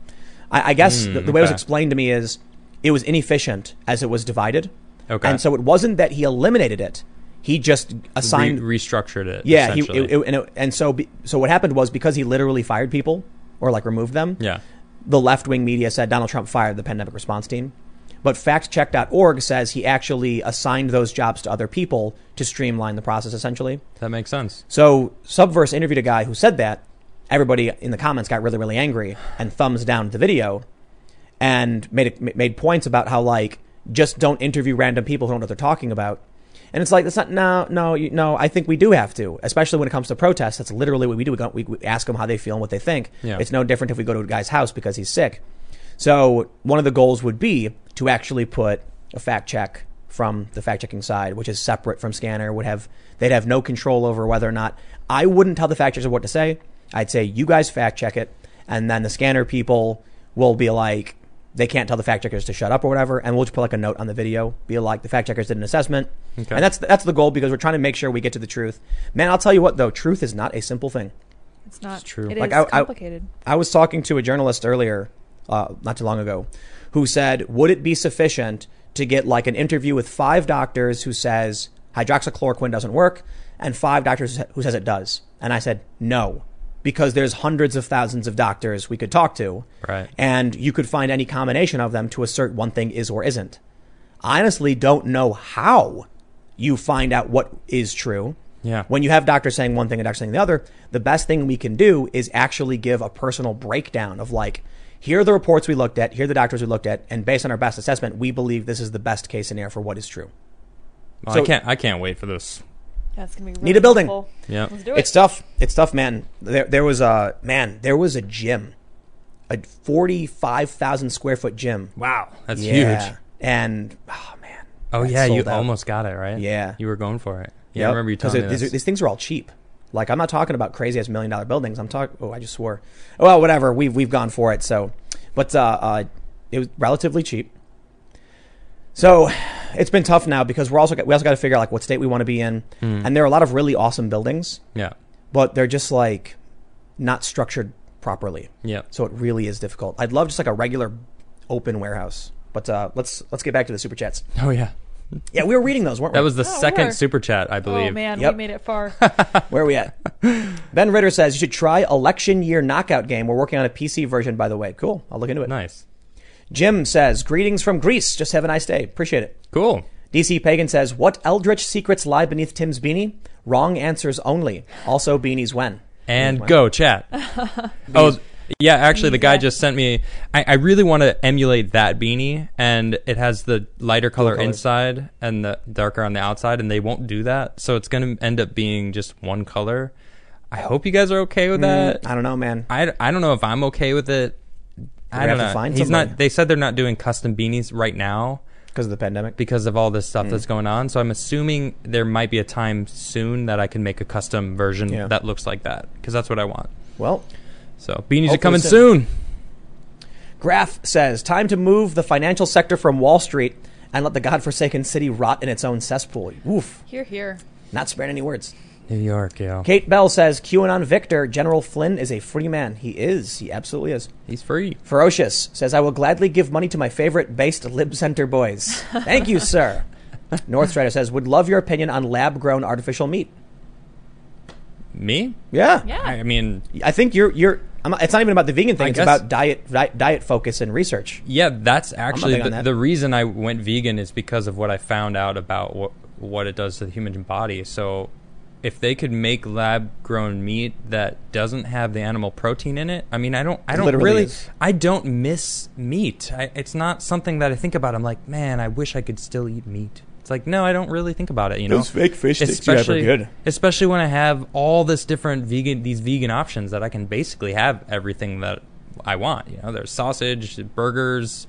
[SPEAKER 1] I, I guess the, the way it was
[SPEAKER 2] Hmm, okay.
[SPEAKER 1] explained to me is it was inefficient as it was divided,
[SPEAKER 2] Okay.
[SPEAKER 1] and so it wasn't that he eliminated it; he just
[SPEAKER 2] Re-
[SPEAKER 1] assigned.
[SPEAKER 2] restructured it.
[SPEAKER 1] yeah, he,
[SPEAKER 2] essentially.
[SPEAKER 1] it- it- and, it- and so be, so what happened was because he literally fired people or like removed them
[SPEAKER 2] yeah.
[SPEAKER 1] the left wing media said Donald Trump fired the pandemic response team. But factcheck.org says he actually assigned those jobs to other people to streamline the process, essentially.
[SPEAKER 2] That makes sense.
[SPEAKER 1] So Subverse interviewed a guy who said that. Everybody in the comments got really, really angry and thumbs down the video and made, it, made points about how, like, just don't interview random people who don't know what they're talking about. And it's like, that's not, no, no, you, no, I think we do have to, especially when it comes to protests. That's literally what we do. We, go, we, we ask them how they feel and what they think.
[SPEAKER 2] Yeah.
[SPEAKER 1] It's no different if we go to a guy's house because he's sick. So one of the goals would be to actually put a fact check from the fact checking side, which is separate from scanner, would have they'd have no control over whether or not I wouldn't tell the fact checkers what to say. I'd say you guys fact check it, and then the scanner people will be like they can't tell the fact checkers to shut up or whatever, and we'll just put like a note on the video, be like the fact checkers did an assessment,
[SPEAKER 2] Okay.
[SPEAKER 1] and that's that's the goal because we're trying to make sure we get to the truth. Man, I'll tell you what though, truth is not a simple thing.
[SPEAKER 3] It's not
[SPEAKER 2] true.
[SPEAKER 3] It is
[SPEAKER 1] Like, I- I-
[SPEAKER 3] complicated.
[SPEAKER 1] I was talking to a journalist earlier, uh, not too long ago, who said, "Would it be sufficient to get like an interview with five doctors who says hydroxychloroquine doesn't work, and five doctors who says it does?" And I said, "No, because there's hundreds of thousands of doctors we could talk to.
[SPEAKER 2] Right.
[SPEAKER 1] And you could find any combination of them to assert one thing is or isn't. I honestly don't know how you find out what is true.
[SPEAKER 2] Yeah.
[SPEAKER 1] When you have doctors saying one thing and doctors saying the other, the best thing we can do is actually give a personal breakdown of like, here are the reports we looked at, here are the doctors we looked at, and based on our best assessment, we believe this is the best case scenario for what is true.
[SPEAKER 2] Well, I
[SPEAKER 1] So-
[SPEAKER 2] can't. I can't wait for this.
[SPEAKER 3] That's gonna be really
[SPEAKER 1] Need a building.
[SPEAKER 3] helpful.
[SPEAKER 2] Yeah.
[SPEAKER 3] Let's do it.
[SPEAKER 1] It's tough. It's tough, man. There, there was a man. There was a gym, a forty-five thousand square foot gym.
[SPEAKER 2] Wow, that's huge.
[SPEAKER 1] And oh man.
[SPEAKER 2] Oh
[SPEAKER 1] that
[SPEAKER 2] yeah, you
[SPEAKER 1] sold out.
[SPEAKER 2] almost got it right.
[SPEAKER 1] Yeah.
[SPEAKER 2] you were going for it. Yeah,
[SPEAKER 1] Yep.
[SPEAKER 2] I remember you
[SPEAKER 1] 'Cause
[SPEAKER 2] telling
[SPEAKER 1] it-
[SPEAKER 2] me
[SPEAKER 1] these,
[SPEAKER 2] this.
[SPEAKER 1] are- these things are all cheap. Like I'm not talking about crazy ass million dollar buildings. I'm talking. Oh, I just swore. Well, whatever. We've we've gone for it. So, but uh, uh, it was relatively cheap. So, it's been tough now because we're also got, we also got to figure out like what state we want to be in,
[SPEAKER 2] Hmm.
[SPEAKER 1] and there are a lot of really awesome buildings,
[SPEAKER 2] yeah,
[SPEAKER 1] but they're just like not structured properly.
[SPEAKER 2] yeah.
[SPEAKER 1] So it really is difficult. I'd love just like a regular open warehouse. But uh, let's let's get back to the super chats.
[SPEAKER 2] Oh yeah,
[SPEAKER 1] Yeah, we were reading those, weren't we?
[SPEAKER 2] that was the
[SPEAKER 3] Oh,
[SPEAKER 2] second
[SPEAKER 3] word.
[SPEAKER 2] super chat, I
[SPEAKER 3] oh
[SPEAKER 2] believe.
[SPEAKER 3] man,
[SPEAKER 1] Yep.
[SPEAKER 3] we made it far.
[SPEAKER 1] Where are we at? ben Ritter says you should try election year knockout game. We're working on a PC version, by the way. Cool. I'll look into it.
[SPEAKER 2] Nice,
[SPEAKER 1] Jim says greetings from Greece. Just have a nice day. Appreciate it.
[SPEAKER 2] cool.
[SPEAKER 1] DC Pagan says what eldritch secrets lie beneath Tim's beanie? Wrong answers only. Also beanies when.
[SPEAKER 2] And go chat. oh yeah, actually, the guy
[SPEAKER 3] Yeah.
[SPEAKER 2] just sent me. I, I really want to emulate that beanie, and it has the lighter color,
[SPEAKER 1] color.
[SPEAKER 2] inside and the darker on the outside, and they won't do that, so it's going to end up being just one color. I hope you guys are okay
[SPEAKER 1] Hmm.
[SPEAKER 2] with that.
[SPEAKER 1] I don't know, man.
[SPEAKER 2] Uh, I, I don't know if I'm okay with it. I
[SPEAKER 1] We're
[SPEAKER 2] don't
[SPEAKER 1] gonna have to
[SPEAKER 2] know.
[SPEAKER 1] find
[SPEAKER 2] He's
[SPEAKER 1] somebody.
[SPEAKER 2] not. They said they're not doing custom beanies right now
[SPEAKER 1] Because of the pandemic.
[SPEAKER 2] because of all this stuff
[SPEAKER 1] Hmm.
[SPEAKER 2] that's going on. So I'm assuming there might be a time soon that I can make a custom version
[SPEAKER 1] Yeah.
[SPEAKER 2] that looks like that because that's what I want.
[SPEAKER 1] Well,
[SPEAKER 2] So
[SPEAKER 1] Hopefully
[SPEAKER 2] beanies are coming
[SPEAKER 1] soon.
[SPEAKER 2] soon.
[SPEAKER 1] Graf says time to move the financial sector from Wall Street and let the godforsaken city rot in its own cesspool. Oof.
[SPEAKER 3] here, here.
[SPEAKER 1] Not sparing any words.
[SPEAKER 2] New York, yo.
[SPEAKER 1] Kate Bell says QAnon Victor, General Flynn is a free man. He is. He absolutely is.
[SPEAKER 2] He's free.
[SPEAKER 1] Ferocious says, I will gladly give money to my favorite based lib center boys. Thank you, sir. Northstrider says, would love your opinion on lab grown artificial meat.
[SPEAKER 2] Me?
[SPEAKER 1] Yeah.
[SPEAKER 3] Yeah.
[SPEAKER 2] I mean,
[SPEAKER 1] I think you're, you're, I'm not, it's not even about the vegan thing.
[SPEAKER 2] I
[SPEAKER 1] it's
[SPEAKER 2] guess-
[SPEAKER 1] about diet, di- diet focus and research.
[SPEAKER 2] yeah, that's actually
[SPEAKER 1] big
[SPEAKER 2] the,
[SPEAKER 1] on that.
[SPEAKER 2] the reason I went vegan is because of what I found out about what what it does to the human body. So, if they could make lab grown meat that doesn't have the animal protein in it, I mean, I don't, I don't
[SPEAKER 1] literally
[SPEAKER 2] really,
[SPEAKER 1] is.
[SPEAKER 2] I don't miss meat. I, it's not something that I think about. I'm like, man, I wish I could still eat meat. It's like, no, I don't really think about it. You know,
[SPEAKER 1] fake fish
[SPEAKER 2] Especially when I have all this different vegan these vegan options that I can basically have everything that I want. You know, there's sausage, burgers,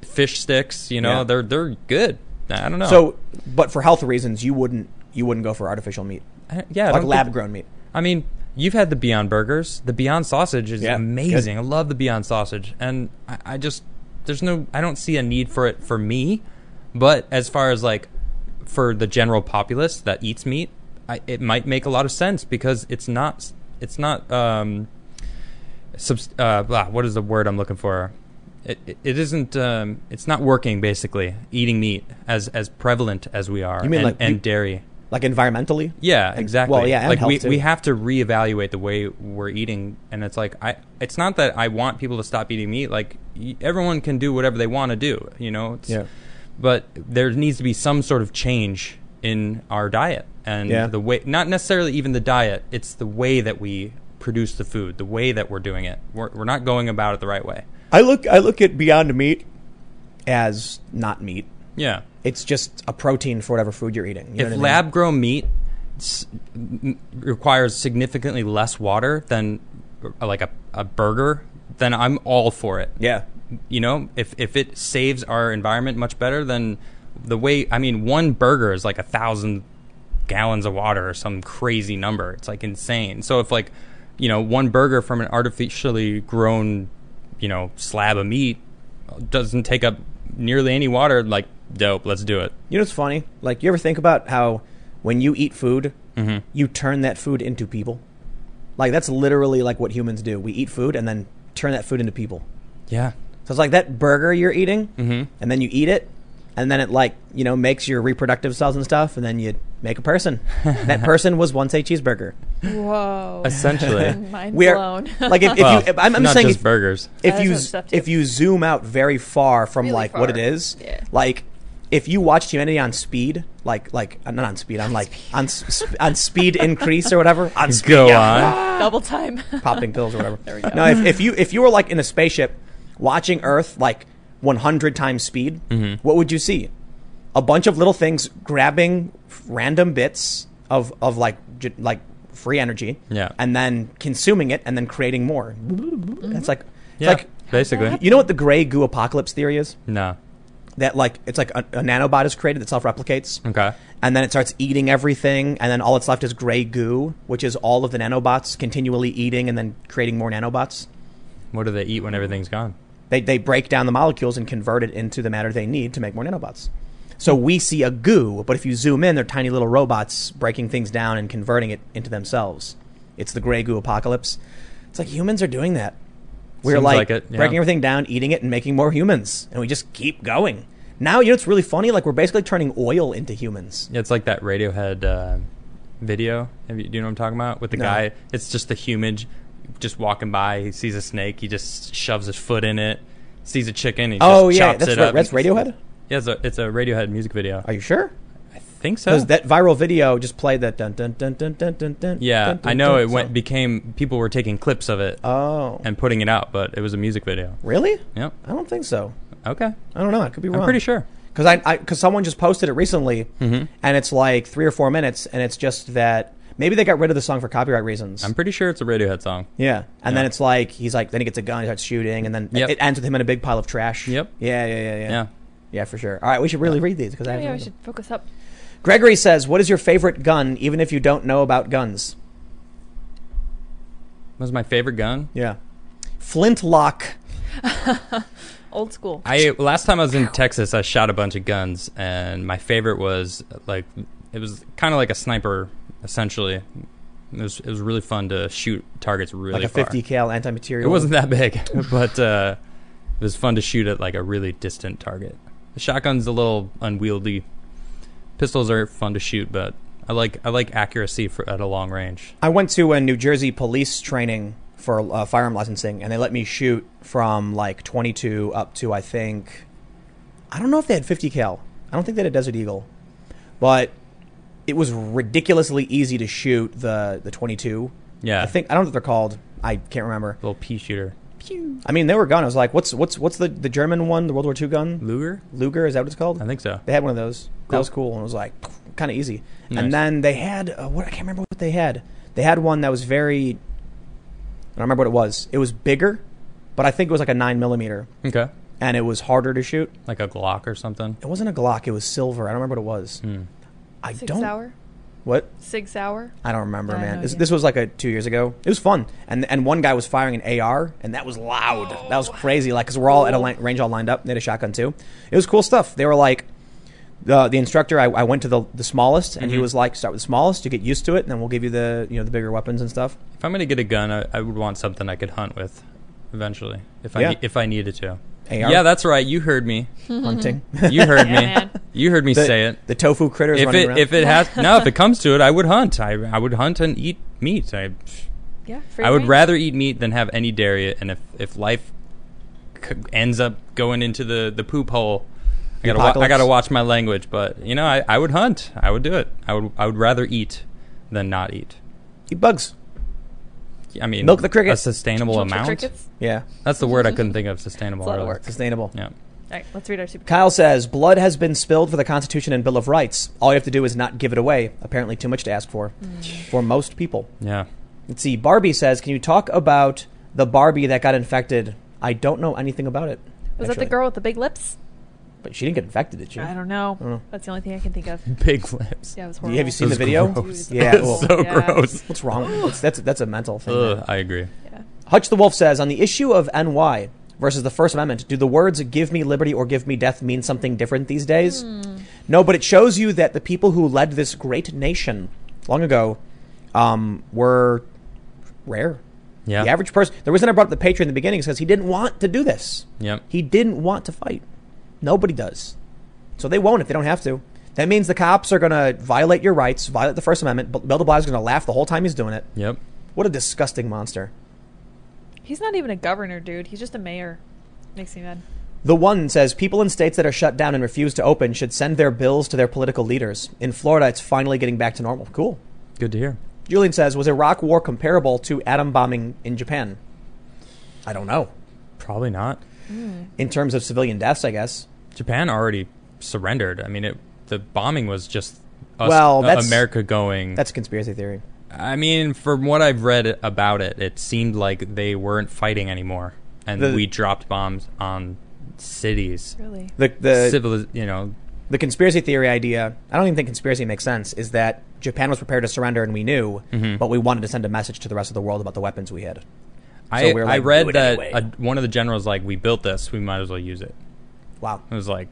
[SPEAKER 2] f- fish sticks. You know,
[SPEAKER 1] Yeah.
[SPEAKER 2] they're they're good. I don't know.
[SPEAKER 1] Oh. So, but for health reasons, you wouldn't, you wouldn't go for artificial meat,
[SPEAKER 2] I- yeah, I
[SPEAKER 1] like
[SPEAKER 2] don't
[SPEAKER 1] lab
[SPEAKER 2] think-
[SPEAKER 1] grown meat.
[SPEAKER 2] I mean, you've had the Beyond Burgers. The Beyond Sausage is
[SPEAKER 1] Yeah,
[SPEAKER 2] amazing. I love the Beyond Sausage, and I, I just there's no I don't see a need for it for me. But as far as like for the general populace that eats meat, I, it might make a lot of sense because it's not it's not um, subs- uh, blah, what is the word I'm looking for? It, it, it isn't um, it's not working basically eating meat as as prevalent as we are
[SPEAKER 1] You mean
[SPEAKER 2] and,
[SPEAKER 1] like
[SPEAKER 2] and
[SPEAKER 1] you-
[SPEAKER 2] dairy
[SPEAKER 1] Like environmentally?
[SPEAKER 2] yeah,
[SPEAKER 1] And-
[SPEAKER 2] exactly.
[SPEAKER 1] well, yeah, and
[SPEAKER 2] like we,
[SPEAKER 1] health, too.
[SPEAKER 2] we have to reevaluate the way we're eating, and it's like I, it's not that I want people to stop eating meat. Like y- everyone can do whatever they want to do, you know. It's,
[SPEAKER 1] Yeah.
[SPEAKER 2] But there needs to be some sort of change in our diet and
[SPEAKER 1] Yeah.
[SPEAKER 2] the way, not necessarily even the diet. It's the way that we produce the food, the way that we're doing it. We're, we're not going about it the right way.
[SPEAKER 1] I look I look at Beyond Meat as not meat.
[SPEAKER 2] Yeah.
[SPEAKER 1] It's just a protein for whatever food you're eating. You know
[SPEAKER 2] if
[SPEAKER 1] what I mean?
[SPEAKER 2] lab grown meat s- m- requires significantly less water than uh, like a, a burger then i'm all for it
[SPEAKER 1] yeah,
[SPEAKER 2] you know if if it saves our environment much better than the way i mean one burger is like a thousand gallons of water or some crazy number it's like insane so if like you know one burger from an artificially grown you know slab of meat doesn't take up nearly any water like dope let's do it
[SPEAKER 1] you know what's funny? Like you ever think about how when you eat food,
[SPEAKER 2] Mm-hmm.
[SPEAKER 1] you turn that food into people. Like that's literally like what humans do. We eat food and then turn that food into people.
[SPEAKER 2] yeah
[SPEAKER 1] So it's like that burger you're eating,
[SPEAKER 2] Mm-hmm.
[SPEAKER 1] and then you eat it, and then it like you know makes your reproductive cells and stuff, and then you make a person. that person was once a cheeseburger.
[SPEAKER 3] Whoa.
[SPEAKER 2] Essentially.
[SPEAKER 3] Mind
[SPEAKER 1] We are-
[SPEAKER 3] blown.
[SPEAKER 1] like if, if
[SPEAKER 2] Well,
[SPEAKER 1] you, if, I'm, I'm
[SPEAKER 2] not
[SPEAKER 1] saying
[SPEAKER 2] just
[SPEAKER 1] if,
[SPEAKER 2] burgers.
[SPEAKER 1] if
[SPEAKER 3] That's
[SPEAKER 1] you
[SPEAKER 3] what
[SPEAKER 1] z-
[SPEAKER 3] stuff
[SPEAKER 1] if
[SPEAKER 3] too.
[SPEAKER 1] you zoom out very far from
[SPEAKER 3] Really
[SPEAKER 1] like what it
[SPEAKER 3] far.
[SPEAKER 1] is,
[SPEAKER 3] Yeah.
[SPEAKER 1] like if you watched humanity on speed, like like uh, not on speed, on like on s- sp- on speed increase or whatever, on speed,
[SPEAKER 2] Go
[SPEAKER 1] yeah,
[SPEAKER 2] on.
[SPEAKER 3] Double time.
[SPEAKER 1] popping pills or whatever.
[SPEAKER 3] There we go.
[SPEAKER 1] No, if, if you if you were like in a spaceship watching Earth like 100 times speed,
[SPEAKER 2] Mm-hmm.
[SPEAKER 1] what would you see? A bunch of little things grabbing f- random bits of of like j- like free energy,
[SPEAKER 2] Yeah.
[SPEAKER 1] and then consuming it and then creating more.
[SPEAKER 3] Mm-hmm.
[SPEAKER 1] It's like it's
[SPEAKER 2] Yeah,
[SPEAKER 1] like
[SPEAKER 2] basically.
[SPEAKER 1] you know what the gray goo apocalypse theory is?
[SPEAKER 2] No.
[SPEAKER 1] That like it's like a, a nanobot is created that self replicates
[SPEAKER 2] Okay.
[SPEAKER 1] and then it starts eating everything, and then all that's left is gray goo, which is all of the nanobots continually eating and then creating more nanobots.
[SPEAKER 2] What do they eat when everything's gone?
[SPEAKER 1] They, they break down the molecules and convert it into the matter they need to make more nanobots. So we see a goo, but if you zoom in, they're tiny little robots breaking things down and converting it into themselves. It's the gray goo apocalypse. It's like humans are doing that. We're
[SPEAKER 2] Seems
[SPEAKER 1] like,
[SPEAKER 2] like it, yeah.
[SPEAKER 1] breaking everything down, eating it, and making more humans, and we just keep going. Now you know it's really funny. Like we're basically turning oil into humans.
[SPEAKER 2] It's like that Radiohead uh, video. Have you, do you know what I'm talking about? With the
[SPEAKER 1] No.
[SPEAKER 2] guy, it's just the human j- just walking by. He sees a snake. He just shoves his foot in it. Sees a chicken. He
[SPEAKER 1] Oh
[SPEAKER 2] just
[SPEAKER 1] yeah,
[SPEAKER 2] chops
[SPEAKER 1] that's
[SPEAKER 2] it
[SPEAKER 1] right.
[SPEAKER 2] up.
[SPEAKER 1] That's Radiohead.
[SPEAKER 2] Yeah, it's a, it's a Radiohead music video.
[SPEAKER 1] Are you sure?
[SPEAKER 2] I think so.
[SPEAKER 1] Because that viral video just played that dun dun dun dun dun dun dun.
[SPEAKER 2] yeah,
[SPEAKER 1] dun, dun,
[SPEAKER 2] I know
[SPEAKER 1] dun
[SPEAKER 2] it went
[SPEAKER 1] song.
[SPEAKER 2] became people were taking clips of it
[SPEAKER 1] oh,
[SPEAKER 2] and putting it out, but it was a music video.
[SPEAKER 1] really?
[SPEAKER 2] Yep.
[SPEAKER 1] I don't think so.
[SPEAKER 2] Okay.
[SPEAKER 1] I don't know. I could be wrong.
[SPEAKER 2] I'm pretty sure. Mm-hmm.
[SPEAKER 1] Because I because someone just posted it recently, and it's like three or four minutes, and it's just that maybe they got rid of the song for copyright reasons.
[SPEAKER 2] I'm pretty sure it's a Radiohead song.
[SPEAKER 1] yeah, and then
[SPEAKER 2] Yeah.
[SPEAKER 1] it's like he's like then he gets a gun, he starts shooting, and then
[SPEAKER 2] Yep.
[SPEAKER 1] it ends with him in a big pile of trash.
[SPEAKER 2] Yep.
[SPEAKER 1] Yeah, yeah, yeah, yeah.
[SPEAKER 2] Yeah.
[SPEAKER 1] Yeah, for sure. All right, we should really read these because I
[SPEAKER 3] Maybe
[SPEAKER 1] haven't
[SPEAKER 3] I
[SPEAKER 1] read them.
[SPEAKER 3] should focus up.
[SPEAKER 1] Gregory says, "What is your favorite gun, even if you don't know about guns?"
[SPEAKER 2] That was my favorite gun.
[SPEAKER 1] Yeah, flintlock.
[SPEAKER 3] Old school.
[SPEAKER 2] I last time I was in Texas, I shot a bunch of guns, and my favorite was like it was kind of like a sniper, essentially. It was it was really fun to shoot targets really
[SPEAKER 1] like a
[SPEAKER 2] far.
[SPEAKER 1] 50 cal
[SPEAKER 2] It
[SPEAKER 1] anti-material.
[SPEAKER 2] wasn't that big, but uh, it was fun to shoot at like a really distant target. The shotgun's a little unwieldy. Pistols are fun to shoot, but I like I like accuracy for at a long range.
[SPEAKER 1] I went to a New Jersey police training for uh, firearm licensing, and they let me shoot from like 22 up to I think I don't know if they had 50 cal. I don't think they had a Desert Eagle, but it was ridiculously easy to shoot the the 22.
[SPEAKER 2] Yeah,
[SPEAKER 1] I think I don't know what they're called. I can't remember.
[SPEAKER 2] little pea shooter
[SPEAKER 1] I mean, they were gun. I was like, what's what's what's the the German one, the World War II gun?
[SPEAKER 2] Luger.
[SPEAKER 1] Luger is that what it's called?
[SPEAKER 2] I think so.
[SPEAKER 1] They had one of those. That
[SPEAKER 2] Cool.
[SPEAKER 1] was cool, and it was like kind of easy.
[SPEAKER 2] Nice.
[SPEAKER 1] And then they had uh, what I can't remember what they had. They had one that was very. I don't remember what it was. It was bigger, but I think it was like a nine millimeter,
[SPEAKER 2] Okay,
[SPEAKER 1] and it was harder to shoot.
[SPEAKER 2] like a Glock or something.
[SPEAKER 1] It wasn't a Glock. It was silver. I don't remember what it was.
[SPEAKER 2] Hmm.
[SPEAKER 1] I
[SPEAKER 3] Sig
[SPEAKER 1] don't.
[SPEAKER 3] Sauer.
[SPEAKER 1] What?
[SPEAKER 3] Sig Sauer.
[SPEAKER 1] I don't remember,
[SPEAKER 3] I have
[SPEAKER 1] man.
[SPEAKER 3] no
[SPEAKER 1] this,
[SPEAKER 3] idea.
[SPEAKER 1] this was like a two years ago. It was fun, and and one guy was firing an AR, and that was loud. That was crazy. Like, cause we're all at a
[SPEAKER 3] Oh, Cool.
[SPEAKER 1] line, range all lined up. And they had a shotgun too. It was cool stuff. They were like, the the instructor. I, I went to the the smallest, and he
[SPEAKER 2] Mhm.
[SPEAKER 1] was like, start with the smallest, you get used to it, and then we'll give you the you know the bigger weapons and stuff.
[SPEAKER 2] If I'm gonna get a gun, I, I would want something I could hunt with, eventually. If I
[SPEAKER 1] Yeah.
[SPEAKER 2] ne- if I needed to.
[SPEAKER 1] AR
[SPEAKER 2] Yeah, that's right. You heard me.
[SPEAKER 3] Mm-hmm.
[SPEAKER 1] hunting.
[SPEAKER 2] You heard
[SPEAKER 3] Yeah,
[SPEAKER 2] me.
[SPEAKER 3] man.
[SPEAKER 2] You heard me
[SPEAKER 1] the,
[SPEAKER 2] say it.
[SPEAKER 1] The tofu critters
[SPEAKER 2] If
[SPEAKER 1] running
[SPEAKER 2] it
[SPEAKER 1] around.
[SPEAKER 2] if it has no, if it comes to it, I would hunt. I I would hunt and eat meat. I
[SPEAKER 3] Yeah. free
[SPEAKER 2] I would
[SPEAKER 3] range.
[SPEAKER 2] rather eat meat than have any dairy. And if if life c- ends up going into the the poop hole. I
[SPEAKER 1] The
[SPEAKER 2] gotta, wa- I
[SPEAKER 1] apocalypse.
[SPEAKER 2] gotta watch my language, but you know, I, I would hunt. I would do it. I would I would rather eat than not eat.
[SPEAKER 1] eat bugs.
[SPEAKER 2] I mean,
[SPEAKER 1] Milk the cricket.
[SPEAKER 2] A sustainable
[SPEAKER 3] Chomp chomp
[SPEAKER 2] amount.
[SPEAKER 3] Crickets.
[SPEAKER 1] Yeah,
[SPEAKER 2] That's the word I couldn't think of. Sustainable.
[SPEAKER 3] It's a lot of
[SPEAKER 2] earlier.
[SPEAKER 3] work.
[SPEAKER 1] sustainable.
[SPEAKER 2] Yeah.
[SPEAKER 3] All right, let's read our super.
[SPEAKER 1] Kyle says, blood has been spilled for the Constitution and Bill of Rights. All you have to do is not give it away. Apparently, too much to ask for
[SPEAKER 3] Mm.
[SPEAKER 1] for most people.
[SPEAKER 2] Yeah.
[SPEAKER 1] Let's see. Barbie says, "Can you talk about the Barbie that got infected?" I don't know anything about it.
[SPEAKER 3] Was that the
[SPEAKER 1] actually.
[SPEAKER 3] girl with the big lips?
[SPEAKER 1] But she didn't get infected, did she?
[SPEAKER 3] I don't know.
[SPEAKER 1] don't know.
[SPEAKER 3] That's the only thing I can think of.
[SPEAKER 2] Big lips.
[SPEAKER 3] Yeah, it was
[SPEAKER 1] Have
[SPEAKER 3] horrible.
[SPEAKER 1] you seen the
[SPEAKER 2] That's
[SPEAKER 1] video?
[SPEAKER 2] gross.
[SPEAKER 1] Yeah.
[SPEAKER 2] That's
[SPEAKER 1] well,
[SPEAKER 2] so
[SPEAKER 3] Yeah.
[SPEAKER 2] gross.
[SPEAKER 1] What's wrong? with- It's, that's that's a mental thing.
[SPEAKER 2] Ugh,
[SPEAKER 1] man.
[SPEAKER 2] I agree.
[SPEAKER 3] Yeah.
[SPEAKER 1] Hutch the Wolf says, "On the issue of NY versus the First Amendment, do the words 'give me liberty' or 'give me death' mean something different these days?"
[SPEAKER 3] Hmm.
[SPEAKER 1] No, but it shows you that the people who led this great nation long ago um, were rare.
[SPEAKER 2] Yeah.
[SPEAKER 1] The average person. The reason I brought up the patriot in the beginning is because he didn't want to do this.
[SPEAKER 2] Yep.
[SPEAKER 1] He didn't want to fight. Nobody does. So they won't if they don't have to. That means the cops are going to violate your rights, violate the First Amendment. But Bill de Blasio is going to laugh the whole time he's doing it.
[SPEAKER 2] Yep.
[SPEAKER 1] What a disgusting monster.
[SPEAKER 3] He's not even a governor, dude. He's just a mayor. Makes me mad.
[SPEAKER 1] The one says people in states that are shut down and refuse to open should send their bills to their political leaders. In Florida, it's finally getting back to normal. Cool.
[SPEAKER 2] Good to hear.
[SPEAKER 1] Julian says, was Iraq War comparable to atom bombing in Japan? I don't know.
[SPEAKER 2] Probably not.
[SPEAKER 1] In terms of civilian deaths, I guess.
[SPEAKER 2] Japan already surrendered. I mean, it, the bombing was just us,
[SPEAKER 1] Well,
[SPEAKER 2] uh,
[SPEAKER 1] that's-
[SPEAKER 2] America going.
[SPEAKER 1] That's a conspiracy theory.
[SPEAKER 2] I mean, from what I've read about it, it seemed like they weren't fighting anymore, and
[SPEAKER 1] The-
[SPEAKER 2] we dropped bombs on cities.
[SPEAKER 3] Really?
[SPEAKER 1] The the
[SPEAKER 2] Civil, you know,
[SPEAKER 1] the conspiracy theory idea. I don't even think conspiracy makes sense. Is that Japan was prepared to surrender and we knew,
[SPEAKER 2] Mm-hmm.
[SPEAKER 1] but we wanted to send a message to the rest of the world about the weapons we had.
[SPEAKER 2] I,
[SPEAKER 1] we're
[SPEAKER 2] I
[SPEAKER 1] like, do
[SPEAKER 2] read
[SPEAKER 1] it
[SPEAKER 2] that
[SPEAKER 1] anyway.
[SPEAKER 2] uh one of the generals like, we built this, we might as well use it.
[SPEAKER 1] Wow.
[SPEAKER 2] It was like,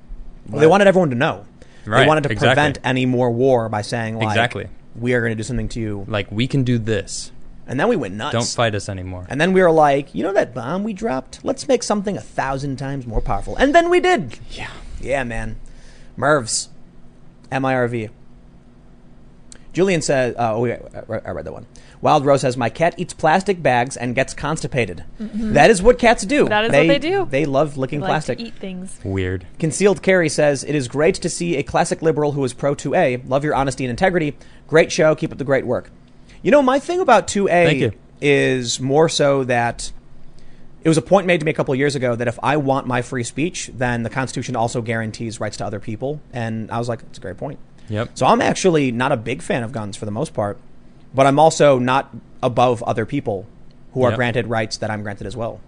[SPEAKER 1] Well, they wanted everyone to know.
[SPEAKER 2] Right,
[SPEAKER 1] they wanted to
[SPEAKER 2] exactly.
[SPEAKER 1] prevent any more war by saying like,
[SPEAKER 2] Exactly.
[SPEAKER 1] we are going to do something to you,
[SPEAKER 2] like we can do this.
[SPEAKER 1] and then we went nuts.
[SPEAKER 2] Don't fight us anymore.
[SPEAKER 1] And then we were like, you know that bomb we dropped? Let's make something a thousand times more powerful. And then we did.
[SPEAKER 2] yeah.
[SPEAKER 1] Yeah, man. Mervs. M I R V. Julian says, uh, oh, wait, I re- I read that one. Wild Rose says, My cat eats plastic bags and gets constipated. That is what cats do.
[SPEAKER 3] Mm-hmm. That is what they do.
[SPEAKER 1] They love licking
[SPEAKER 3] Like
[SPEAKER 1] plastic.
[SPEAKER 3] to eat things.
[SPEAKER 2] Weird.
[SPEAKER 1] Concealed Carry says, It is great to see a classic liberal who is pro 2A. Love your honesty and integrity. Great show. Keep up the great work. You know, my thing about
[SPEAKER 2] Thank you.
[SPEAKER 1] 2A is more so that it was a point made to me a couple of years ago that if I want my free speech, then the Constitution also guarantees rights to other people. And I was like, That's a great point.
[SPEAKER 2] Yep.
[SPEAKER 1] So I'm actually not a big fan of guns for the most part, but I'm also not above other people who are
[SPEAKER 2] Yep.
[SPEAKER 1] granted rights that I'm granted as well.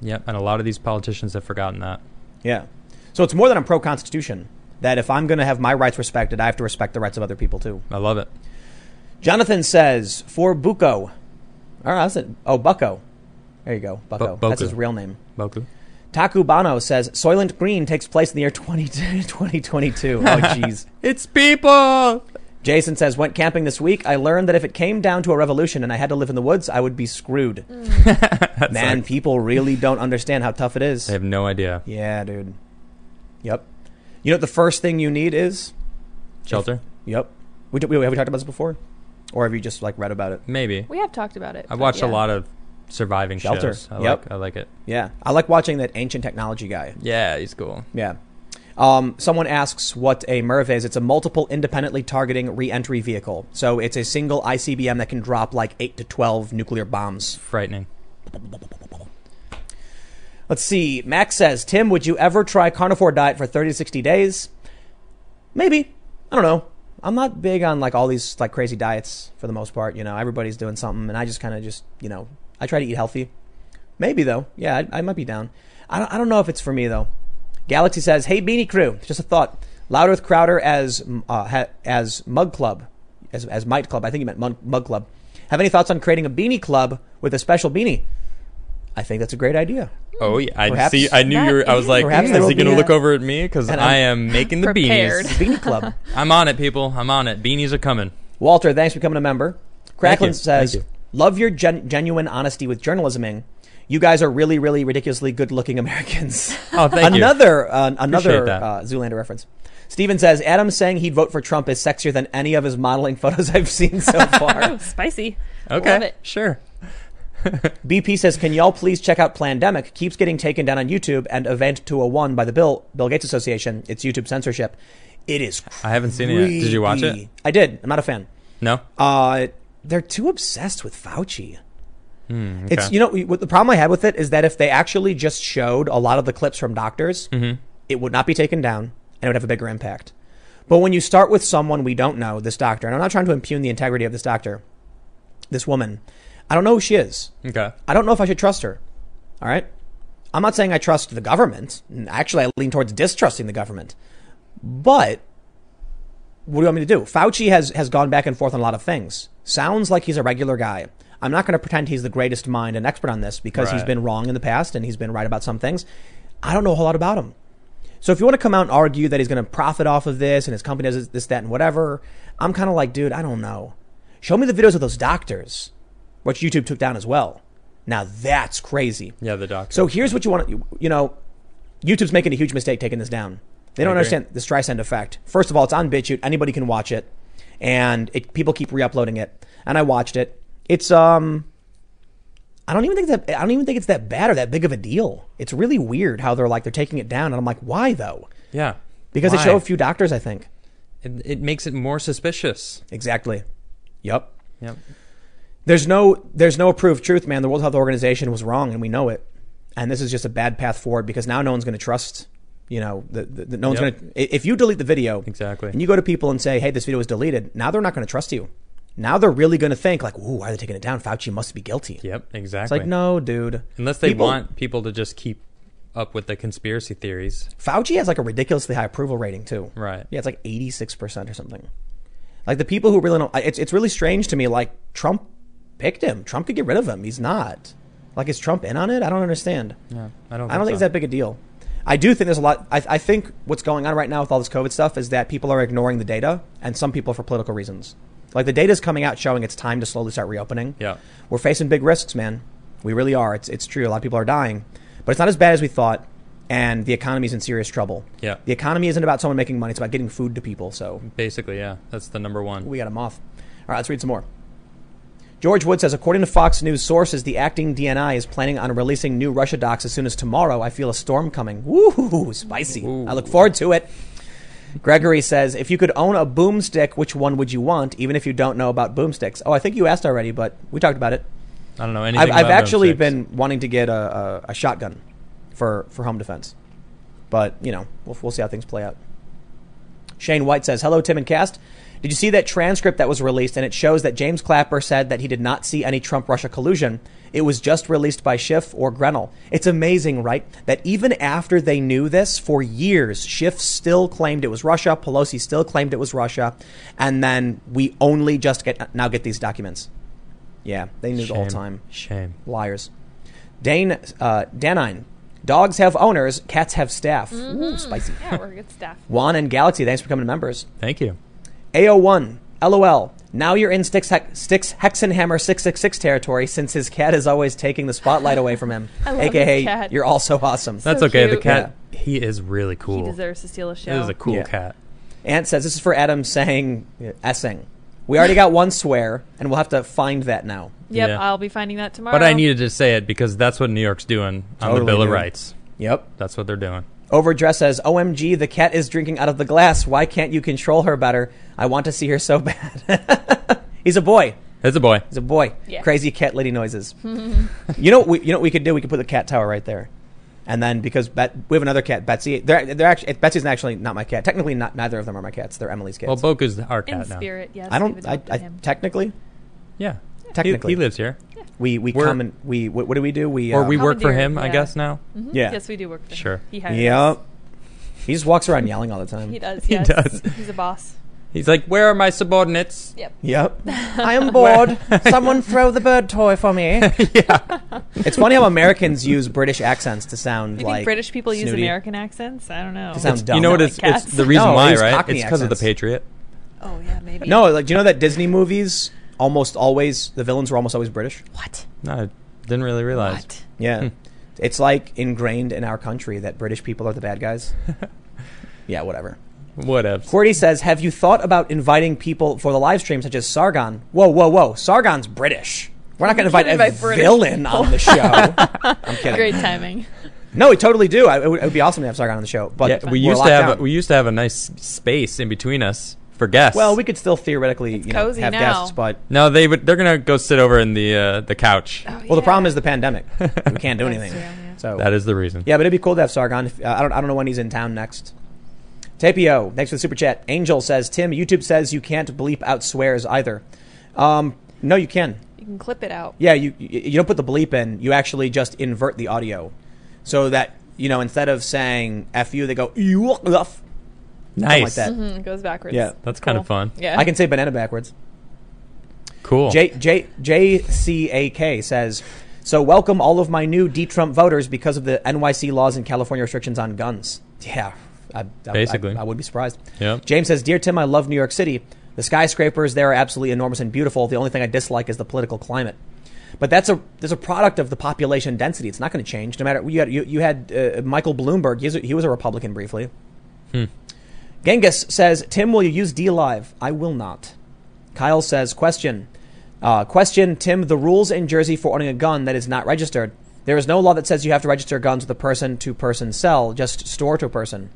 [SPEAKER 2] Yep. And a lot of these politicians have forgotten that.
[SPEAKER 1] Yeah. So it's more than I'm pro Constitution. That if I'm going to have my rights respected, I have to respect the rights of other people too.
[SPEAKER 2] I love it.
[SPEAKER 1] Jonathan says for Bucco. All right, that's it. Oh, Bucco. There you go, Bucco.
[SPEAKER 2] Bu-
[SPEAKER 1] that's
[SPEAKER 2] Bucco.
[SPEAKER 1] his real name.
[SPEAKER 2] Boku.
[SPEAKER 1] Takubano says Soylent Green takes place in the year 20, 2022. Oh, jeez.
[SPEAKER 2] It's people.
[SPEAKER 1] Jason says, went camping this week. I learned that if it came down to a revolution and I had to live in the woods, I would be screwed. Man, people really don't understand how tough it is.
[SPEAKER 2] I have no idea.
[SPEAKER 1] Yeah, dude. Yep. You know what the first thing you need is?
[SPEAKER 2] Shelter?
[SPEAKER 1] Yep. We, we, have we talked about this before? Or have you just like read about it?
[SPEAKER 2] Maybe.
[SPEAKER 3] We have talked about it.
[SPEAKER 2] I've
[SPEAKER 3] but
[SPEAKER 2] watched a
[SPEAKER 3] yeah.
[SPEAKER 2] lot of surviving
[SPEAKER 1] Shelter.
[SPEAKER 2] shows. I
[SPEAKER 1] Yep.
[SPEAKER 2] like I like it.
[SPEAKER 1] Yeah. I like watching that ancient technology guy.
[SPEAKER 2] Yeah, he's cool.
[SPEAKER 1] Yeah. Um, someone asks what a MERV is. It's a multiple independently targeting reentry vehicle. So it's a single ICBM that can drop like 8 to 12 nuclear bombs.
[SPEAKER 2] Frightening.
[SPEAKER 1] Let's see. Max says, Tim, would you ever try carnivore diet for 30 to 60 days? Maybe. I don't know. I'm not big on like all these like crazy diets for the most part. You know, everybody's doing something, and I just kind of just you know I try to eat healthy. Maybe though. Yeah, I, I might be down. I don't, I don't know if it's for me though. Galaxy says, "Hey, Beanie Crew, just a thought. Loud Earth Crowder as uh, ha, as Mug Club, as as Might Club. I think you meant Mug, Mug Club. Have any thoughts on creating a Beanie Club with a special beanie? I think that's a great idea.
[SPEAKER 2] Oh yeah, I
[SPEAKER 1] Perhaps-
[SPEAKER 2] see. I knew
[SPEAKER 3] That
[SPEAKER 2] you. Were, I was
[SPEAKER 3] is-
[SPEAKER 2] like, "Hmm,
[SPEAKER 1] Perhaps there
[SPEAKER 2] is
[SPEAKER 1] will
[SPEAKER 2] he going
[SPEAKER 1] be
[SPEAKER 2] to
[SPEAKER 1] a-
[SPEAKER 2] look over at me? Because
[SPEAKER 1] And
[SPEAKER 2] I
[SPEAKER 1] I'm
[SPEAKER 2] am making the
[SPEAKER 3] prepared.
[SPEAKER 2] beanies.
[SPEAKER 1] Beanie Club.
[SPEAKER 2] I'm on it, people. I'm on it. Beanies are coming.
[SPEAKER 1] Walter, thanks for becoming a member. Cracklin
[SPEAKER 2] you.
[SPEAKER 1] says,
[SPEAKER 2] Thank you.
[SPEAKER 1] "Love your gen- genuine honesty with journalisming. You guys are really, really ridiculously good-looking Americans."
[SPEAKER 2] Oh, thank you.
[SPEAKER 1] another uh, another
[SPEAKER 2] Appreciate that.
[SPEAKER 1] uh, Zoolander reference. Steven says, "Adam saying he'd vote for Trump is sexier than any of his modeling photos I've seen so far."
[SPEAKER 3] Oh, spicy.
[SPEAKER 2] Okay,
[SPEAKER 3] Love it.
[SPEAKER 2] sure.
[SPEAKER 1] BP says, "Can y'all please check out Plandemic? Keeps getting taken down on YouTube and Event 201 by the Bill Bill Gates Association. It's YouTube censorship. It is.
[SPEAKER 2] I haven't seen it. yet. Did you watch it?
[SPEAKER 1] creepy. I did. I'm not a fan.
[SPEAKER 2] No.
[SPEAKER 1] Uh, they're too obsessed with Fauci. It's
[SPEAKER 2] okay.
[SPEAKER 1] you know what the problem I had with it is that if they actually just showed a lot of the clips from doctors, it would not be taken down and it would have a bigger impact. But when you start with someone we don't know, this doctor, and I'm not trying to impugn the integrity of this doctor, this woman, I don't know who she is.
[SPEAKER 2] Okay.
[SPEAKER 1] I don't know if I should trust her. All right. I'm not saying I trust the government. Actually, I lean towards distrusting the government. But what do you want me to do? Fauci has, has gone back and forth on a lot of things. Sounds like he's a regular guy. I'm not going to pretend he's the greatest mind and expert on this because he's
[SPEAKER 2] Right.
[SPEAKER 1] been wrong in the past and he's been right about some things. I don't know a whole lot about him. So if you want to come out and argue that he's going to profit off of this and his company does this, that, and whatever, I'm kind of like, dude, I don't know. Show me the videos of those doctors, which YouTube took down as well. Now that's crazy.
[SPEAKER 2] Yeah, the doctor.
[SPEAKER 1] So here's what you want. You know, YouTube's making a huge mistake taking this down. They don't
[SPEAKER 2] agree.
[SPEAKER 1] understand the Streisand effect. First of all, it's on BitChute. Anybody can watch it, and it, people keep re-uploading it. And I watched it. It's um, I don't even think that I don't even think it's that bad or that big of a deal. It's really weird how they're like they're taking it down, and I'm like, why though?
[SPEAKER 2] Yeah.
[SPEAKER 1] Because
[SPEAKER 2] Why?
[SPEAKER 1] they show a few doctors, I think.
[SPEAKER 2] It, it makes it more suspicious.
[SPEAKER 1] Exactly. Yep.
[SPEAKER 2] Yep.
[SPEAKER 1] There's no there's no approved truth, man. The World Health Organization was wrong, and we know it. And this is just a bad path forward because now no one's going to trust. You know, the, the, the- no one's
[SPEAKER 2] Yep.
[SPEAKER 1] going to. If you delete the video,
[SPEAKER 2] Exactly.
[SPEAKER 1] and you go to people and say, "Hey, this video was deleted," now they're not going to trust you. Now they're really going to think like, "Ooh, why are they taking it down? Fauci must be guilty."
[SPEAKER 2] Yep. Exactly.
[SPEAKER 1] It's like, no, dude.
[SPEAKER 2] Unless they
[SPEAKER 1] People-
[SPEAKER 2] want people to just keep up with the conspiracy theories.
[SPEAKER 1] Fauci has like a ridiculously high approval rating too.
[SPEAKER 2] Right.
[SPEAKER 1] Yeah, it's like 86% or something. Like the people who really don't, it's, it's really strange to me. Like Trump picked him. Trump could get rid of him. He's not. Like is Trump in on it? I don't understand.
[SPEAKER 2] Yeah. I don't. Think
[SPEAKER 1] I don't think it's
[SPEAKER 2] so.
[SPEAKER 1] that big a deal. I do think there's a lot. I, I think what's going on right now with all this COVID stuff is that people are ignoring the data, and some people for political reasons. Like the data's coming out showing it's time to slowly start reopening.
[SPEAKER 2] Yeah.
[SPEAKER 1] We're facing big risks, man. We really are. It's, it's true. A lot of people are dying, but it's not as bad as we thought, and the economy's in serious trouble.
[SPEAKER 2] Yeah.
[SPEAKER 1] The economy isn't about someone making money, it's about getting food to people. So
[SPEAKER 2] Basically, yeah. That's the number one.
[SPEAKER 1] we got him off. All right, let's read some more. George Wood says, according to Fox News sources, the acting DNI is planning on releasing new Russia docs as soon as tomorrow. I feel a storm coming. Woo, spicy. I look forward to it. Gregory says, if you could own a boomstick, which one would you want, even if you don't know about boomsticks? Oh, I think you asked already, but we talked about it.
[SPEAKER 2] I don't know anything.
[SPEAKER 1] I've, I've
[SPEAKER 2] about
[SPEAKER 1] actually
[SPEAKER 2] drumsticks.
[SPEAKER 1] been wanting to get a, a, a shotgun for, for home defense. But, you know, we'll, we'll see how things play out. Shane White says, Hello, Tim and Cast. Did you see that transcript that was released? And it shows that James Clapper said that he did not see any Trump Russia collusion. It was just released by Schiff or Grenell. It's amazing, right? That even after they knew this for years, Schiff still claimed it was Russia. Pelosi still claimed it was Russia. And then we only just get now get these documents. Yeah, they knew the whole
[SPEAKER 2] Shame.
[SPEAKER 1] time.
[SPEAKER 2] Shame.
[SPEAKER 1] Liars. Dane, uh, Danine. Dogs have owners, cats have staff.
[SPEAKER 3] Mm-hmm.
[SPEAKER 1] Ooh, spicy.
[SPEAKER 3] Yeah, we're good staff.
[SPEAKER 1] Juan and Galaxy, thanks for becoming members.
[SPEAKER 2] Thank you.
[SPEAKER 1] AO1, LOL. Now you're in Sticks, Hex Sticks Hexenhammer 666 territory since his cat is always taking the spotlight away from him.
[SPEAKER 3] I love
[SPEAKER 1] AKA,
[SPEAKER 3] his cat.
[SPEAKER 1] you're also awesome.
[SPEAKER 2] That's
[SPEAKER 3] So
[SPEAKER 2] okay. The
[SPEAKER 3] cute.
[SPEAKER 2] cat. He is really cool.
[SPEAKER 3] He deserves to steal a
[SPEAKER 2] This
[SPEAKER 3] show.
[SPEAKER 2] is a cool
[SPEAKER 1] Yeah.
[SPEAKER 2] cat.
[SPEAKER 1] Ant says, this is for Adam saying, essing. We already got one swear, and we'll have to find that now.
[SPEAKER 3] Yep,
[SPEAKER 2] Yeah.
[SPEAKER 3] I'll be finding that tomorrow.
[SPEAKER 2] But I needed to say it because that's what New York's doing on the
[SPEAKER 1] Totally,
[SPEAKER 2] Bill of
[SPEAKER 1] dude.
[SPEAKER 2] Rights.
[SPEAKER 1] Yep.
[SPEAKER 2] That's what they're doing.
[SPEAKER 1] Overdress says, OMG, the cat is drinking out of the glass. Why can't you control her better? I want to see her so bad. He's a boy.
[SPEAKER 2] It's a boy.
[SPEAKER 1] He's a boy.
[SPEAKER 3] Yeah.
[SPEAKER 1] Crazy cat lady noises. you know, what we, you know what we could do? We could put the cat tower right there, and then because Bet, we have another cat, Betsy. They're, they're actually Betsy's actually not my cat. Technically, not neither of them are my cats. They're Emily's
[SPEAKER 2] Well,
[SPEAKER 1] cats.
[SPEAKER 2] Boku's our
[SPEAKER 3] in
[SPEAKER 2] cat now.
[SPEAKER 3] spirit, yes.
[SPEAKER 1] I
[SPEAKER 3] we've
[SPEAKER 1] don't. I,
[SPEAKER 3] adopted
[SPEAKER 1] I
[SPEAKER 3] him.
[SPEAKER 1] technically,
[SPEAKER 2] Yeah.
[SPEAKER 1] Technically.
[SPEAKER 2] he, he lives here,
[SPEAKER 1] we we
[SPEAKER 2] We're-
[SPEAKER 1] come and we what, what do we do? We
[SPEAKER 2] or
[SPEAKER 1] uh,
[SPEAKER 2] we work for
[SPEAKER 3] Commandeer,
[SPEAKER 2] him, I
[SPEAKER 3] yeah.
[SPEAKER 2] guess. Now
[SPEAKER 3] Mhm.
[SPEAKER 1] Yeah.
[SPEAKER 3] Yes, we do work for him.
[SPEAKER 2] Sure.
[SPEAKER 3] He hires us.
[SPEAKER 1] Yep. He just walks around yelling all the time.
[SPEAKER 3] He does,
[SPEAKER 2] He
[SPEAKER 3] yes.
[SPEAKER 2] does.
[SPEAKER 3] He's a boss.
[SPEAKER 2] he's like, "Where are my subordinates?"
[SPEAKER 3] Yep.
[SPEAKER 1] Yep. I am bored. Someone throw the bird toy for me.
[SPEAKER 2] yeah.
[SPEAKER 1] It's funny how Americans use British accents to sound
[SPEAKER 3] You
[SPEAKER 1] like
[SPEAKER 3] think British people use
[SPEAKER 1] snooty.
[SPEAKER 3] American accents? I don't know.
[SPEAKER 1] It sounds dumb.
[SPEAKER 2] You know what?
[SPEAKER 1] Not
[SPEAKER 2] It's,
[SPEAKER 3] like
[SPEAKER 2] it's
[SPEAKER 3] cats.
[SPEAKER 2] the reason
[SPEAKER 1] No,
[SPEAKER 2] why,
[SPEAKER 1] it's
[SPEAKER 2] right?
[SPEAKER 1] Cockney
[SPEAKER 2] It's because of the
[SPEAKER 1] accents.
[SPEAKER 2] Patriot.
[SPEAKER 3] Oh, yeah, maybe.
[SPEAKER 1] No, like do you know that Disney movies almost always the villains were almost always British.
[SPEAKER 3] What?
[SPEAKER 2] No, I didn't really realize.
[SPEAKER 3] What?
[SPEAKER 1] Yeah. It's like ingrained in our country that British people are the bad guys. yeah, whatever.
[SPEAKER 2] Whatevs.
[SPEAKER 1] Qwerty says, Have you thought about inviting people for the live stream, such as Sargon? Whoa, whoa, whoa. Sargon's British. We're not going to invite
[SPEAKER 3] can't
[SPEAKER 1] a
[SPEAKER 3] invite British
[SPEAKER 1] villain on the show. I'm kidding.
[SPEAKER 3] Great timing.
[SPEAKER 1] No, we totally do. I, it, would, it would be awesome to have Sargon on the show. But
[SPEAKER 2] Yeah, we
[SPEAKER 1] we're
[SPEAKER 2] used
[SPEAKER 1] locked
[SPEAKER 2] to have
[SPEAKER 1] down.
[SPEAKER 2] a, we used to have a nice space in between us for guests.
[SPEAKER 1] well, we could still theoretically you know,
[SPEAKER 3] cozy
[SPEAKER 1] have
[SPEAKER 3] now.
[SPEAKER 1] guests, but.
[SPEAKER 2] no, they would. They're gonna go sit over in the uh, the couch.
[SPEAKER 3] Oh,
[SPEAKER 1] Well, the
[SPEAKER 3] yeah.
[SPEAKER 1] problem is the pandemic. we can't do
[SPEAKER 3] That's
[SPEAKER 1] anything.
[SPEAKER 3] true, yeah.
[SPEAKER 1] So
[SPEAKER 2] That is the reason.
[SPEAKER 1] Yeah, but it'd be cool to have Sargon. If, uh, I don't. I don't know when he's in town next. Tapio, thanks for the super chat. Angel says, Tim, YouTube says you can't bleep out swears either. Um, no, you can.
[SPEAKER 3] You can clip it out.
[SPEAKER 1] Yeah, you you you don't put the bleep in. You actually just invert the audio, so that you know instead of saying "f you," they go "you." Nice.
[SPEAKER 2] nice.
[SPEAKER 1] that.
[SPEAKER 3] Mhm, it goes backwards.
[SPEAKER 1] Yeah.
[SPEAKER 2] That's kind of
[SPEAKER 3] Cool.
[SPEAKER 2] fun.
[SPEAKER 3] Yeah.
[SPEAKER 1] I can say banana backwards.
[SPEAKER 2] Cool.
[SPEAKER 1] J J J C A K says, "So welcome all of my new D Trump voters because of the NYC laws and California restrictions on guns." Yeah, I, I-
[SPEAKER 2] Basically.
[SPEAKER 1] I, I would be surprised.
[SPEAKER 2] Yep.
[SPEAKER 1] James says, "Dear Tim, I love New York City. The skyscrapers there are absolutely enormous and beautiful. The only thing I dislike is the political climate." But that's a there's a product of the population density. It's not going to change no matter. You had you, you had uh, Michael Bloomberg. He's a, he was a Republican briefly. Genghis says, Tim, will you use D Live? I will not. Kyle says, Question. Uh, question, Tim, the rules in Jersey for owning a gun that is not registered. There is no law that says you have to register guns with a person to person sell, just store to a person.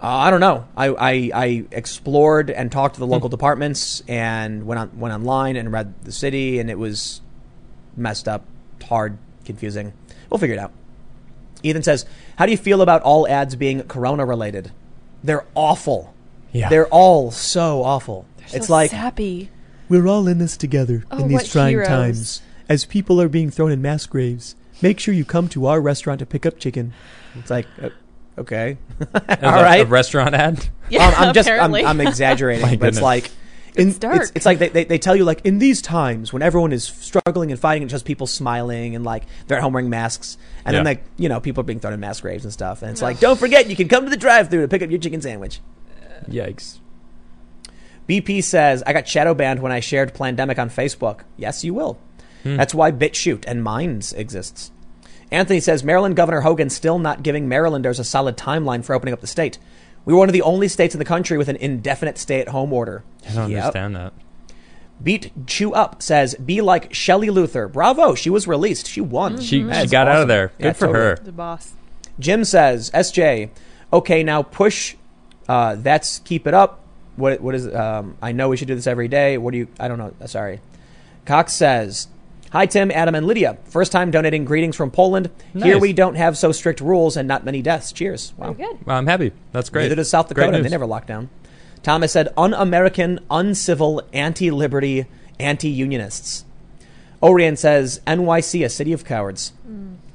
[SPEAKER 1] Uh, I don't know. I, I, I explored and talked to the local departments and went on, went online and read the city, and it was messed up, hard, confusing. We'll figure it out. Ethan says, How do you feel about all ads being corona related? They're awful.
[SPEAKER 4] Yeah.
[SPEAKER 1] They're all so awful. it's like
[SPEAKER 3] sappy.
[SPEAKER 4] We're all in this together
[SPEAKER 3] Oh,
[SPEAKER 4] in
[SPEAKER 3] what
[SPEAKER 4] these trying
[SPEAKER 3] heroes.
[SPEAKER 4] times. As people are being thrown in mass graves, make sure you come to our restaurant to pick up chicken.
[SPEAKER 1] it's like uh, okay.
[SPEAKER 2] As
[SPEAKER 1] all
[SPEAKER 2] a,
[SPEAKER 1] right.
[SPEAKER 2] a restaurant ad.
[SPEAKER 3] Yeah,
[SPEAKER 1] um, I'm just I'm,
[SPEAKER 3] apparently.
[SPEAKER 1] I'm exaggerating,
[SPEAKER 2] My
[SPEAKER 1] but it's
[SPEAKER 2] goodness.
[SPEAKER 1] like
[SPEAKER 4] In,
[SPEAKER 3] It's dark.
[SPEAKER 1] It's, it's like they, they, they tell you like in these times when everyone is struggling and fighting, it's just people smiling and like they're at home wearing masks, and then
[SPEAKER 2] Yeah.
[SPEAKER 1] like you know people are being thrown in mass graves and stuff, and it's
[SPEAKER 3] No.
[SPEAKER 1] like don't forget you can come to the drive-through to pick up your chicken sandwich.
[SPEAKER 2] Yikes.
[SPEAKER 1] BP says I got shadow banned when I shared Plandemic on Facebook. Yes, you will.
[SPEAKER 2] Hmm.
[SPEAKER 1] That's why BitChute and Minds exists. Anthony says Maryland Governor Hogan still not giving Marylanders a solid timeline for opening up the state. We were one of the only states in the country with an indefinite stay-at-home order.
[SPEAKER 2] I don't
[SPEAKER 1] Yep.
[SPEAKER 2] understand that.
[SPEAKER 1] Beat Chew Up says, be like Shelly Luther. Bravo, she was released. She won.
[SPEAKER 2] She, she
[SPEAKER 1] That's
[SPEAKER 2] got out
[SPEAKER 1] awesome.
[SPEAKER 2] of there. Good
[SPEAKER 1] Yeah,
[SPEAKER 2] for
[SPEAKER 1] totally.
[SPEAKER 2] her.
[SPEAKER 3] the boss.
[SPEAKER 1] Jim says, SJ, okay, now push. Uh, that's keep it up. What, what is, um, I know we should do this every day. What do you, I don't know. Uh, Sorry. Cox says, Hi, Tim, Adam, and Lydia. First time donating greetings from Poland. Here
[SPEAKER 2] Nice.
[SPEAKER 1] we don't have so strict rules and not many deaths. Cheers. Wow.
[SPEAKER 3] Very good.
[SPEAKER 2] Well, I'm happy. That's great.
[SPEAKER 1] Neither does South
[SPEAKER 2] Great
[SPEAKER 1] Dakota. They
[SPEAKER 2] news.
[SPEAKER 1] never locked down. Thomas said, un-American, uncivil, anti-liberty, anti-unionists. Orion says, NYC, a city of cowards.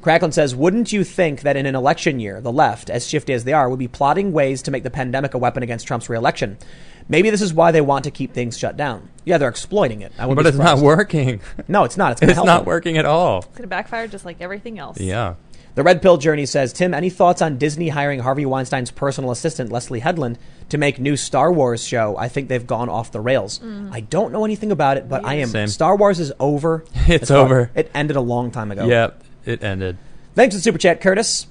[SPEAKER 1] Cracklin says, wouldn't you think that in an election year, the left, as shifty as they are, would be plotting ways to make the pandemic a weapon against Trump's reelection? Maybe this is why they want to keep things shut down. Yeah, they're exploiting it. I wouldn't
[SPEAKER 2] But
[SPEAKER 1] be
[SPEAKER 2] it's not
[SPEAKER 1] surprised.
[SPEAKER 2] working.
[SPEAKER 1] No, it's not. It's, gonna
[SPEAKER 2] It's
[SPEAKER 1] help
[SPEAKER 2] not
[SPEAKER 1] them.
[SPEAKER 2] working at all.
[SPEAKER 3] It's gonna backfire just like everything else.
[SPEAKER 2] Yeah.
[SPEAKER 1] The Red Pill Journey says, Tim, any thoughts on Disney hiring Harvey Weinstein's personal assistant, Leslie Headland, to make new Star Wars show? I think they've gone off the rails. I don't know anything about it, but I am.
[SPEAKER 2] Same.
[SPEAKER 1] Star Wars is over.
[SPEAKER 2] It's
[SPEAKER 1] far-
[SPEAKER 2] over.
[SPEAKER 1] It ended a long time ago.
[SPEAKER 2] Yep. It ended.
[SPEAKER 1] Thanks to Super Chat, Curtis.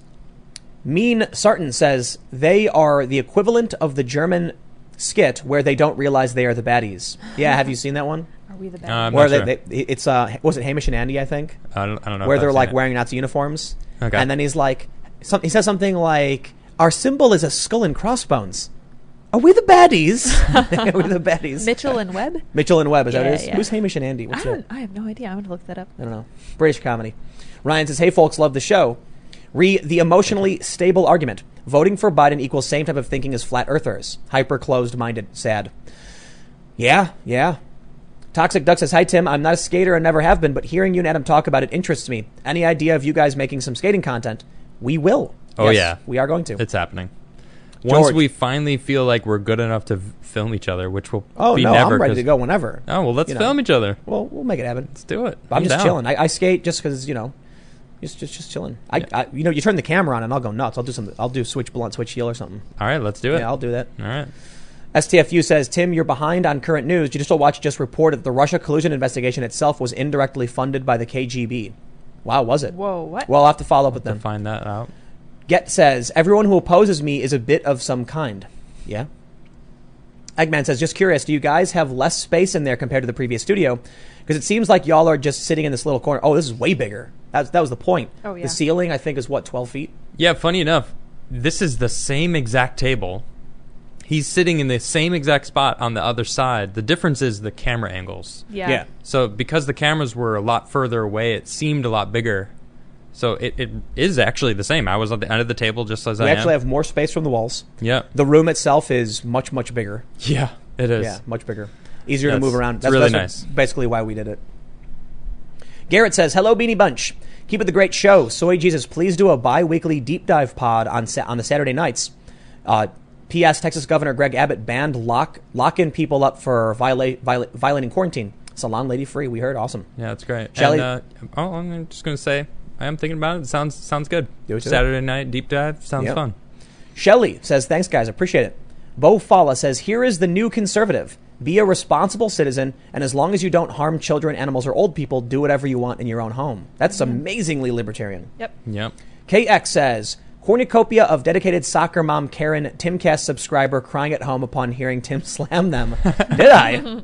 [SPEAKER 1] Mean Sarton says, they are the equivalent of the German skit where they don't realize they are the baddies. Yeah, have you seen that one?
[SPEAKER 3] Are we the bad?
[SPEAKER 2] Um, I'm
[SPEAKER 1] where
[SPEAKER 2] not
[SPEAKER 1] they,
[SPEAKER 2] sure.
[SPEAKER 1] they, it's, uh, was it Hamish and Andy, I think?
[SPEAKER 2] I don't, I don't know. if
[SPEAKER 1] where
[SPEAKER 2] I've
[SPEAKER 1] they're
[SPEAKER 2] seen
[SPEAKER 1] like
[SPEAKER 2] Oh, it.
[SPEAKER 1] wearing Nazi uniforms.
[SPEAKER 2] Okay.
[SPEAKER 1] And then he's like, some, he says something like, "Our symbol is a skull and crossbones. Are we the baddies? Are we the baddies?
[SPEAKER 3] Mitchell and Webb.
[SPEAKER 1] Mitchell and Webb is that
[SPEAKER 3] Yeah,
[SPEAKER 1] what it is?
[SPEAKER 3] yeah.
[SPEAKER 1] Who's Hamish and Andy?
[SPEAKER 3] I
[SPEAKER 1] What's
[SPEAKER 3] don't.
[SPEAKER 1] it?
[SPEAKER 3] I have no idea. I'm gonna look that up.
[SPEAKER 1] I don't know. British comedy. Ryan says, "Hey folks, love the show. Re the emotionally stable argument. Voting for Biden equals same type of thinking as flat earthers. Hyper closed minded. Sad. Yeah, yeah. Toxic Duck says, Hi, Tim. I'm not a skater and never have been, but hearing you and Adam talk about it interests me. Any idea of you guys making some skating content? We will.
[SPEAKER 2] Oh, yeah.
[SPEAKER 1] We are going to.
[SPEAKER 2] It's happening. Once
[SPEAKER 1] George.
[SPEAKER 2] we finally feel like we're good enough to v- film each other, which will
[SPEAKER 1] oh,
[SPEAKER 2] be
[SPEAKER 1] no.
[SPEAKER 2] never.
[SPEAKER 1] I'm ready to
[SPEAKER 2] 'cause-
[SPEAKER 1] go whenever.
[SPEAKER 2] Oh well, let's
[SPEAKER 1] You know.
[SPEAKER 2] film each other.
[SPEAKER 1] Well, we'll make it happen.
[SPEAKER 2] Let's do it.
[SPEAKER 1] I'm, just
[SPEAKER 2] down.
[SPEAKER 1] chilling. I, I skate just because, you know, just just, just chilling. I,
[SPEAKER 2] Yeah.
[SPEAKER 1] I, you know, you turn the camera on and I'll go nuts. I'll do something. I'll do switch blunt, switch heel or something.
[SPEAKER 2] All right, let's do it.
[SPEAKER 1] Yeah, I'll do that.
[SPEAKER 2] All right.
[SPEAKER 1] STFU says, Tim, you're behind on current news. Judicial Watch just reported that the Russia collusion investigation itself was indirectly funded by the KGB. Wow, was it?
[SPEAKER 3] Whoa. What?
[SPEAKER 1] Well, I'll have to follow up with
[SPEAKER 2] To
[SPEAKER 1] them.
[SPEAKER 2] find that out.
[SPEAKER 1] Get says, everyone who opposes me is a bit of some kind. Yeah. Eggman says, just curious, do you guys have less space in there compared to the previous studio? Because it seems like y'all are just sitting in this little corner. Oh, this is way bigger. That's, that was the point.
[SPEAKER 3] Oh, yeah.
[SPEAKER 1] The ceiling, I think, is what, 12 feet?
[SPEAKER 2] Yeah. Funny enough, this is the same exact table. He's sitting in the same exact spot on the other side. The difference is the camera angles.
[SPEAKER 3] yeah.
[SPEAKER 1] Yeah.
[SPEAKER 2] So because the cameras were a lot further away, it seemed a lot bigger. So it, it is actually the same. I was at the end of the table just as
[SPEAKER 1] We
[SPEAKER 2] I
[SPEAKER 1] actually
[SPEAKER 2] am.
[SPEAKER 1] have more space from the walls.
[SPEAKER 2] yeah.
[SPEAKER 1] The room itself is much, much bigger.
[SPEAKER 2] Yeah. It is.
[SPEAKER 1] Yeah, much bigger. Easier
[SPEAKER 2] Yeah,
[SPEAKER 1] to move
[SPEAKER 2] it's-
[SPEAKER 1] around.
[SPEAKER 2] it's really
[SPEAKER 1] that's
[SPEAKER 2] nice.
[SPEAKER 1] Basically, why we did it. Garrett says, "Hello, Beanie Bunch. Keep it the great show. Soy Jesus, please do a bi-weekly deep dive pod on sa- on the Saturday nights." Uh, P.S. Texas Governor Greg Abbott banned lock lock in people up for viola- viola- violating quarantine. Salon lady free. We heard awesome.
[SPEAKER 2] Yeah, that's great.
[SPEAKER 1] Shall
[SPEAKER 2] and, uh, oh, I'm just gonna say, I am thinking about it. It sounds sounds good.
[SPEAKER 1] Do it to
[SPEAKER 2] Saturday night deep dive sounds
[SPEAKER 1] Yep.
[SPEAKER 2] fun.
[SPEAKER 1] Shelley says, "Thanks, guys. Appreciate it." Bo Falla says, "Here is the new conservative. Be a responsible citizen, and as long as you don't harm children, animals, or old people, do whatever you want in your own home." That's amazingly libertarian.
[SPEAKER 3] Yep.
[SPEAKER 2] Yep.
[SPEAKER 1] KX says, Cornucopia of dedicated soccer mom Karen Timcast subscriber crying at home upon hearing Tim slam them. Did I?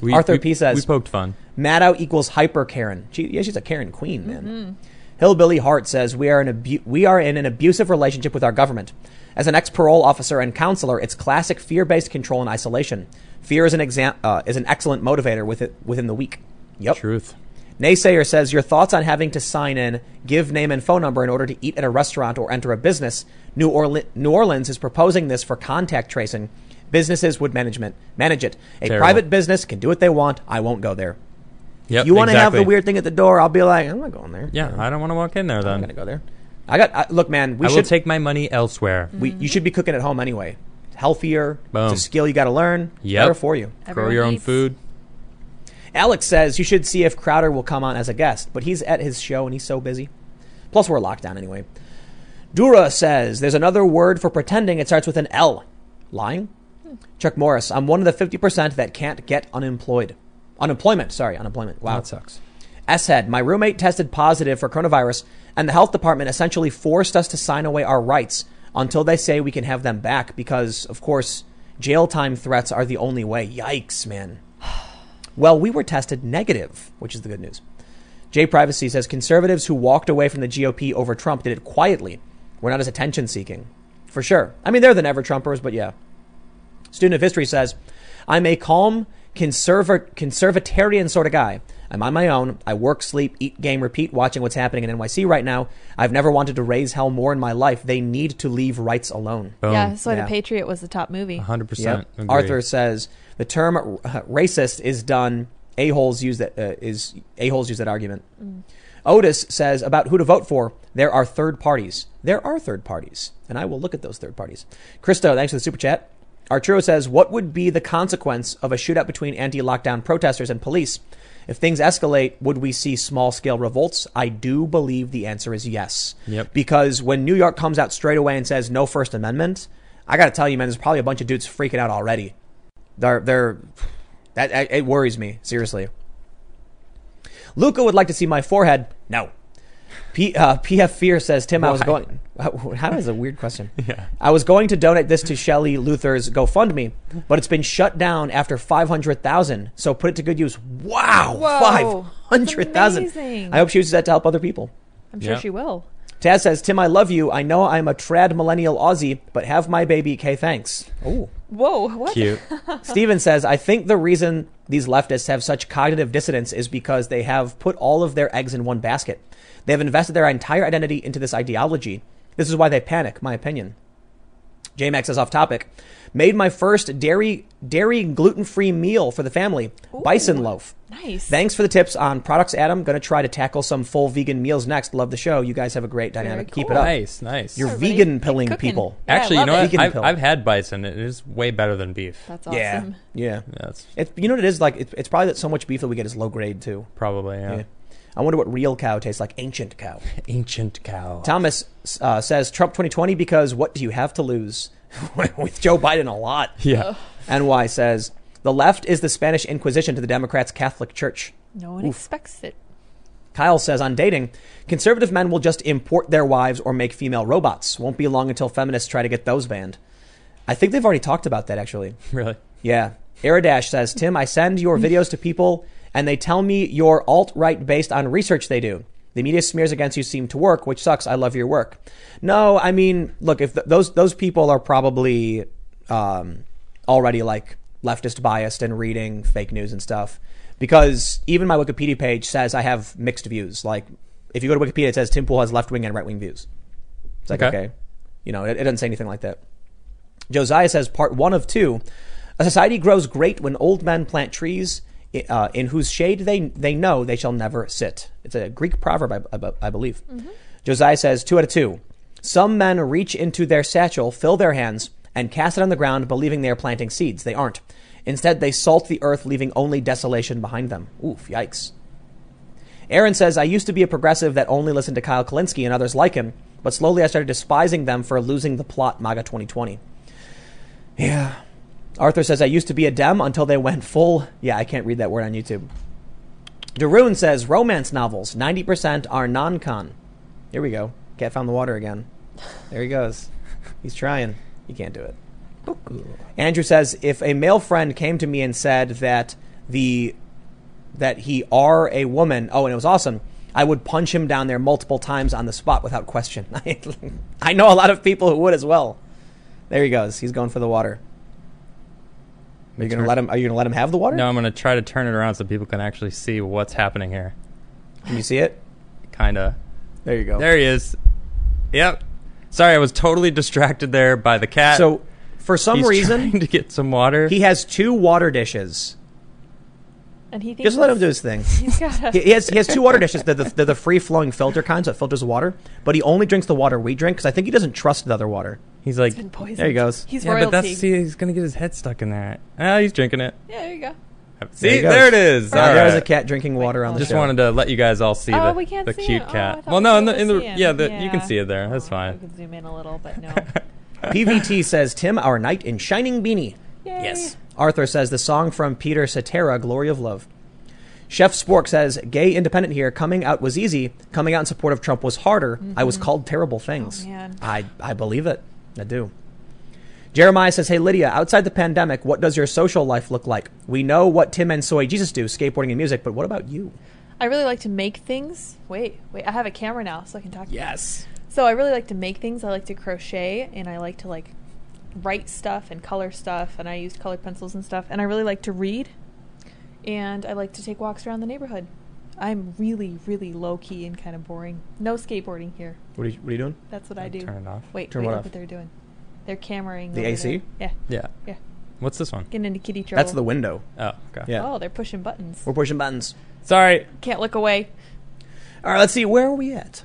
[SPEAKER 2] We,
[SPEAKER 1] Arthur
[SPEAKER 2] we,
[SPEAKER 1] P says-
[SPEAKER 2] we poked fun.
[SPEAKER 1] Maddow equals hyper Karen. She, yeah, she's a Karen queen, man. Hillbilly Hart says we are in abu- we are in an abusive relationship with our government. As an ex-parole officer and counselor, it's classic fear-based control and isolation. Fear is an exam- uh, is an excellent motivator with it- within the week. Yep.
[SPEAKER 2] Truth.
[SPEAKER 1] Naysayer says your thoughts on having to sign in, give name and phone number in order to eat at a restaurant or enter a business. New, Orle- New Orleans is proposing this for contact tracing. Businesses would management manage it. A
[SPEAKER 2] Terrible.
[SPEAKER 1] private business can do what they want. I won't go there.
[SPEAKER 2] Yep.
[SPEAKER 1] you want to
[SPEAKER 2] exactly.
[SPEAKER 1] have the weird thing at the door? I'll be like, I'm not going there.
[SPEAKER 2] Yeah, I don't want to walk in there
[SPEAKER 1] I'm
[SPEAKER 2] then.
[SPEAKER 1] not gonna go there. I got I, look, man. We
[SPEAKER 2] I
[SPEAKER 1] should
[SPEAKER 2] will take my money elsewhere.
[SPEAKER 1] we, you should be cooking at home anyway. Healthier.
[SPEAKER 2] Boom.
[SPEAKER 1] It's a skill you got to learn.
[SPEAKER 2] Yep.
[SPEAKER 1] Better for you.
[SPEAKER 2] Grow
[SPEAKER 3] Everyone
[SPEAKER 2] your own
[SPEAKER 3] eats.
[SPEAKER 2] food.
[SPEAKER 1] Alex says you should see if Crowder will come on as a guest, but he's at his show and he's so busy. Plus, we're locked down anyway. Dura says there's another word for pretending. It starts with an L. Lying. Chuck Morris. I'm one of the fifty percent that can't get unemployed. Unemployment. Sorry, unemployment. Wow.
[SPEAKER 2] That sucks.
[SPEAKER 1] S said, My roommate tested positive for coronavirus, and the health department essentially forced us to sign away our rights until they say we can have them back because, of course, jail time threats are the only way. Yikes, man. Well, we were tested negative, which is the good news. Jay Privacy says conservatives who walked away from the GOP over Trump did it quietly. We're not as attention seeking. For sure. I mean, they're the never Trumpers, but yeah. Student of History says, I'm a calm, conserva- conservatarian sort of guy. I'm on my own. I work, sleep, eat, game, repeat, watching what's happening in NYC right now. I've never wanted to raise hell more in my life. They need to leave rights alone.
[SPEAKER 2] Boom.
[SPEAKER 3] Yeah, that's why
[SPEAKER 1] Yeah.
[SPEAKER 3] The Patriot was the top movie.
[SPEAKER 2] 100%. agree.
[SPEAKER 1] Arthur says the term uh, racist is done. A holes use that uh, is a holes use that argument. Otis says about who to vote for. There are third parties. There are third parties, and I will look at those third parties. Christo, thanks for the super chat. Arturo says, "What would be the consequence of a shootout between anti-lockdown protesters and police? If things escalate, would we see small-scale revolts?" I do believe the answer is yes.
[SPEAKER 2] Yep.
[SPEAKER 1] Because when New York comes out straight away and says no First Amendment, I got to tell you, man, there's probably a bunch of dudes freaking out already. They're they're that that- it worries me seriously. Luca would like to see my forehead. No. P, uh, PF Fear says, Tim, I was going. How is a weird question?
[SPEAKER 2] Yeah.
[SPEAKER 1] I was going to donate this to Shelley Luther's GoFundMe, but it's been shut down after 500,000. So put it to good use. Wow.
[SPEAKER 3] Whoa.
[SPEAKER 1] 500,000.
[SPEAKER 3] That's amazing.
[SPEAKER 1] I hope she uses that to help other people.
[SPEAKER 3] I'm sure
[SPEAKER 2] Yeah.
[SPEAKER 3] she will.
[SPEAKER 1] Taz says, Tim, I love you. I know I'm a trad millennial Aussie, but have my baby. K, thanks. Oh.
[SPEAKER 3] Whoa, what?
[SPEAKER 2] Cute.
[SPEAKER 1] Steven says, I think the reason these leftists have such cognitive dissonance is because they have put all of their eggs in one basket. They have invested their entire identity into this ideology. This is why they panic, my opinion. JMax says off topic. Made my first dairy dairy gluten free meal for the family. Bison loaf.
[SPEAKER 3] Nice.
[SPEAKER 1] Thanks for the tips on products, Adam. Gonna try to tackle some full vegan meals next. Love the show. You guys have a great dynamic. Keep it
[SPEAKER 3] cool.
[SPEAKER 1] up.
[SPEAKER 2] nice, nice.
[SPEAKER 1] You're
[SPEAKER 3] Everybody
[SPEAKER 1] vegan pilling
[SPEAKER 3] cooking.
[SPEAKER 1] people.
[SPEAKER 3] Yeah, I
[SPEAKER 2] Actually, you
[SPEAKER 3] love
[SPEAKER 2] know
[SPEAKER 3] it.
[SPEAKER 2] what?
[SPEAKER 1] Vegan
[SPEAKER 2] I've,
[SPEAKER 1] pill.
[SPEAKER 2] I've had bison. It is way better than beef.
[SPEAKER 3] That's
[SPEAKER 1] Yeah.
[SPEAKER 3] awesome.
[SPEAKER 1] Yeah.
[SPEAKER 2] That's
[SPEAKER 1] It's you know what it is like. It's, it's probably that so much beef that we get is low grade too.
[SPEAKER 2] probably yeah.
[SPEAKER 1] Yeah. I wonder what real cow tastes like. Ancient cow.
[SPEAKER 2] Ancient cow.
[SPEAKER 1] Thomas uh, says Trump 2020 because what do you have to lose with Joe Biden a lot?
[SPEAKER 2] yeah.
[SPEAKER 1] NY says the left is the Spanish Inquisition to the Democrats' Catholic Church.
[SPEAKER 3] No one expects it.
[SPEAKER 1] Kyle says on dating, conservative men will just import their wives or make female robots. Won't be long until feminists try to get those banned. I think they've already talked about that actually.
[SPEAKER 2] Really.
[SPEAKER 1] Yeah. Eridash says, Tim, I send your videos to people and they tell me you're alt right based on research they do. The media smears against you seem to work, which sucks. I love your work. No, I mean, look, if th- those those people are probably um, already like leftist biased and reading fake news and stuff, because even my Wikipedia page says I have mixed views. Like, if you go to Wikipedia, it says Tim Pool has left wing and right wing views. It's like okay,
[SPEAKER 2] Okay.
[SPEAKER 1] you know, it, it doesn't say anything like that. Josiah says, part one of two. A society grows great when old men plant trees i- uh, in whose shade they, they know they shall never sit. It's a Greek proverb, I, I- I believe. Josiah says, two out of two. Some men reach into their satchel, fill their hands, and cast it on the ground, believing they are planting seeds. They aren't. Instead, they salt the earth, leaving only desolation behind them. Oof, yikes. Aaron says, I used to be a progressive that only listened to Kyle Kalinske and others like him, but slowly I started despising them for losing the plot MAGA 2020. Yeah. Arthur says, I used to be a Dem until they went full. Yeah, I can't read that word on YouTube. Darun says, romance novels, 90% are non con. Here we go. Cat found the water again. There he goes. He's trying. He can't do it. Andrew says if a male friend came to me and said that the that he are a woman, oh, and it was awesome. I would punch him down there multiple times on the spot without question. I, I know a lot of people who would as well. There he goes. He's going for the water. Are you gonna let him? Are you gonna let him have the water?
[SPEAKER 2] No, I'm gonna try to turn it around so people can actually see what's happening here.
[SPEAKER 1] Can you see it?
[SPEAKER 2] Kinda.
[SPEAKER 1] There you go.
[SPEAKER 2] There he is. Yep. Sorry, I was totally distracted there by the cat.
[SPEAKER 1] So, for some
[SPEAKER 2] He's
[SPEAKER 1] reason,
[SPEAKER 2] trying to get some water.
[SPEAKER 1] he has two water dishes.
[SPEAKER 3] And he thinks
[SPEAKER 1] Just let him do his thing.
[SPEAKER 3] He's got
[SPEAKER 1] He
[SPEAKER 3] a,
[SPEAKER 1] he has, he has two water dishes. They're the, they're the free flowing filter kinds that filters the water, but he only drinks the water we drink because I think he doesn't trust the other water.
[SPEAKER 2] he's like,
[SPEAKER 3] he's been poisoned.
[SPEAKER 1] There he goes.
[SPEAKER 3] He's
[SPEAKER 2] yeah,
[SPEAKER 3] royalty.
[SPEAKER 2] but that's see, he's gonna get his head stuck in that. Ah, he's drinking it.
[SPEAKER 3] yeah, there you go.
[SPEAKER 1] There
[SPEAKER 2] See,
[SPEAKER 1] he goes.
[SPEAKER 2] there it is.
[SPEAKER 1] Now
[SPEAKER 2] All
[SPEAKER 1] there's a
[SPEAKER 2] right.
[SPEAKER 1] cat drinking water on the
[SPEAKER 2] Just
[SPEAKER 1] show.
[SPEAKER 2] wanted to let you guys all see
[SPEAKER 3] Oh,
[SPEAKER 2] the,
[SPEAKER 3] we can't
[SPEAKER 2] the
[SPEAKER 3] see
[SPEAKER 2] cute
[SPEAKER 3] it. Oh, I
[SPEAKER 2] cat.
[SPEAKER 3] thought
[SPEAKER 2] well,
[SPEAKER 3] we
[SPEAKER 2] no, in
[SPEAKER 3] could
[SPEAKER 2] the, in the
[SPEAKER 3] see him.
[SPEAKER 2] yeah, the, you can
[SPEAKER 3] Yeah.
[SPEAKER 2] see it there. That's
[SPEAKER 3] Oh,
[SPEAKER 2] fine.
[SPEAKER 3] We could zoom in a little, but no.
[SPEAKER 1] PVT says Tim, our knight in shining beanie.
[SPEAKER 3] Yay.
[SPEAKER 1] Yes. Arthur says the song from Peter Cetera, "Glory of Love." Chef Spork says, "Gay independent here. Coming out was easy. Coming out in support of Trump was harder. I was called terrible things.
[SPEAKER 3] Oh, man.
[SPEAKER 1] I I believe it. I do." Jeremiah says, "Hey Lydia, outside the pandemic, what does your social life look like? We know what Tim and Soy Jesus do, skateboarding and music, but what about you?"
[SPEAKER 3] I really like to make things. Wait, wait. I have a camera now, so I can talk. to you.
[SPEAKER 1] Yes.
[SPEAKER 3] So I really like to make things. I like to crochet, and I like to like write stuff and color stuff, and I use colored pencils and stuff. And I really like to read, and I like to take walks around the neighborhood. I'm really, really low key and kind of boring. No skateboarding here.
[SPEAKER 1] What are you, what are you doing?
[SPEAKER 3] That's what I
[SPEAKER 2] I'll
[SPEAKER 3] do.
[SPEAKER 2] Turn it off.
[SPEAKER 3] Wait,
[SPEAKER 1] Turn
[SPEAKER 3] wait,
[SPEAKER 1] what
[SPEAKER 3] look
[SPEAKER 1] off?
[SPEAKER 3] what they're doing. They're cameraing
[SPEAKER 1] The
[SPEAKER 3] over
[SPEAKER 1] AC?
[SPEAKER 3] there. Yeah,
[SPEAKER 2] Yeah.
[SPEAKER 3] yeah.
[SPEAKER 2] What's this one?
[SPEAKER 3] Getting into kitty trouble.
[SPEAKER 1] That's the window.
[SPEAKER 2] Oh, okay.
[SPEAKER 1] Yeah.
[SPEAKER 3] Oh, they're pushing buttons.
[SPEAKER 1] We're pushing buttons.
[SPEAKER 2] Sorry.
[SPEAKER 3] Can't look away.
[SPEAKER 1] All right, let's see. Where are we at?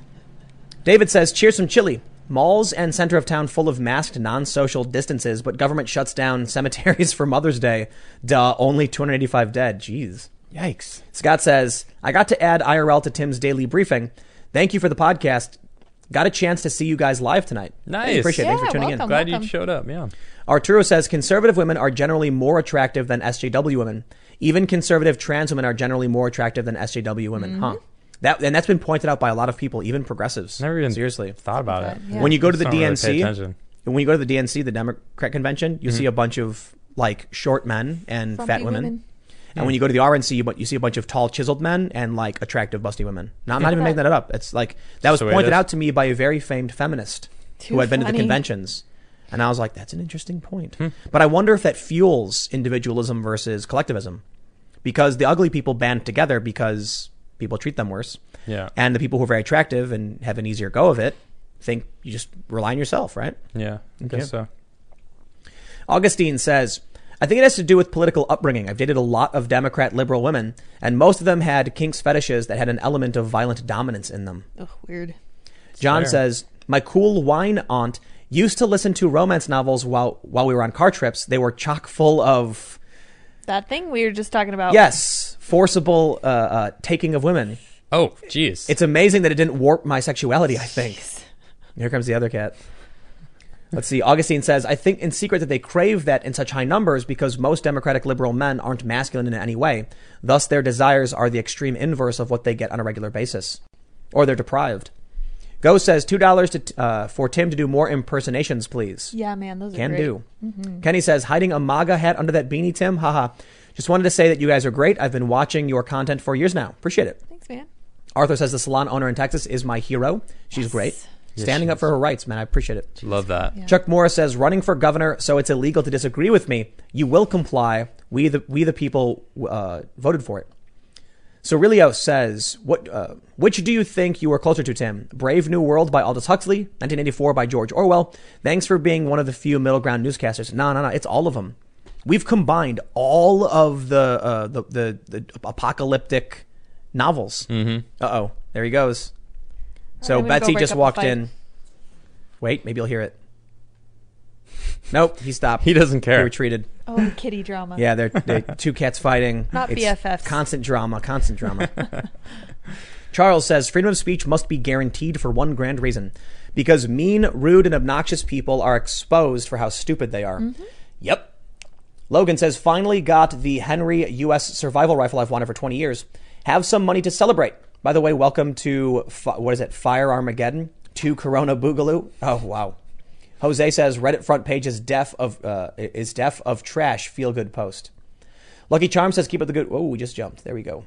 [SPEAKER 1] David says, Cheers from Chile. Malls and center of town full of masked, non social distances, but government shuts down cemeteries for Mother's Day. Duh, only 285 dead. Jeez.
[SPEAKER 4] Yikes.
[SPEAKER 1] Scott says, I got to add IRL to Tim's daily briefing. Thank you for the podcast. Got a chance to see you guys live tonight.
[SPEAKER 2] Nice.
[SPEAKER 1] Hey, appreciate it. Thanks for
[SPEAKER 3] Yeah,
[SPEAKER 1] tuning in.
[SPEAKER 3] Oh, welcome.
[SPEAKER 2] Glad you showed up. Yeah.
[SPEAKER 1] Arturo says conservative women are generally more attractive than SJW women. Even conservative trans women are generally more attractive than SJW women,
[SPEAKER 3] Mm-hmm.
[SPEAKER 1] huh? That and that's been pointed out by a lot of people, even progressives.
[SPEAKER 2] Never even
[SPEAKER 1] seriously.
[SPEAKER 2] Thought about it.
[SPEAKER 3] Yeah.
[SPEAKER 1] When you go to the
[SPEAKER 2] Just don't really
[SPEAKER 1] DNC,
[SPEAKER 2] pay attention. Mm-hmm.
[SPEAKER 1] when you go to the DNC, the Democrat convention, you see a bunch of like short men and
[SPEAKER 3] Frumpy
[SPEAKER 1] fat women.
[SPEAKER 3] women.
[SPEAKER 1] And when you go to the RNC, you, bu- you see a bunch of tall, chiseled men and like attractive, busty women. Now, I'm not even making that up. It's like that was
[SPEAKER 2] the way it
[SPEAKER 1] pointed
[SPEAKER 2] is.
[SPEAKER 1] out to me by a very famed feminist
[SPEAKER 3] Too
[SPEAKER 1] who had been to the
[SPEAKER 3] funny.
[SPEAKER 1] conventions. And I was like, that's an interesting point.
[SPEAKER 2] Hmm.
[SPEAKER 1] But I wonder if that fuels individualism versus collectivism. Because the ugly people band together because people treat them worse.
[SPEAKER 2] Yeah.
[SPEAKER 1] And the people who are very attractive and have an easier go of it think you just rely on yourself, right?
[SPEAKER 2] Yeah. I guess so.
[SPEAKER 1] Augustine says, I think it has to do with political upbringing. I've dated a lot of Democrat liberal women, and most of them had kinks fetishes that had an element of violent dominance in them.
[SPEAKER 3] Ugh, weird.
[SPEAKER 1] John
[SPEAKER 2] fair.
[SPEAKER 1] says, My cool wine aunt used to listen to romance novels while, while we were on car trips. They were chock full of,
[SPEAKER 3] That thing we were just talking about.
[SPEAKER 1] yes, forcible uh, uh, taking of women.
[SPEAKER 2] Oh, jeez.
[SPEAKER 1] It's amazing that it didn't warp my sexuality, I think. Here comes the other cat. Let's see. Augustine says, I think in secret that they crave that in such high numbers because most democratic liberal men aren't masculine in any way. Thus, their desires are the extreme inverse of what they get on a regular basis. Or they're deprived. Go says, $2 to, uh, for Tim to do more impersonations, please.
[SPEAKER 3] Yeah, man, those are
[SPEAKER 1] Can
[SPEAKER 3] great. Mm-hmm.
[SPEAKER 1] do. Kenny says, hiding a MAGA hat under that beanie, Tim? Haha. Just wanted to say that you guys are great. I've been watching your content for years now. Appreciate it.
[SPEAKER 3] Thanks, man.
[SPEAKER 1] Arthur says the salon owner in Texas is my hero. She's great. Standing up for her rights, man. I appreciate it.
[SPEAKER 2] Love that.
[SPEAKER 1] Chuck Morris says running for governor, so it's illegal to disagree with me. You will comply. We the we the people uh, voted for it. Cirilio says, "What? Uh, which do you think you were closer to, Tim? Brave New World by Aldous Huxley, 1984 by George Orwell. Thanks for being one of the few middle ground newscasters. No, no, no. It's all of them. We've combined all of the uh, the, the the apocalyptic novels.
[SPEAKER 2] Hmm.
[SPEAKER 1] Mm-hmm. Uh oh, there he goes. So
[SPEAKER 3] I'm gonna go
[SPEAKER 1] Betsy
[SPEAKER 3] break
[SPEAKER 1] just
[SPEAKER 3] up the
[SPEAKER 1] walked
[SPEAKER 3] fight.
[SPEAKER 1] in. Wait, maybe you'll hear it. Nope, he stopped.
[SPEAKER 2] He doesn't
[SPEAKER 1] He
[SPEAKER 2] care.
[SPEAKER 1] retreated.
[SPEAKER 3] Oh, the kitty drama.
[SPEAKER 1] Yeah, they're, they're two cats fighting.
[SPEAKER 3] Not
[SPEAKER 1] It's
[SPEAKER 3] BFFs.
[SPEAKER 1] Constant drama, constant drama. Charles says freedom of speech must be guaranteed for one grand reason because mean, rude, and obnoxious people are exposed for how stupid they are.
[SPEAKER 3] Mm-hmm.
[SPEAKER 1] Yep. Logan says finally got the Henry U.S. survival rifle I've wanted for 20 years. Have some money to celebrate. By the way, welcome to, fi- what is it, Fire Armageddon? to Corona Boogaloo. Oh wow. Jose says Reddit front page is deaf of uh, is deaf of trash. Feel good post. Lucky Charm says keep up the good. Oh, we just jumped. There we go.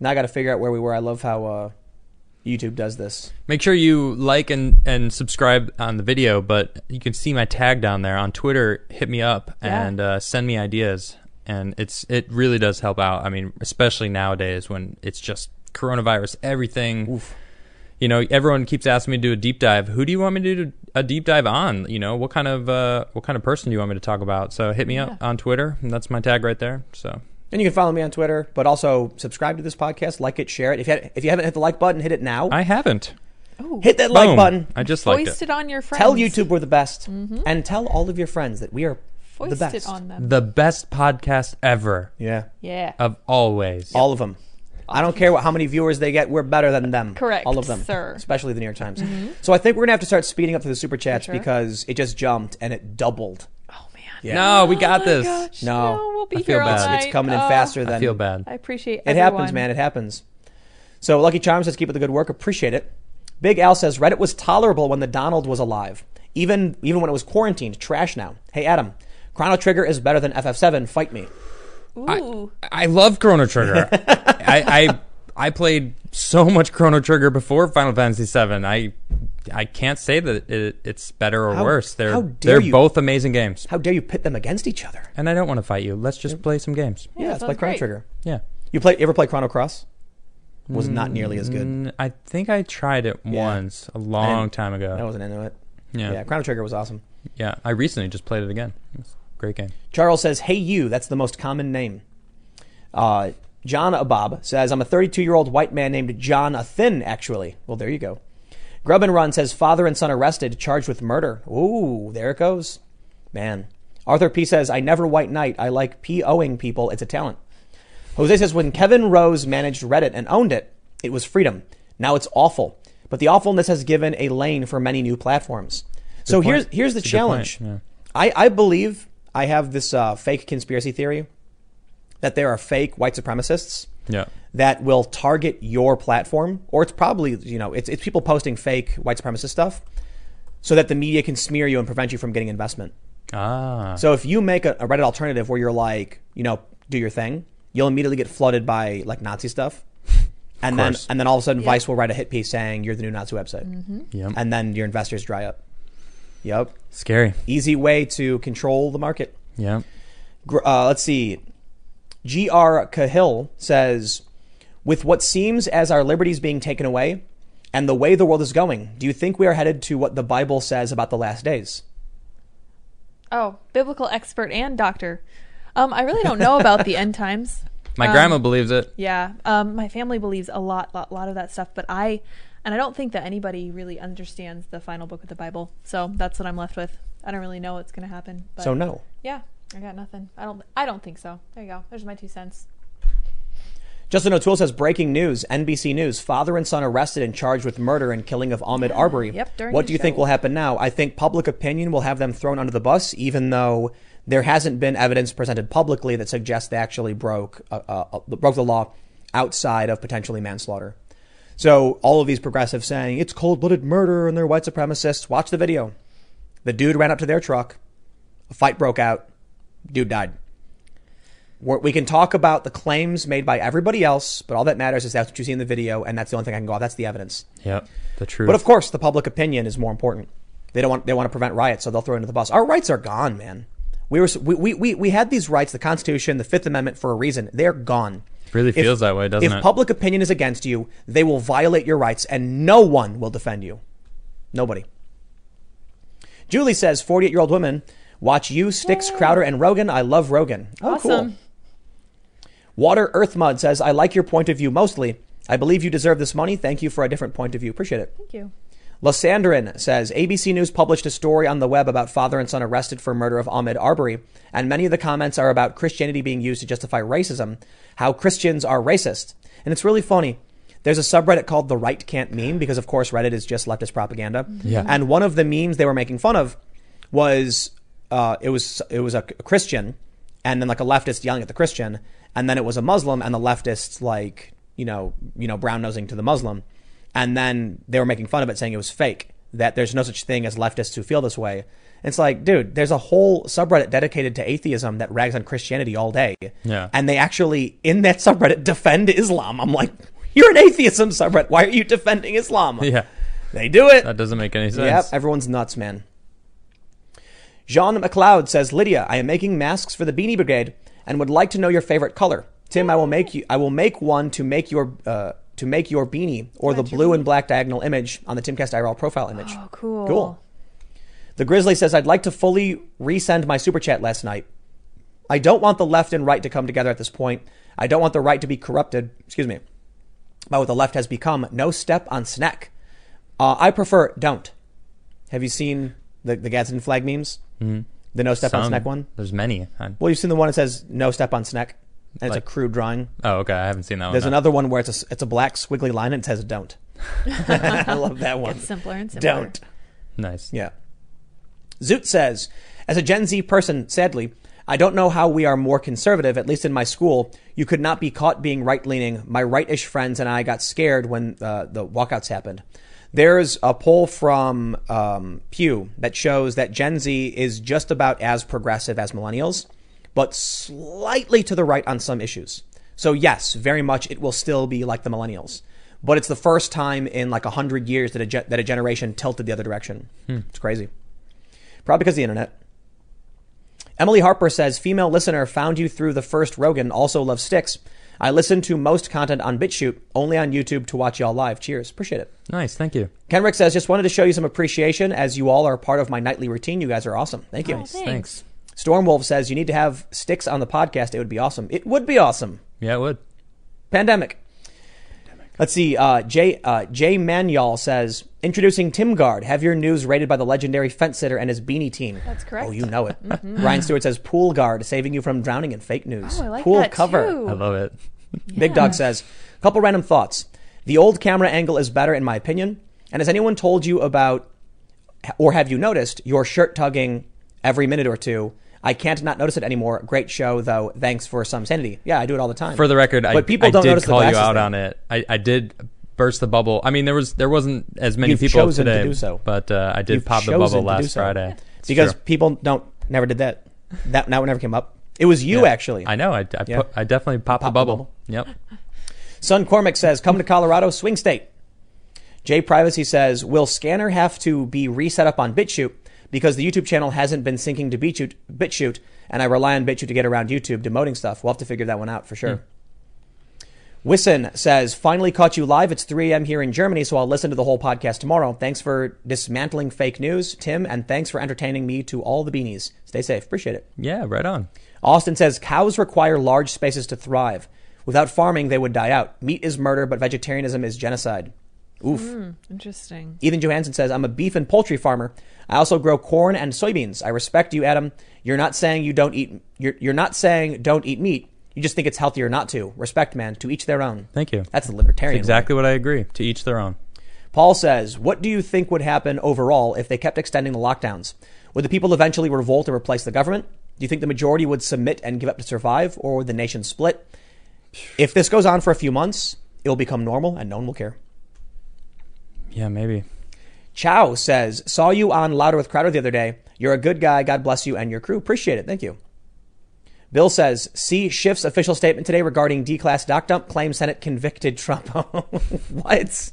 [SPEAKER 1] Now I got to figure out where we were. I love how uh, YouTube does this.
[SPEAKER 2] Make sure you like and, and subscribe on the video, but you can see my tag down there on Twitter. Hit me up
[SPEAKER 3] Yeah.
[SPEAKER 2] and uh, send me ideas, and it's it really does help out. I mean, especially nowadays when it's just coronavirus, everything. You know, everyone keeps asking me to do a deep dive. Who do you want me to do a deep dive on? You know, what kind of uh, what kind of person do you want me to talk about? So hit me up
[SPEAKER 3] Yeah.
[SPEAKER 2] on Twitter. And that's my tag right there. So
[SPEAKER 1] And you can follow me on Twitter, but also subscribe to this podcast, like it, share it. If you, had, if you haven't hit the like button, hit it now.
[SPEAKER 2] I haven't.
[SPEAKER 3] Oh,
[SPEAKER 1] hit that like
[SPEAKER 2] Boom.
[SPEAKER 1] button.
[SPEAKER 2] I just liked
[SPEAKER 3] Foist
[SPEAKER 2] it.
[SPEAKER 3] it on your friends.
[SPEAKER 1] Tell YouTube we're the best, and tell all of your friends that we are
[SPEAKER 3] Foist
[SPEAKER 1] the best.
[SPEAKER 3] it on them.
[SPEAKER 2] The best podcast ever
[SPEAKER 1] Yeah,
[SPEAKER 3] Yeah.
[SPEAKER 2] of always.
[SPEAKER 1] all of them. I don't care what, how many viewers they get. We're better than them.
[SPEAKER 3] Correct,
[SPEAKER 1] all of them,
[SPEAKER 3] sir. Mm-hmm.
[SPEAKER 1] Especially the New York Times. So I think we're gonna have to start speeding up through the super chats
[SPEAKER 3] sure?
[SPEAKER 1] because it just jumped and it doubled.
[SPEAKER 3] oh man.
[SPEAKER 1] Yeah.
[SPEAKER 2] No, we got
[SPEAKER 3] Oh,
[SPEAKER 2] this.
[SPEAKER 3] gosh.
[SPEAKER 1] No.
[SPEAKER 3] we'll be
[SPEAKER 2] I feel
[SPEAKER 3] here all
[SPEAKER 2] bad.
[SPEAKER 3] night.
[SPEAKER 1] It's coming in
[SPEAKER 3] Oh,
[SPEAKER 1] faster than
[SPEAKER 2] I feel bad.
[SPEAKER 3] I appreciate
[SPEAKER 1] It happens,
[SPEAKER 3] everyone.
[SPEAKER 1] man. It happens. So Lucky Charms says, "Keep up the good work. Appreciate it." Big Al says, "Reddit was tolerable when the Donald was alive. Even even when it was quarantined. Trash now. Hey Adam, Chrono Trigger is better than FF7. Fight me.
[SPEAKER 3] Ooh.
[SPEAKER 2] I love Chrono Trigger. I, I I played so much Chrono Trigger before Final Fantasy VII. I I can't say that it, it's better or
[SPEAKER 1] How-
[SPEAKER 2] worse. They're
[SPEAKER 1] how dare
[SPEAKER 2] they're
[SPEAKER 1] you.
[SPEAKER 2] both amazing games,
[SPEAKER 1] How dare you pit them against each other?
[SPEAKER 2] and I don't want to fight you. Let's just play some games.
[SPEAKER 1] Yeah, it's
[SPEAKER 3] sounds
[SPEAKER 1] like Chrono
[SPEAKER 3] great.
[SPEAKER 1] Trigger.
[SPEAKER 2] Yeah.
[SPEAKER 1] You play? You ever play Chrono Cross? Was not nearly as good.
[SPEAKER 2] Mm, I think I tried it once a long
[SPEAKER 1] And-
[SPEAKER 2] time
[SPEAKER 1] I
[SPEAKER 2] ago.
[SPEAKER 1] wasn't into it.
[SPEAKER 2] Yeah.
[SPEAKER 1] yeah.
[SPEAKER 2] yeah,
[SPEAKER 1] Chrono Trigger was awesome.
[SPEAKER 2] I recently just played it again. It was a great game.
[SPEAKER 1] Charles says, "Hey you." That's the most common name. Uh, John Abab says, "I'm a 32 year old white man named John Athin. Actually, well, there you go." Grub and Run says, "Father and son arrested, charged with murder." Ooh, there it goes, man. Arthur P says, "I never white knight. I like p-ing people. It's a talent." Jose says, "When Kevin Rose managed Reddit and owned it, it was freedom. Now it's awful, but the awfulness has given a lane for many new platforms." so
[SPEAKER 2] point.
[SPEAKER 1] here's here's the
[SPEAKER 2] It's a good
[SPEAKER 1] challenge.
[SPEAKER 2] point,
[SPEAKER 1] I, I believe I have this uh, fake conspiracy theory that there are fake white supremacists
[SPEAKER 2] Yeah.
[SPEAKER 1] that will target your platform, or it's probably you know it's it's people posting fake white supremacist stuff, so that the media can smear you and prevent you from getting investment.
[SPEAKER 2] Ah.
[SPEAKER 1] So if you make a, a Reddit alternative where you're like you know do your thing, you'll immediately get flooded by like Nazi stuff, and then
[SPEAKER 2] course.
[SPEAKER 1] and then all of a sudden
[SPEAKER 3] Yeah.
[SPEAKER 1] Vice will write a hit piece saying you're the new Nazi website,
[SPEAKER 2] Yep.
[SPEAKER 1] and then your investors dry up. Yep,
[SPEAKER 2] Scary.
[SPEAKER 1] easy way to control the market.
[SPEAKER 2] Yeah.
[SPEAKER 1] Gr- uh, let's see. G.R. Cahill says, with what seems as our liberties being taken away and the way the world is going, do you think we are headed to what the Bible says about the last days?
[SPEAKER 3] Oh, biblical expert and doctor. Um, I really don't know about the end times.
[SPEAKER 2] My
[SPEAKER 3] Um,
[SPEAKER 2] grandma believes it.
[SPEAKER 3] Yeah. Um, my family believes a lot, lot, lot of that stuff, but I, and I don't think that anybody really understands the final book of the Bible. So that's what I'm left with. I don't really know what's going to happen. But
[SPEAKER 1] So, no.
[SPEAKER 3] yeah, I got nothing. I don't, I don't think so. There you go. There's my two cents.
[SPEAKER 1] Justin O'Toole says, breaking news, NBC News, father and son arrested and charged with murder and killing of Ahmed Arbery.
[SPEAKER 3] Ah, Yep, during
[SPEAKER 1] what
[SPEAKER 3] the
[SPEAKER 1] do you think
[SPEAKER 3] show.
[SPEAKER 1] will happen now? I think public opinion will have them thrown under the bus, even though there hasn't been evidence presented publicly that suggests they actually broke, uh, uh, broke the law outside of potentially manslaughter. So all of these progressives saying, it's cold-blooded murder and they're white supremacists. Watch the video. The dude ran up to their truck. A fight broke out. Dude died. We're, we can talk about the claims made by everybody else, but all that matters is that's what you see in the video, and that's the only thing I can go off. That's the evidence.
[SPEAKER 2] Yep. The truth.
[SPEAKER 1] But of course, the public opinion is more important. They don't want they want to prevent riots, so they'll throw it into the bus. Our rights are gone, man. We were s- we we we, we had these rights, the Constitution, the Fifth Amendment, for a reason. They're gone.
[SPEAKER 2] really feels that way, doesn't
[SPEAKER 1] if
[SPEAKER 2] it?
[SPEAKER 1] public opinion is against you, they will violate your rights, and no one will defend you. Nobody. Julie says, 48 year old women watch you, Sticks, Crowder, and Rogan. I love Rogan. Oh, cool.
[SPEAKER 3] Awesome.
[SPEAKER 1] Water Earth Mud says, I like your point of view mostly. I believe you deserve this money. Thank you for a different point of view. Appreciate it.
[SPEAKER 3] Thank you.
[SPEAKER 1] Lysandrin says ABC News published a story on the web about father and son arrested for murder of Ahmed Arbery, and many of the comments are about Christianity being used to justify racism, how Christians are racist. And it's really funny. There's a subreddit called The Right Can't Meme, because of course Reddit is just leftist propaganda.
[SPEAKER 2] Yeah.
[SPEAKER 1] And one of the memes they were making fun of was uh, it was it was a Christian and then like a leftist yelling at the Christian, and then it was a Muslim and the leftist like, you know, you know, brown nosing to the Muslim. And then they were making fun of it, saying it was fake, that there's no such thing as leftists who feel this way. And it's like, dude, there's a whole subreddit dedicated to atheism that rags on Christianity all day.
[SPEAKER 2] Yeah.
[SPEAKER 1] And they actually, in that subreddit, defend Islam. I'm like, you're an atheism subreddit. Why are you defending Islam?
[SPEAKER 2] Yeah.
[SPEAKER 1] They do it.
[SPEAKER 2] That doesn't make any
[SPEAKER 1] Yep,
[SPEAKER 2] sense.
[SPEAKER 1] everyone's nuts, man. Jean McLeod says, Lydia, I am making masks for the Beanie Brigade and would like to know your favorite color. Tim, I will make you. I will make one to make your uh, to make your beanie or the
[SPEAKER 3] Match your
[SPEAKER 1] blue and
[SPEAKER 3] beanie.
[SPEAKER 1] black diagonal image on the Timcast IRL profile image.
[SPEAKER 3] Oh, cool.
[SPEAKER 1] Cool. The Grizzly says, I'd like to fully resend my super chat last night. I don't want the left and right to come together at this point. I don't want the right to be corrupted, excuse me, by what the left has become. No step on snack. Uh, I prefer don't. Have you seen the, the Gadsden flag memes? Mm-hmm. The no step on
[SPEAKER 2] Some-
[SPEAKER 1] snack one?
[SPEAKER 2] There's many. I-
[SPEAKER 1] Well, you've seen the one that says no step on snack, and it's
[SPEAKER 2] Like-
[SPEAKER 1] a crude drawing.
[SPEAKER 2] oh, okay. I haven't seen that
[SPEAKER 1] There's
[SPEAKER 2] one. no.
[SPEAKER 1] another one where it's a, it's a black squiggly line and it says don't. I love that one.
[SPEAKER 3] Gets simpler and simpler.
[SPEAKER 1] Don't.
[SPEAKER 2] Nice.
[SPEAKER 1] Yeah. Zoot says, as a Gen Z person, sadly, I don't know how we are more conservative, at least in my school. You could not be caught being right leaning. My right ish friends and I got scared when uh, the walkouts happened. There's a poll from um, Pew that shows that Gen Z is just about as progressive as millennials, but slightly to the right on some issues. So, yes, very much it will still be like the millennials. But it's the first time in like 100 years that a, ge- that a generation tilted the other direction. It's crazy. Probably because of the internet. Emily Harper says, female listener found you through the first Rogan, also loves sticks. I listen to most content on BitChute, only on YouTube to watch y'all live. Cheers. Appreciate it.
[SPEAKER 2] Nice. Thank you.
[SPEAKER 1] Kenrick says, just wanted to show you some appreciation as you all are part of my nightly routine. You guys are awesome. Thank you.
[SPEAKER 3] Nice. Oh,
[SPEAKER 2] Thanks.
[SPEAKER 3] Thanks.
[SPEAKER 1] Stormwolf says, you need to have sticks on the podcast. It would be awesome. It would be awesome.
[SPEAKER 2] Yeah, it would.
[SPEAKER 1] Pandemic. Let's see. Uh, Jay uh, Jay Manuel says, introducing Tim Guard. Have your news rated by the legendary fence sitter and his beanie team.
[SPEAKER 3] That's correct. Mm-hmm.
[SPEAKER 1] Oh, you know it. Ryan Stewart says, pool guard, saving you from drowning in fake news.
[SPEAKER 3] Oh, I like
[SPEAKER 1] cool
[SPEAKER 3] that
[SPEAKER 1] cover.
[SPEAKER 3] too.
[SPEAKER 2] I love it.
[SPEAKER 1] Big Dog says, couple random thoughts. The old camera angle is better in my opinion. And has anyone told you about, or have you noticed your shirt tugging every minute or two? I can't not notice it anymore. Great show though. Thanks for some sanity. Yeah, I do it all the time.
[SPEAKER 2] For the record, I,
[SPEAKER 1] But people
[SPEAKER 2] I
[SPEAKER 1] don't
[SPEAKER 2] did
[SPEAKER 1] notice the
[SPEAKER 2] call you
[SPEAKER 1] glasses
[SPEAKER 2] out
[SPEAKER 1] thing.
[SPEAKER 2] on it. I, I did burst the bubble. I mean, there was there wasn't as many
[SPEAKER 1] You've
[SPEAKER 2] people
[SPEAKER 1] chosen to
[SPEAKER 2] today,
[SPEAKER 1] do so.
[SPEAKER 2] but uh, I did
[SPEAKER 1] You've
[SPEAKER 2] pop the
[SPEAKER 1] chosen
[SPEAKER 2] bubble
[SPEAKER 1] to do
[SPEAKER 2] last
[SPEAKER 1] so.
[SPEAKER 2] Friday It's
[SPEAKER 1] because
[SPEAKER 2] true.
[SPEAKER 1] people don't never did that. That now never came up. It was you
[SPEAKER 2] Yeah.
[SPEAKER 1] actually.
[SPEAKER 2] I know. I, I,
[SPEAKER 1] Yeah.
[SPEAKER 2] put, I definitely
[SPEAKER 1] Popped
[SPEAKER 2] popped
[SPEAKER 1] the
[SPEAKER 2] the, bubble.
[SPEAKER 1] bubble.
[SPEAKER 2] Yep.
[SPEAKER 1] Son Cormick says, "Come to Colorado, swing state." Jay Privacy says, "Will Scanner have to be reset up on BitChute because the YouTube channel hasn't been syncing to BitChute, BitChute, and I rely on BitChute to get around YouTube demoting stuff. We'll have to figure that one out for sure." Wissen says, "Finally caught you live. It's 3 a.m. here in Germany, so I'll listen to the whole podcast tomorrow. Thanks for dismantling fake news, Tim, and thanks for entertaining me to all the beanies. Stay safe. Appreciate it."
[SPEAKER 2] Yeah. Right on.
[SPEAKER 1] Austin says cows require large spaces to thrive. Without farming, they would die out. Meat is murder, but vegetarianism is genocide. Oof.
[SPEAKER 3] Interesting.
[SPEAKER 1] Ethan Johansen says, I'm a beef and poultry farmer. I also grow corn and soybeans. I respect you, Adam. You're not saying you don't eat you're, you're not saying don't eat meat. You just think it's healthier not to. Respect, man. To each their own.
[SPEAKER 2] Thank you.
[SPEAKER 1] That's the libertarian. way.
[SPEAKER 2] Exactly what I agree. To each their own.
[SPEAKER 1] Paul says, What do you think would happen overall if they kept extending the lockdowns? Would the people eventually revolt and replace the government? Do you think the majority would submit and give up to survive, or would the nation split? If this goes on for a few months, it will become normal and no one will care.
[SPEAKER 2] Yeah. Maybe.
[SPEAKER 1] Chow says, Saw you on Louder with Crowder the other day. You're a good guy. God bless you and your crew. Appreciate it. Thank you. Bill says, see Schiff's official statement today regarding D class doc dump claims Senate convicted Trump. what?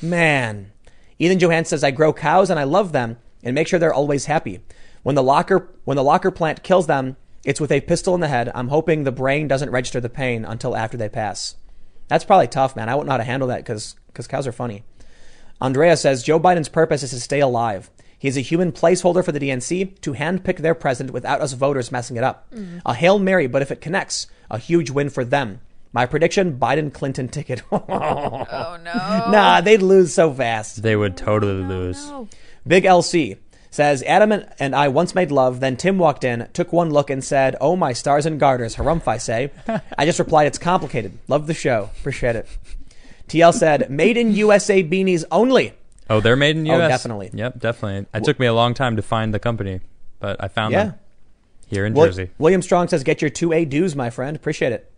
[SPEAKER 1] Man. Ethan Johann says, I grow cows and I love them and make sure they're always happy. When the locker when the locker plant kills them, it's with a pistol in the head. I'm hoping the brain doesn't register the pain until after they pass. That's probably tough, man. I wouldn't know how to handle that because cows are funny. Andrea says Joe Biden's purpose is to stay alive. He is a human placeholder for the DNC to handpick their president without us voters messing it up. A Hail Mary, but if it connects, a huge win for them. My prediction Biden Clinton ticket.
[SPEAKER 3] Oh no.
[SPEAKER 1] nah, they'd lose so fast.
[SPEAKER 2] They would totally lose.
[SPEAKER 3] No.
[SPEAKER 1] Big LC says Adam and- and I once made love, then Tim walked in, took one look, and said, Oh, my stars and garters, harumph, I say. I just replied, It's complicated. Love the show. Appreciate it. TL said, Made in USA beanies only.
[SPEAKER 2] Oh, they're made in
[SPEAKER 1] Oh,
[SPEAKER 2] U.S.
[SPEAKER 1] definitely.
[SPEAKER 2] Yep. Definitely. It took me a long time to find the company, but I found
[SPEAKER 1] Yeah.
[SPEAKER 2] them here in
[SPEAKER 1] Wil-
[SPEAKER 2] Jersey.
[SPEAKER 1] William Strong says, "Get your two A dues, my friend. Appreciate it."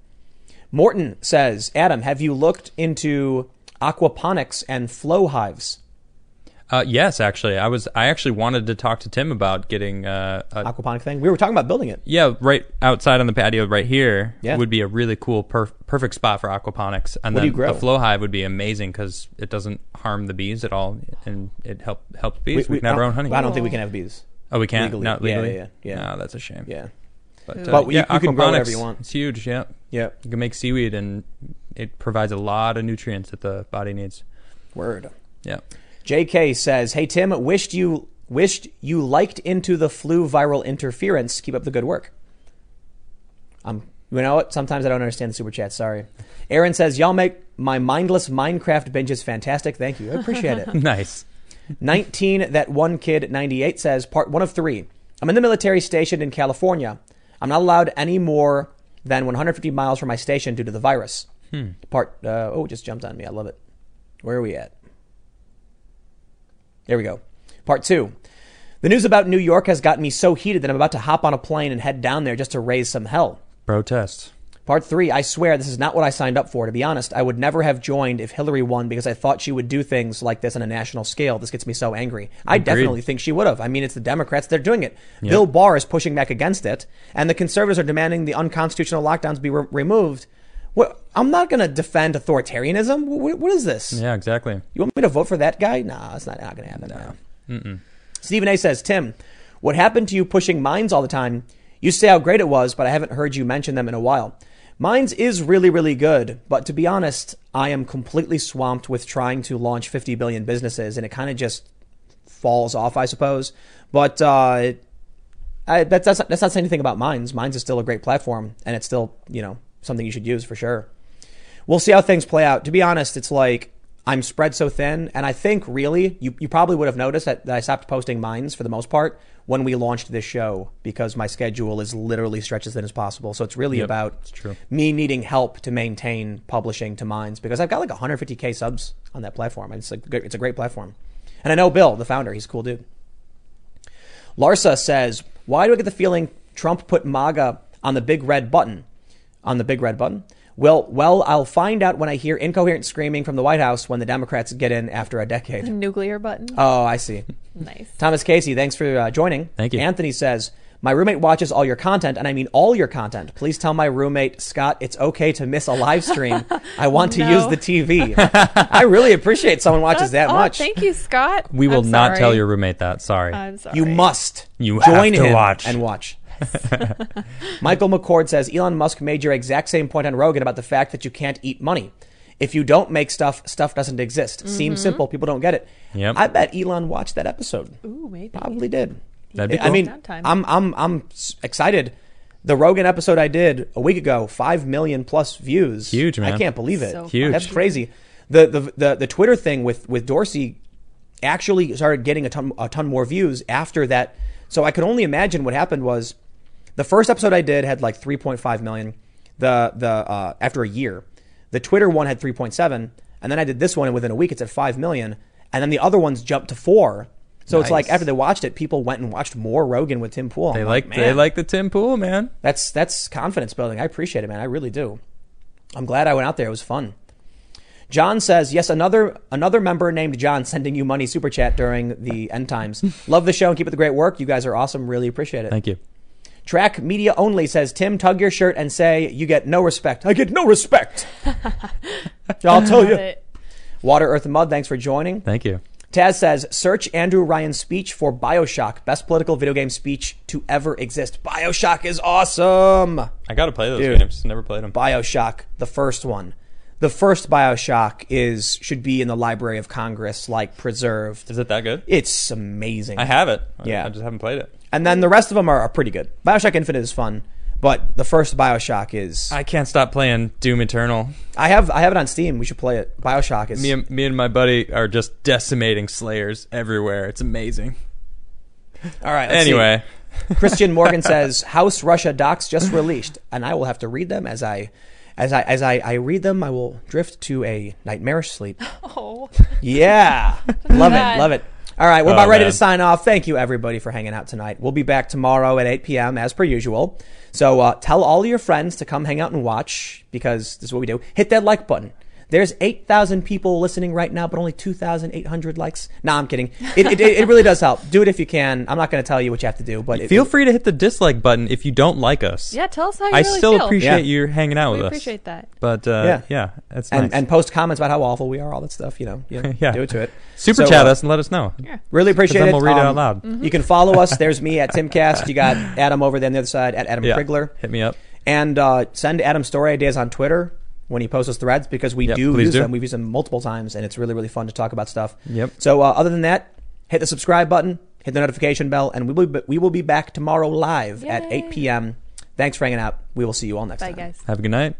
[SPEAKER 1] Morton says, "Adam, have you looked into aquaponics and flow hives.
[SPEAKER 2] Uh, yes, actually, I was. I actually wanted to talk to Tim about getting uh, a
[SPEAKER 1] Aquaponic thing. We were talking about building it.
[SPEAKER 2] Yeah, right outside on the patio, right here,
[SPEAKER 1] Yeah.
[SPEAKER 2] would be a really cool, perf- perfect spot for aquaponics. And
[SPEAKER 1] What do you
[SPEAKER 2] then
[SPEAKER 1] grow?
[SPEAKER 2] the flow hive would be amazing because it doesn't harm the bees at all, and it help helps bees. We, can have
[SPEAKER 1] I
[SPEAKER 2] our
[SPEAKER 1] don't-
[SPEAKER 2] own honey.
[SPEAKER 1] I don't think we can have bees.
[SPEAKER 2] oh, we can't.
[SPEAKER 1] legally.
[SPEAKER 2] Not
[SPEAKER 1] Yeah,
[SPEAKER 2] legally.
[SPEAKER 1] yeah, yeah, yeah.
[SPEAKER 2] No, that's a shame.
[SPEAKER 1] Yeah.
[SPEAKER 2] but,
[SPEAKER 3] But
[SPEAKER 2] uh,
[SPEAKER 1] we-
[SPEAKER 2] yeah,
[SPEAKER 1] you can grow whatever
[SPEAKER 2] aquaponics,
[SPEAKER 1] you want.
[SPEAKER 2] It's huge. Yeah,
[SPEAKER 1] Yeah.
[SPEAKER 2] you can make seaweed, and it provides a lot of nutrients that the body needs.
[SPEAKER 1] Word.
[SPEAKER 2] Yeah.
[SPEAKER 1] JK says, "Hey Tim, wished you wished you liked into the flu viral interference. Keep up the good work." Um, you know what? Sometimes I don't understand the super chat. Sorry. Aaron says, "Y'all make my mindless Minecraft binges fantastic. Thank you. I appreciate it."
[SPEAKER 2] nice.
[SPEAKER 1] 19 that one kid 98 says part one of three i'm in the military stationed in california i'm not allowed any more than 150 miles from my station due to the virus part uh, oh it just jumped on me i love it where are we at there we go part two the news about new york has gotten me so heated that i'm about to hop on a plane and head down there just to raise some hell
[SPEAKER 2] Protest.
[SPEAKER 1] Part three, I swear this is not what I signed up for. To be honest, I would never have joined if Hillary won because I thought she would do things like this on a national scale. This gets me so angry. I
[SPEAKER 2] Agreed.
[SPEAKER 1] definitely think she would have. I mean, it's the Democrats, they're doing it. Bill Barr is pushing back against it, and the conservatives are demanding the unconstitutional lockdowns be re- removed. What, I'm not going to defend authoritarianism. What, what is this?
[SPEAKER 2] Yeah, exactly.
[SPEAKER 1] You want me to vote for that guy? Nah, that's not, not going to happen. No. Stephen A says, Tim, what happened to you pushing mines all the time? You say how great it was, but I haven't heard you mention them in a while. Mines is really, really good, but to be honest, I am completely swamped with trying to launch 50 billion businesses, and it kind of just falls off, I suppose. But uh, it- I, that's, that's, not, that's not saying anything about mines. Mines is still a great platform, and it's still, you know, something you should use for sure we'll see how things play out. To be honest, it's like I'm spread so thin, and I think really you, you probably would have noticed that, that I stopped posting mines for the most part when we launched this show because my schedule is literally stretched as thin as possible. So it's really
[SPEAKER 2] Yep,
[SPEAKER 1] about
[SPEAKER 2] it's true.
[SPEAKER 1] me needing help to maintain publishing to mines because I've got like 150k subs on that platform. It's a good- it's a great platform, and I know Bill, the founder, he's a cool dude. Larsa says, Why do I get the feeling Trump put MAGA on the big red button? On the big red button? Well, well, I'll find out when I hear incoherent screaming from the White House when the Democrats get in after a decade.
[SPEAKER 3] Nuclear button.
[SPEAKER 1] Oh, I see.
[SPEAKER 3] nice.
[SPEAKER 1] Thomas Casey, thanks for uh, joining.
[SPEAKER 2] Thank you.
[SPEAKER 1] Anthony says, My roommate watches all your content, and I mean all your content. Please tell my roommate, Scott, it's okay to miss a live stream. I want to
[SPEAKER 3] No.
[SPEAKER 1] use the TV. I really appreciate someone watches that
[SPEAKER 3] Oh,
[SPEAKER 1] much.
[SPEAKER 3] Thank you, Scott.
[SPEAKER 2] We will
[SPEAKER 3] I'm
[SPEAKER 2] not
[SPEAKER 3] sorry. Uh,
[SPEAKER 2] tell your roommate that. Sorry.
[SPEAKER 3] I'm sorry.
[SPEAKER 1] You must.
[SPEAKER 2] You
[SPEAKER 1] join
[SPEAKER 2] have to
[SPEAKER 1] him
[SPEAKER 2] watch.
[SPEAKER 1] and watch. Michael McCord says Elon Musk made your exact same point on Rogan about the fact that you can't eat money. If you don't make stuff, stuff doesn't exist. Seems
[SPEAKER 3] Mm-hmm.
[SPEAKER 1] simple. People don't get it.
[SPEAKER 2] Yep.
[SPEAKER 1] I bet Elon watched that episode.
[SPEAKER 3] Ooh, maybe.
[SPEAKER 1] Probably did.
[SPEAKER 2] That'd be
[SPEAKER 1] I
[SPEAKER 2] cool.
[SPEAKER 1] mean,
[SPEAKER 3] Downtime.
[SPEAKER 1] I'm I'm I'm s- excited. The Rogan episode I did a week ago, five million plus views.
[SPEAKER 2] Huge, man.
[SPEAKER 1] I can't believe it.
[SPEAKER 3] So
[SPEAKER 2] Huge.
[SPEAKER 1] That's crazy. The, the the the Twitter thing with with Dorsey actually started getting a ton a ton more views after that. So I could only imagine what happened was the first episode I did had like 3.5 million. The the uh, after a year, the Twitter one had 3.7, and then I did this one, and within a week it's at 5 million, and then the other ones jumped to four. So it's like
[SPEAKER 2] Nice.
[SPEAKER 1] after they watched it, people went and watched more Rogan with Tim Pool. I'm
[SPEAKER 2] they like they
[SPEAKER 1] "Man."
[SPEAKER 2] like the Tim Pool man.
[SPEAKER 1] That's that's confidence building. I appreciate it, man. I really do. I'm glad I went out there. It was fun. John says, "Yes, another another member named John sending you money super chat during the end times. Love the show and keep up the great work. You guys are awesome. Really appreciate it."
[SPEAKER 2] Thank you.
[SPEAKER 1] Track media only says, "Tim, tug your shirt and say you get no respect." I get no respect. I'll tell
[SPEAKER 3] Got
[SPEAKER 1] you.
[SPEAKER 3] it.
[SPEAKER 1] Water, Earth, and Mud. Thanks for joining.
[SPEAKER 2] Thank you.
[SPEAKER 1] Taz says, search Andrew Ryan's speech for Bioshock, best political video game speech to ever exist. Bioshock is awesome.
[SPEAKER 2] I gotta play those
[SPEAKER 1] Dude.
[SPEAKER 2] games. Never played them.
[SPEAKER 1] Bioshock, the first one. The first Bioshock is should be in the Library of Congress, like preserved.
[SPEAKER 2] Is it that good?
[SPEAKER 1] It's amazing.
[SPEAKER 2] I have it. I-
[SPEAKER 1] Yeah.
[SPEAKER 2] I just haven't played it.
[SPEAKER 1] and then the rest of them are, are pretty good. Bioshock Infinite is fun, but the first Bioshock is. I,
[SPEAKER 2] I can't stop playing Doom Eternal.
[SPEAKER 1] have I have it on Steam. We should play it. Bioshock is.
[SPEAKER 2] Me and, me and my buddy are just decimating Slayers everywhere. It's amazing.
[SPEAKER 1] all right. let's see.
[SPEAKER 2] Anyway,
[SPEAKER 1] Christian Morgan says House Russia docs just released, and I will have to read them as I, as I as I, I read them. I will drift to a nightmarish sleep.
[SPEAKER 3] Oh,
[SPEAKER 1] Yeah, love it,
[SPEAKER 3] God.
[SPEAKER 1] love it. All right, we're about
[SPEAKER 2] Oh,
[SPEAKER 1] ready
[SPEAKER 2] man.
[SPEAKER 1] to sign off. Thank you everybody for hanging out tonight. We'll be back tomorrow at 8 p.m. as per usual. So uh, tell all your friends to come hang out and watch because this is what we do. Hit that like button. There's 8,000 people listening right now, but only 2,800 likes. Nah, I'm kidding. It, it, it really does help. Do it if you can. I'm not going to tell you what you have to do, but it,
[SPEAKER 2] Feel free to hit the dislike button if you don't like us.
[SPEAKER 3] Yeah, tell us how you
[SPEAKER 2] I
[SPEAKER 3] really
[SPEAKER 2] still
[SPEAKER 3] feel.
[SPEAKER 1] Yeah.
[SPEAKER 2] appreciate you hanging out
[SPEAKER 3] we
[SPEAKER 2] with us.
[SPEAKER 3] appreciate that.
[SPEAKER 2] But uh,
[SPEAKER 1] Yeah.
[SPEAKER 2] yeah. yeah, that's
[SPEAKER 1] and,
[SPEAKER 2] nice.
[SPEAKER 1] and post comments about how awful we are, all that stuff. You know, you know,
[SPEAKER 2] Yeah.
[SPEAKER 1] do it to it.
[SPEAKER 2] Super
[SPEAKER 1] So,
[SPEAKER 2] chat
[SPEAKER 1] uh,
[SPEAKER 2] us and let us know.
[SPEAKER 3] Yeah.
[SPEAKER 1] Really appreciate
[SPEAKER 2] then
[SPEAKER 1] it. Um,
[SPEAKER 2] we'll read it out loud.
[SPEAKER 1] You can follow us. There's me at Timcast. You got Adam over there on the other side at Adam
[SPEAKER 2] Yeah.
[SPEAKER 1] Krigler.
[SPEAKER 2] Hit me up.
[SPEAKER 1] And uh, send Adam story ideas on Twitter when he posts his threads because we
[SPEAKER 2] Yep,
[SPEAKER 1] do
[SPEAKER 2] please
[SPEAKER 1] use
[SPEAKER 2] do.
[SPEAKER 1] them. We've used them multiple times, and it's really, really fun to talk about stuff.
[SPEAKER 2] Yep.
[SPEAKER 1] So uh, other than that, hit the subscribe button, hit the notification bell, and we will be, we will be back tomorrow live at
[SPEAKER 3] Yay.
[SPEAKER 1] 8 p.m. Thanks for hanging out. We will see you all next
[SPEAKER 3] Bye,
[SPEAKER 1] time.
[SPEAKER 3] guys.
[SPEAKER 2] Have a good night.